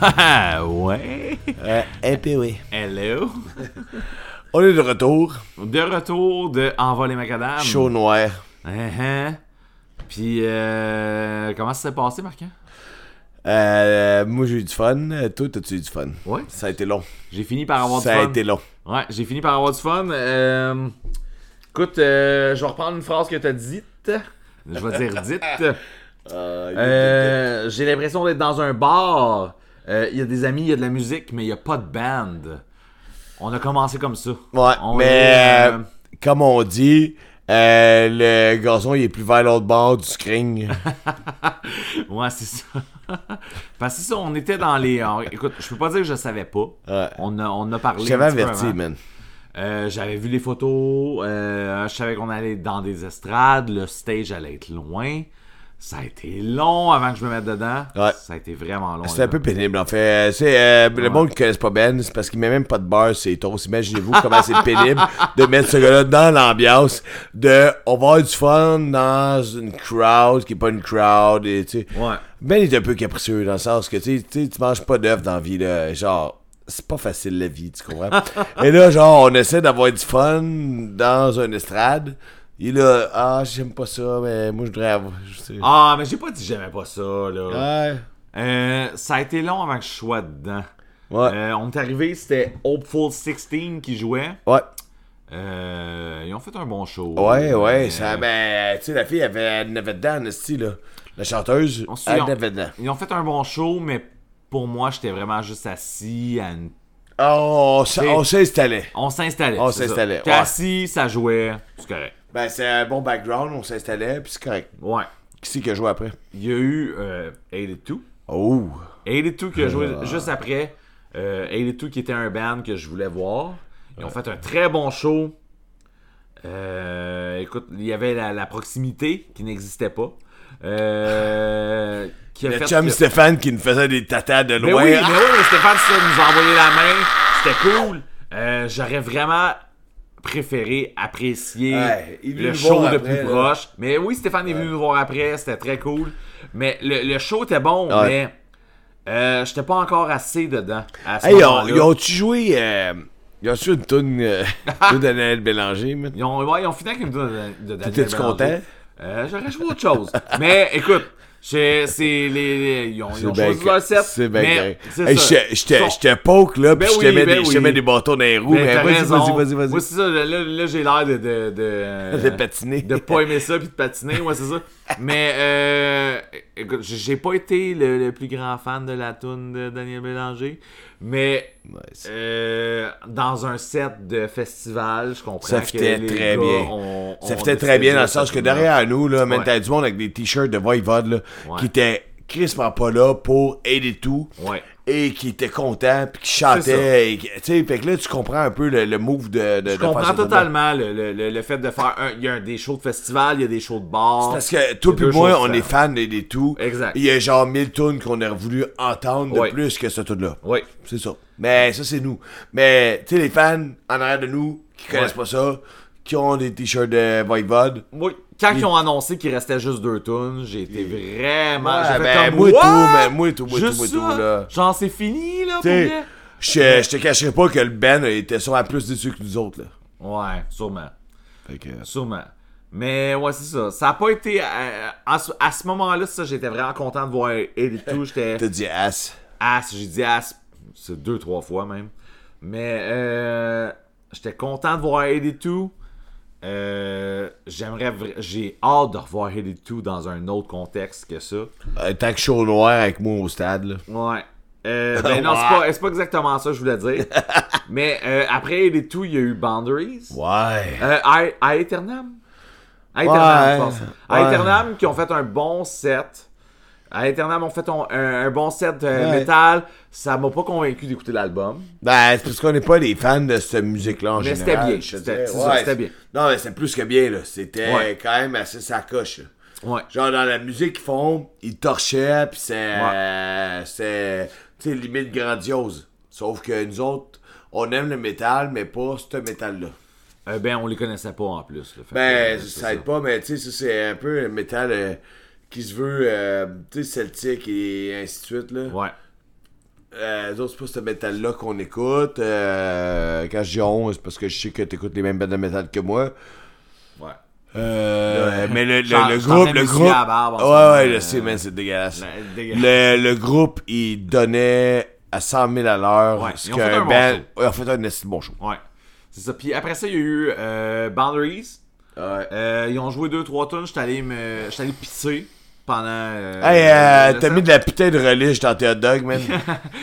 Ah ouais. Eh ben oui. Hello. On est de retour. De retour de Envol et Macadam. Chaud noir. Uh-huh. Puis, euh, comment ça s'est passé, Marc? Euh, moi j'ai eu du fun. Euh, Toi, t'as-tu eu du fun? Ouais. Ça a été long. J'ai fini par avoir Ça du a fun. été long. Ouais, j'ai fini par avoir du fun. Euh, Écoute, euh, je vais reprendre une phrase que t'as dite. Je vais dire dite. Euh, j'ai l'impression d'être dans un bar. Euh, Il y a des amis, il y a de la musique, mais il n'y a pas de band. On a commencé comme ça. Ouais, On mais est, euh, comme on dit, euh, le gazon il est plus vers l'autre bord du screen. Ouais, c'est ça. Parce que c'est ça, on était dans les. on- écoute, je peux pas dire que je savais pas. Ouais. On, a, on a parlé. Je t'avais un petit peu averti, avant. man. Euh, J'avais vu les photos. euh, je savais qu'on allait dans des estrades. Le stage allait être loin. Ça a été long avant que je me mette dedans. Ouais. Ça a été vraiment long. C'est un peu pénible en fait. Euh, C'est euh, le monde qui connaisse pas Ben, c'est parce qu'il met même pas de beurre c'est toasts. Imaginez-vous comment c'est pénible de mettre ce gars-là dans l'ambiance de on va avoir du fun dans une crowd qui est pas une crowd et tu sais. Ouais. Ben il est un peu capricieux dans le sens que tu sais, tu sais, tu manges pas d'œufs dans la vie là, genre c'est pas facile la vie, tu comprends? et là genre on essaie d'avoir du fun dans une estrade. Il est là ah j'aime pas ça mais moi je voudrais avoir je sais. Ah, mais j'ai pas dit que j'aimais pas ça, là. Ouais. Euh, ça a été long avant que je sois dedans. Ouais. Euh, on est arrivé, c'était Hopeful 16 qui jouait. Ouais. Euh, ils ont fait un bon show. Ouais, ouais, Euh, ça, ben, tu sais, la fille, elle avait, elle avait dedans, Anastie, là. La chanteuse, On se elle souvient- avait dedans. Ils ont fait un bon show, mais pour moi, j'étais vraiment juste assis à une... Oh, on s- C'est- on s'installait. On s'installait. On c'est ça. s'installait, J'étais ouais. assis, ça jouait. C'est correct. Ben, c'est un bon background, on s'installait, puis c'est correct. Ouais. Qui c'est qui a joué après? Il y a eu euh, 82. Oh! 82 qui a joué juste après. Euh, 82 qui était un band que je voulais voir. Ils ont fait un très bon show. Euh, écoute, il y avait la, la proximité qui n'existait pas. Euh, qui a Le fait chum que- Stéphane qui nous faisait des tatas de Mais loin. Ben oui, mais Ah! oui, Stéphane ça, nous a envoyé la main. C'était cool. Euh, J'aurais vraiment préféré apprécier Ouais, il est venu le nous show voir de après, plus là. proche. Mais oui, Stéphane est venu nous voir après. C'était très cool. Mais le, le show était bon, Ouais. mais euh, j'étais pas encore assez dedans. à ce Hey, ils ont- moment-là. ils ont-tu joué... euh, Ils ont joué une toune euh, de Daniel Bélanger, man? Ils ont, ouais, ils ont fini avec une toune de, de Daniel T'étais-tu Bélanger. content? Euh, J'aurais joué autre chose. mais écoute, j'ai- c'est les, les- Ils ont, ils C'est ont bien choisi leur set. correct. C'est bien mais correct. c'est Hey, ça. j'étais- J'étais Ils sont- j'étais poke, là, Ben puis je te oui, mets ben des- je te oui. mets des bâtons dans les roues. Mais mais t'as Vas-y, raison. vas-y, vas-y, Moi, vas-y. c'est ça. Là, là, j'ai l'air de... De, de, De patiner. de pas aimer ça puis de patiner, ouais, c'est ça. Mais, euh, écoute, j'ai- j'ai pas été le, le plus grand fan de la toune de Daniel Bélanger, mais Nice. euh, dans un set de festival, je comprends Ça que fitait les gars très bien. ont- Ça ont fitait décidé très bien dans le de sens que faire ça. derrière nous, là, même Ouais. t'as du monde avec des t-shirts de Voivode, là, Ouais. qui était crispement pas là pour aider tout. Ouais. Et qui était content, puis qui C'est ça. chantait. et qui- Tu sais, fait que là, tu comprends un peu le, le move de, de, de Je comprends faire ça. totalement le, le- le- le fait de faire un. Il y a un- des shows de festival, il y a des shows de bar. Parce que toi C'est puis deux moi, choses on est différentes. fans d'aider tout. Exact. Il y a genre 1000 tunes qu'on aurait voulu entendre de Ouais. plus que ce tune-là. Oui. C'est ça. Mais ça, c'est nous. Mais, tu sais, les fans en arrière de nous, qui connaissent Ouais. pas ça, qui ont des t-shirts de Voivode, Moi, quand ils ont annoncé qu'il restait juste deux tunes, j'ai été vraiment. Ouais, j'ai fait ben, comme, moi et tout, What? mais moi et tout, moi et tout, Juste moi et tout, ça? là. Genre, c'est fini, là, pour T'sais, vrai? Je, je te cacherai pas que le Ben était sûrement plus déçu que nous autres, là. Ouais, sûrement. Fait que... Sûrement. Mais ouais, c'est ça. Ça a pas été. euh, en ce- à ce moment-là, ça, j'étais vraiment content de voir Ellie tout. J'étais. T'as dit ass. As, j'ai dit As, c'est deux, trois fois même. Mais euh, j'étais content de voir Heady 2. Euh, J'aimerais. vra- J'ai hâte de revoir Heady 2 dans un autre contexte que ça. Euh, tant que chaud noir avec moi au stade, là. Ouais. Euh, ben non, c'est pas, c'est pas exactement ça que je voulais dire. Mais euh, après Heady 2, il y a eu Boundaries. Ouais. Euh, à, à Eternam. À Eternam, Ouais, je pense. À ouais. Eternam, qui ont fait un bon set. À Eternam, ont fait un, un- un bon set euh, Ouais. métal. Ça m'a pas convaincu d'écouter l'album. Ben, c'est parce qu'on n'est pas des fans de cette musique-là en Mais c'était général. bien, je te c'était- dirais. c'est ça, Ouais, c'était c'est- bien. Non, mais c'est plus que bien, là. C'était Ouais. quand même assez sacoche, là. Ouais. Genre, dans la musique qu'ils font, ils torchaient, pis c'est. euh, c'est. Tu sais, limite grandiose. Sauf que nous autres, on aime le métal, mais pas ce métal-là. Euh, ben, on les connaissait pas en plus. là. Fait que, euh, Ben, c'est ça aide pas, mais tu sais, ça, c'est un peu un métal euh, qui se veut, euh, tu sais, celtique et ainsi de suite, là. Ouais. Euh, eux autres, c'est pas ce métal-là qu'on écoute. Euh, quand je dis on, c'est parce que je sais que t'écoutes les mêmes bandes de métal que moi. Ouais. Euh, mais le, le- je- le je suis en groupe, train de le me groupe. souiller à la barbe en ce moment, ouais, ouais, je euh, ben, sais, man, c'est dégueulasse. c'est dégueulasse. Le, le groupe, il donnait à 100 000 à l'heure. Ouais, ce ils ont qu'un fait un bon band- show. Euh, Ouais, ils ont fait un esti de bon show. Ouais. C'est ça. Puis après ça, il y a eu euh, Boundaries. Ouais. Euh, ils ont joué 2-3 tonnes. J'étais allé me. J'étais allé pisser pendant. euh, Hey, euh, le t'as set. mis de la putain de relish dans tes hot dogs, man.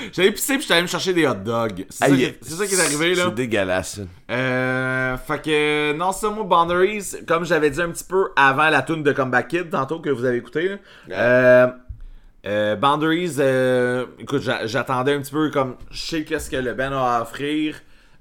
J'étais allé pisser puis j'étais allé me chercher des hot dogs. C'est ça, Aïe, qui- c'est ça qui est arrivé là. C'est dégueulasse. Euh, fait que, non, c'est ça, moi, Boundaries, comme j'avais dit un petit peu avant la tune de Comeback Kid, tantôt que vous avez écouté, là, euh, euh, Boundaries, euh, écoute, j'a- j'attendais un petit peu, comme, je sais qu'est-ce que le band a à offrir,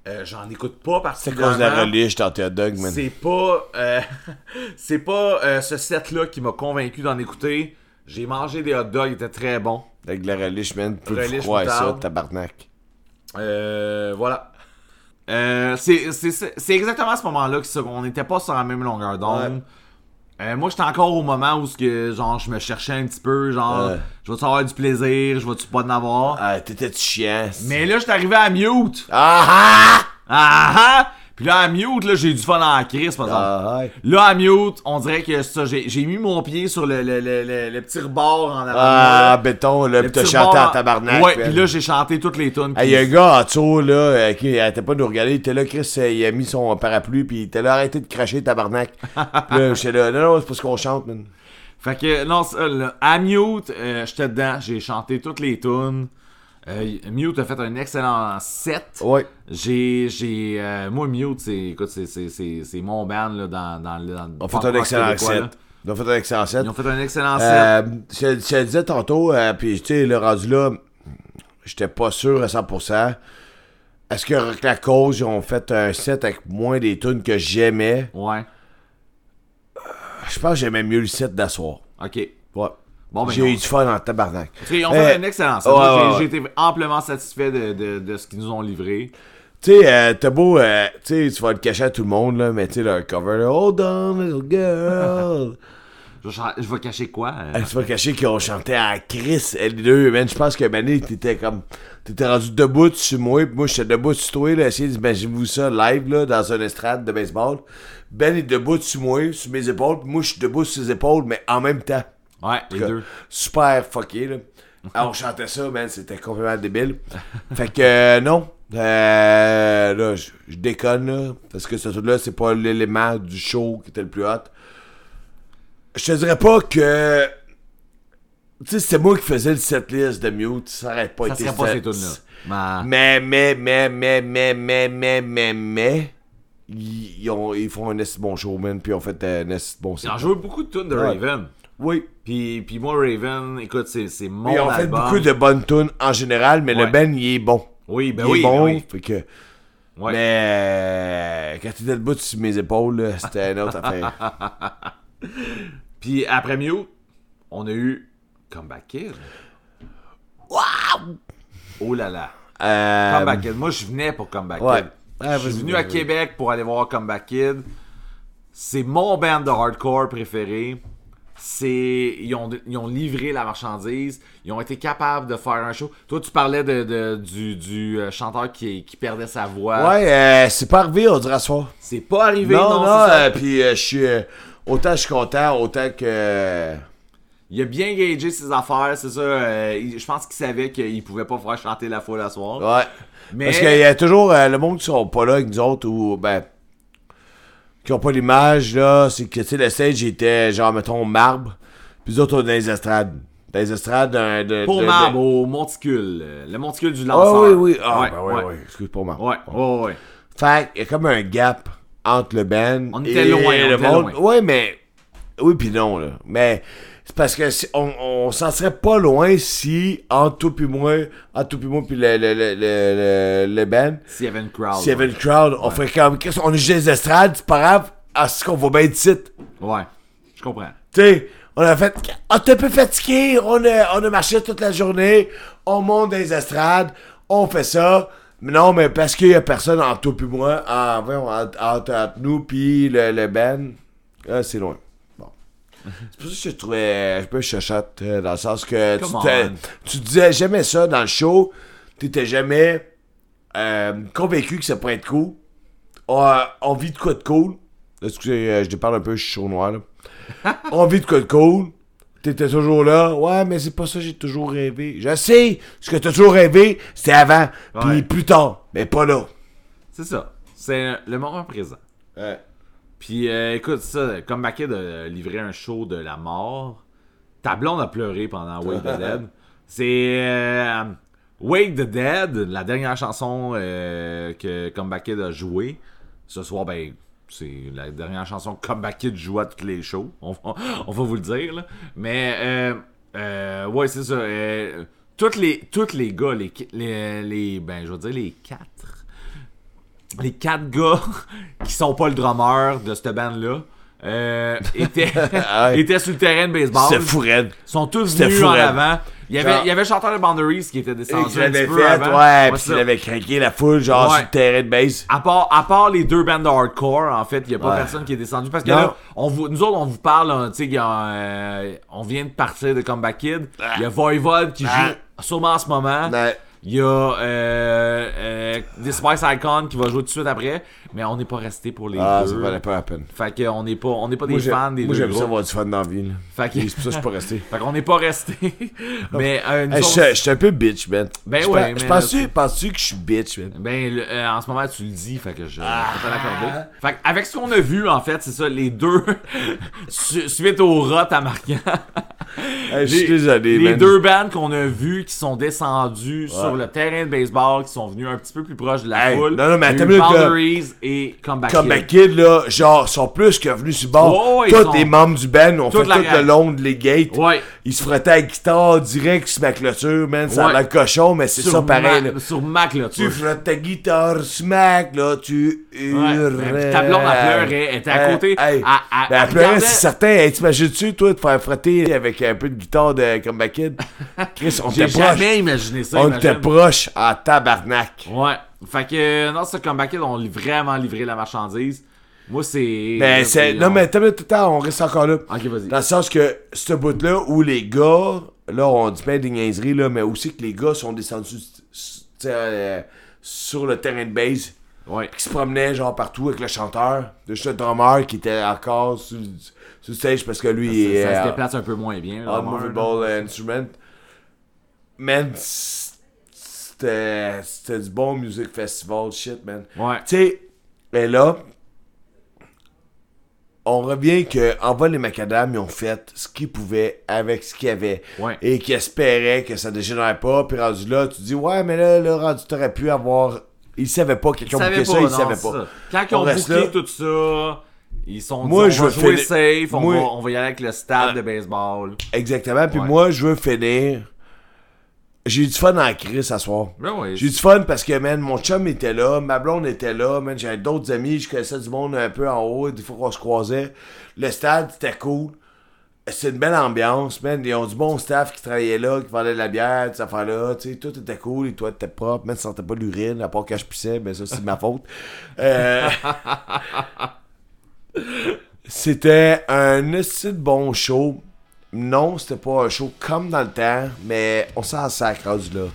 euh, j'en écoute pas C'est à cause de la particulièrement. relish dans tes hot dogs, man. C'est pas, euh, c'est pas euh, ce set-là qui m'a convaincu d'en écouter. J'ai mangé des hot dogs, ils étaient très bons. Avec de la relish, man. Peu de Relish, froid, ça, moutarde. tabarnak. Euh, voilà. Euh, c'est c'est- c'est- c'est exactement à ce moment-là que ça- on n'était pas sur la même longueur d'onde. Euh, moi, j'étais encore au moment où ce que, genre, je me cherchais un petit peu, genre, Ouais. je vais-tu avoir du plaisir, je vais-tu pas en avoir. Ah, t'étais chiant. c'est- Mais là, j'étais arrivé à mute. Ah Ah ah! Puis là, à mute, là, j'ai eu du fun en crise, par ah! exemple. Ah, ouais. Là, à mute, on dirait que ça, j'ai j'ai mis mon pied sur le, le, le, le- le petit rebord en avant. Ah, Là. béton, là, Le pis t'as petit chanté rebord en tabarnak. Ouais, man. puis là, j'ai chanté toutes les tunes. Hey, qui- y a un gars en dessous, là, euh, qui arrêtait pas de nous regarder. Il était là, Chris, euh, il a mis son parapluie, puis il était là, arrêtez de cracher, tabarnak. Puis là, j'étais là, non, non, c'est parce qu'on chante, man. Fait que, non, ça, là, à Mute, euh, j'étais dedans, j'ai chanté toutes les tunes. Euh, y- Mute a fait un excellent set. Ouais. J'ai, j'ai, euh, moi, Mute, c'est, écoute, c'est, c'est, c'est, c'est mon band, là, dans, dans, le- dans le On pop fait un rock excellent Ah, québécois, set. là. On fait un excellent set. Ils ont fait un excellent set. Euh, je, je le disais tantôt, euh, puis tu sais, le rendu là, j'étais pas sûr à 100%. Est-ce que Rock La Cause, ils ont fait un set avec moins des tunes que j'aimais? Ouais, Je pense que j'aimais mieux le set d'asseoir. ok. Ouais. Bon, ben, J'ai eu ils du fun en tabarnak. ont- ils ont Euh, fait un excellent set. ouais, Moi, j'ai, ouais, j'ai été amplement satisfait de, de, de ce qu'ils nous ont livré. Tu sais, euh, t'as beau, euh, tu sais, tu vas le cacher à tout le monde, là, mais tu sais, leur cover, là, Hold on, little girl. Je, je- je vais cacher quoi? euh? Euh, tu vas cacher qu'ils ont chanté à Chris, les deux, man. Je pense que Mané, t'étais comme. T'étais rendu debout sur moi, puis moi, j'étais debout sur toi, là. Essayez d'imaginez-vous ça live, là, dans une estrade de baseball. Ben est debout sur moi, sur mes épaules, puis moi, je suis debout sur ses épaules, mais en même temps. Ouais, les deux. Super fucké, là. Ah, on chantait ça, man, c'était complètement débile. Fait que, euh, non. Euh, là, je je déconne, là, parce que ce truc-là, c'est pas l'élément du show qui était le plus hot. Je te dirais pas que. Tu sais, c'était moi qui faisais le setlist de Mute, ça aurait pas Ça été serait pas fait. Mm. ces tunes-là. Mais- Mais, mais, mais, mais, mais, mais, mais, mais, mais. Ils, ils ont- ils font un esti bon show, man, puis ils ont fait un esti bon set. Ils ont joué beaucoup de tunes de Ouais. Raven. Oui. Puis, puis moi, Raven, écoute, c'est, c'est mon Ils ont fait album. beaucoup de bonnes tunes en général, mais Ouais. le Ben, il est bon. Oui, ben il oui, est ben bon. oui. fait que- Ouais. Mais euh, quand tu étais debout sur mes épaules, là, c'était une autre affaire. Puis après Mute, on a eu Comeback Kid. Waouh! Oh là là. Euh, Comeback Kid. Moi, je venais pour Comeback ouais. Kid. Ouais, je suis vas-y, venu vas-y, à vas-y. Québec pour aller voir Comeback Kid. C'est mon band de hardcore préféré. C'est... Ils, ont, ils ont livré la marchandise. Ils ont été capables de faire un show. Toi, tu parlais de, de- du, du, euh, chanteur qui, qui perdait sa voix. Ouais, euh, c'est pas arrivé, on dira soir. C'est pas arrivé, Non, non, non, c'est ça. euh, puis euh, je suis. euh, autant je suis content, autant que. Il a bien gagé ses affaires, c'est ça. euh, il- je pense qu'il savait qu'il pouvait pas faire chanter la foule à soir. Ouais. Mais- Parce qu'il y a toujours euh, le monde qui sont pas là avec nous autres ou ben. qui ont pas l'image là. C'est que tu sais, le stage était genre mettons marbre. Puis nous autres on est dans les estrades. Dans les estrades d'un- de. Pour de- marbre, au monticule. euh, Le monticule du Ah lanceur. oui, oui. Ah Ouais, ben oui, ouais. oui. Excuse pour marbre. Ouais, ouais, ouais. Fait qu'il y a comme un gap entre le band On et était loin, on le était monde. loin. Ouais, mais. Oui, puis non, là. Mais c'est parce que si- on, on s'en serait pas loin si, entre tout puis moi, entre tout puis moi, puis le, le, le, le, le, le band, S'il y avait une crowd. s'il y avait le crowd, on ferait comme. Qu'est-ce qu'on est chez les estrades, c'est pas grave, à ce qu'on va bien de site. ouais. Ouais, je comprends. Tu sais, on a fait. On est un peu fatigué, on a, on a marché toute la journée, on monte dans les estrades, on fait ça. Mais non, mais parce qu'il y a personne entre toi puis moi, en- voyons, entre, entre- entre nous puis le, le Ben, euh, c'est loin. Bon. C'est pour ça que je trouvais un peu chuchote, euh, dans le sens que tu, Come te- on. tu disais, j'aimais ça dans le show, t'étais jamais euh, convaincu que ça pourrait être cool. Euh, envie de quoi de cool. Excusez, euh, je te parle un peu, je suis chaud noir. Là. envie de quoi de cool. T'étais toujours là. Ouais, mais c'est pas ça que j'ai toujours rêvé. Je sais, ce que t'as toujours rêvé, c'était avant, puis Ouais. plus tard, mais pas là. C'est ça. C'est le moment présent. Ouais. Puis euh, écoute, ça, comme Maquette a livré un show de la mort, ta blonde a pleuré pendant Wake the Dead. C'est euh, Wake the Dead, la dernière chanson euh, que Comeback Kid a jouée. Ce soir, ben, c'est la dernière chanson que Comeback Kid joue à toutes les shows. On va, on va vous le dire, là. Mais, euh, euh, ouais, c'est ça. euh, toutes les, toutes les gars, les, qui- les, les- ben, je veux dire les quatre les quatre gars qui sont pas le drummer de cette bande-là euh, étaient, étaient sur le terrain de baseball. C'était fou raide. sont tous C'était venus fou en raide. avant. Il y, avait, Genre- il y avait le chanteur de Boundaries qui était descendu Qui un petit l'avait peu fait, avant. ouais, Ouais, puis ça. il avait craqué la foule, genre Ouais. sur le terrain de base. à part, à part les deux bandes de hardcore, en fait, il n'y a pas personne qui est descendu. Parce que Non. là, on vous, nous autres, on vous parle, hein, tu sais, il y a, euh, on vient de partir de Comeback Kid. Il y a Voivod qui joue sûrement en ce moment. Ouais. Il y a euh, euh, The Spice Icon qui va jouer tout de suite après, mais on n'est pas resté pour les Ah, ça deux. valait pas la peine. Fait qu'on n'est pas, on n'est pas des Moi, j'ai- fans des moi, deux j'aime ça groupes. avoir du fun dans la vie. là. Fait que- Et C'est pour ça que je suis pas resté. Fait qu'on n'est pas resté. mais euh, nous Hey, autres- je je suis un peu bitch, man. Ben je ouais, pe- je man, pense-tu là, penses-tu que je suis bitch, man? Ben, le- euh, en ce moment, tu le dis, fait que je Ah. je peux pas l'accorder. Fait que avec ce qu'on a vu, en fait, c'est ça, les deux, su- suite au rot à Marquant, Hey, je suis Les- désolé, les man. deux bandes qu'on a vues qui sont descendues sur le terrain de baseball, qui sont venues un petit peu plus proches de la Hey, foule. non, non, mais Il y a attends eu une minute, là. Boundaries et Comeback Comme Kid. Back Kid, là, genre, sont plus que venus sur le bord. Ouais, ouais, Tous ils sont- les membres du band ont Toute fait la tout gang. le long de les gates. Ouais. Ils se frottaient à la guitare direct sur ma clôture, man. Ça Ouais. a le cochon, mais c'est Sur ça pareil, Ma- là. Sur Mac, là, Tu frottes ta guitare smack, là, tu hurles. ben, ta blonde, elle pleurait, elle était à côté, Hey, elle- elle- ben, elle elle pleurait, regardait- c'est certain. Hey, T'imagines-tu, toi, te faire frotter avec un peu de guitare de Comeback Kid? Chris, on J'ai était proche. jamais imaginé ça. On imagine. était proche à tabarnak. Ouais. Fait que, euh, non, ce comeback là on l'a vraiment livré la marchandise. Moi, c'est. Mais Ben, c'est. Non, on- mais t'as tout le temps, on reste encore là. Ok, vas-y. Dans le sens que ce bout-là où les gars, là, on dit plein de niaiseries, là, mais aussi que les gars sont descendus tu sais, euh, sur le terrain de base, Ouais. qui se promenaient genre partout avec le chanteur, le juste le drummer qui était encore sur, sur le stage parce que lui, il est Ça, ça se euh, déplace un peu moins bien. là, Homer, unmovable instrument. Man, c'était c'était du bon music festival shit, man. là. Ouais. Tu sais, mais là, on revient que en bas les macadam, ils ont fait ce qu'ils pouvaient avec ce qu'ils avaient. Ouais. Et qu'ils espéraient que ça dégénère pas. Puis rendu là, tu dis, ouais, mais là, le rendu, t'aurais pu avoir. Ils savaient pas, quelqu'un bouquait ça, ils non, savaient c'est pas. ça. Quand ils On ont reste booké là. tout ça, ils sont dit, Moi, on je va veux jouer finir- safe, on, Moi- va, on va y aller avec le stade de baseball. Exactement. Puis Ouais. moi, je veux finir. J'ai eu du fun en crise ce soir. Ben ouais. J'ai eu du fun parce que, man, mon chum était là, ma blonde était là, man, j'avais d'autres amis, je connaissais du monde un peu en haut, des fois qu'on se croisait. Le stade, c'était cool. C'est une belle ambiance, man. Ils ont du bon staff qui travaillait là, qui vendait de la bière, des affaires-là, tu sais, tout était cool, les toits étaient propres, man, tu sentais pas l'urine, à part quand je pissais, mais ça, c'est de ma faute. Euh, C'était un esti de bon show. Non, c'était pas un show comme dans le temps, mais on s'en sacre rendu là.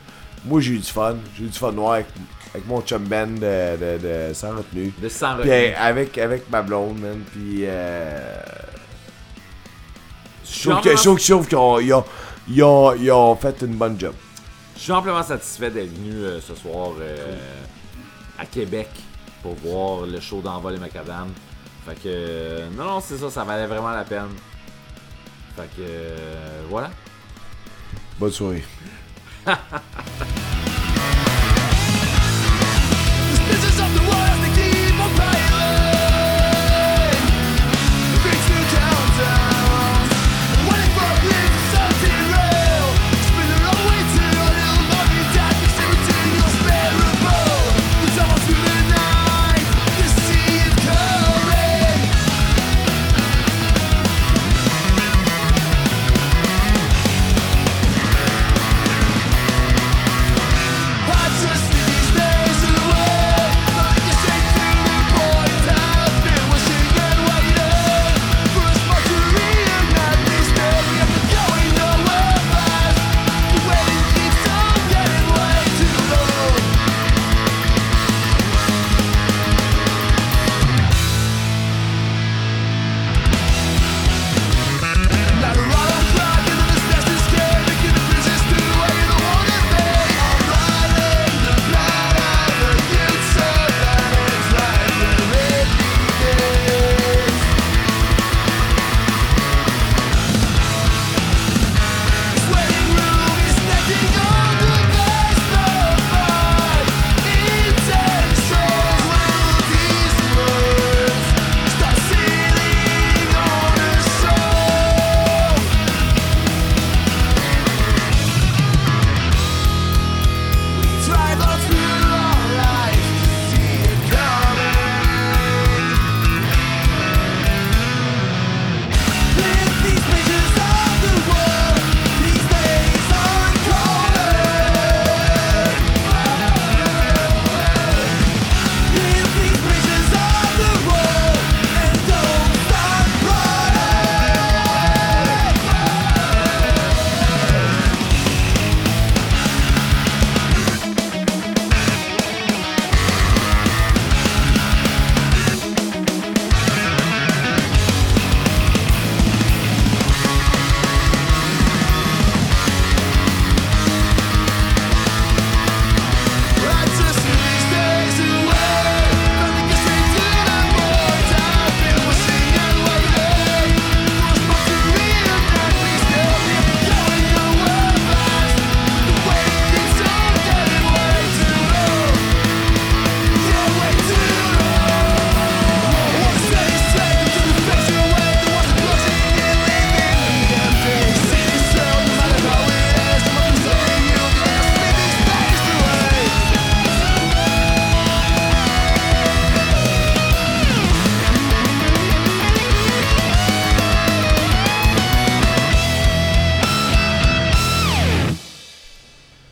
Moi, j'ai eu du fun. J'ai eu du fun noir avec, avec mon chum Ben de, de- de- sans retenue. De 100 Puis euh, avec, avec ma blonde, man. Puis. Euh... Je trouve que- je trouve- je trouve qu'ils ont, ils ont- ils ont- ils ont fait une bonne job. Je suis amplement satisfait d'être venu euh, ce soir euh, à Québec pour voir le show d'envol et Macadam. Fait que. euh, non, non, c'est ça, ça valait vraiment la peine. Fait que. euh, voilà. Bonne soirée. Thank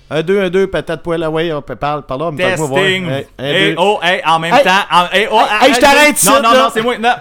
Un, deux, un, deux, patate poêle, ah ouais, on peut parler, pardon, mais Testing. Hey, un, hey, deux. oh, hey, en même Hey. temps. en- hey, oh, Hey, hey, je t'arrête ici, Non, non, là. non, c'est moi. Non.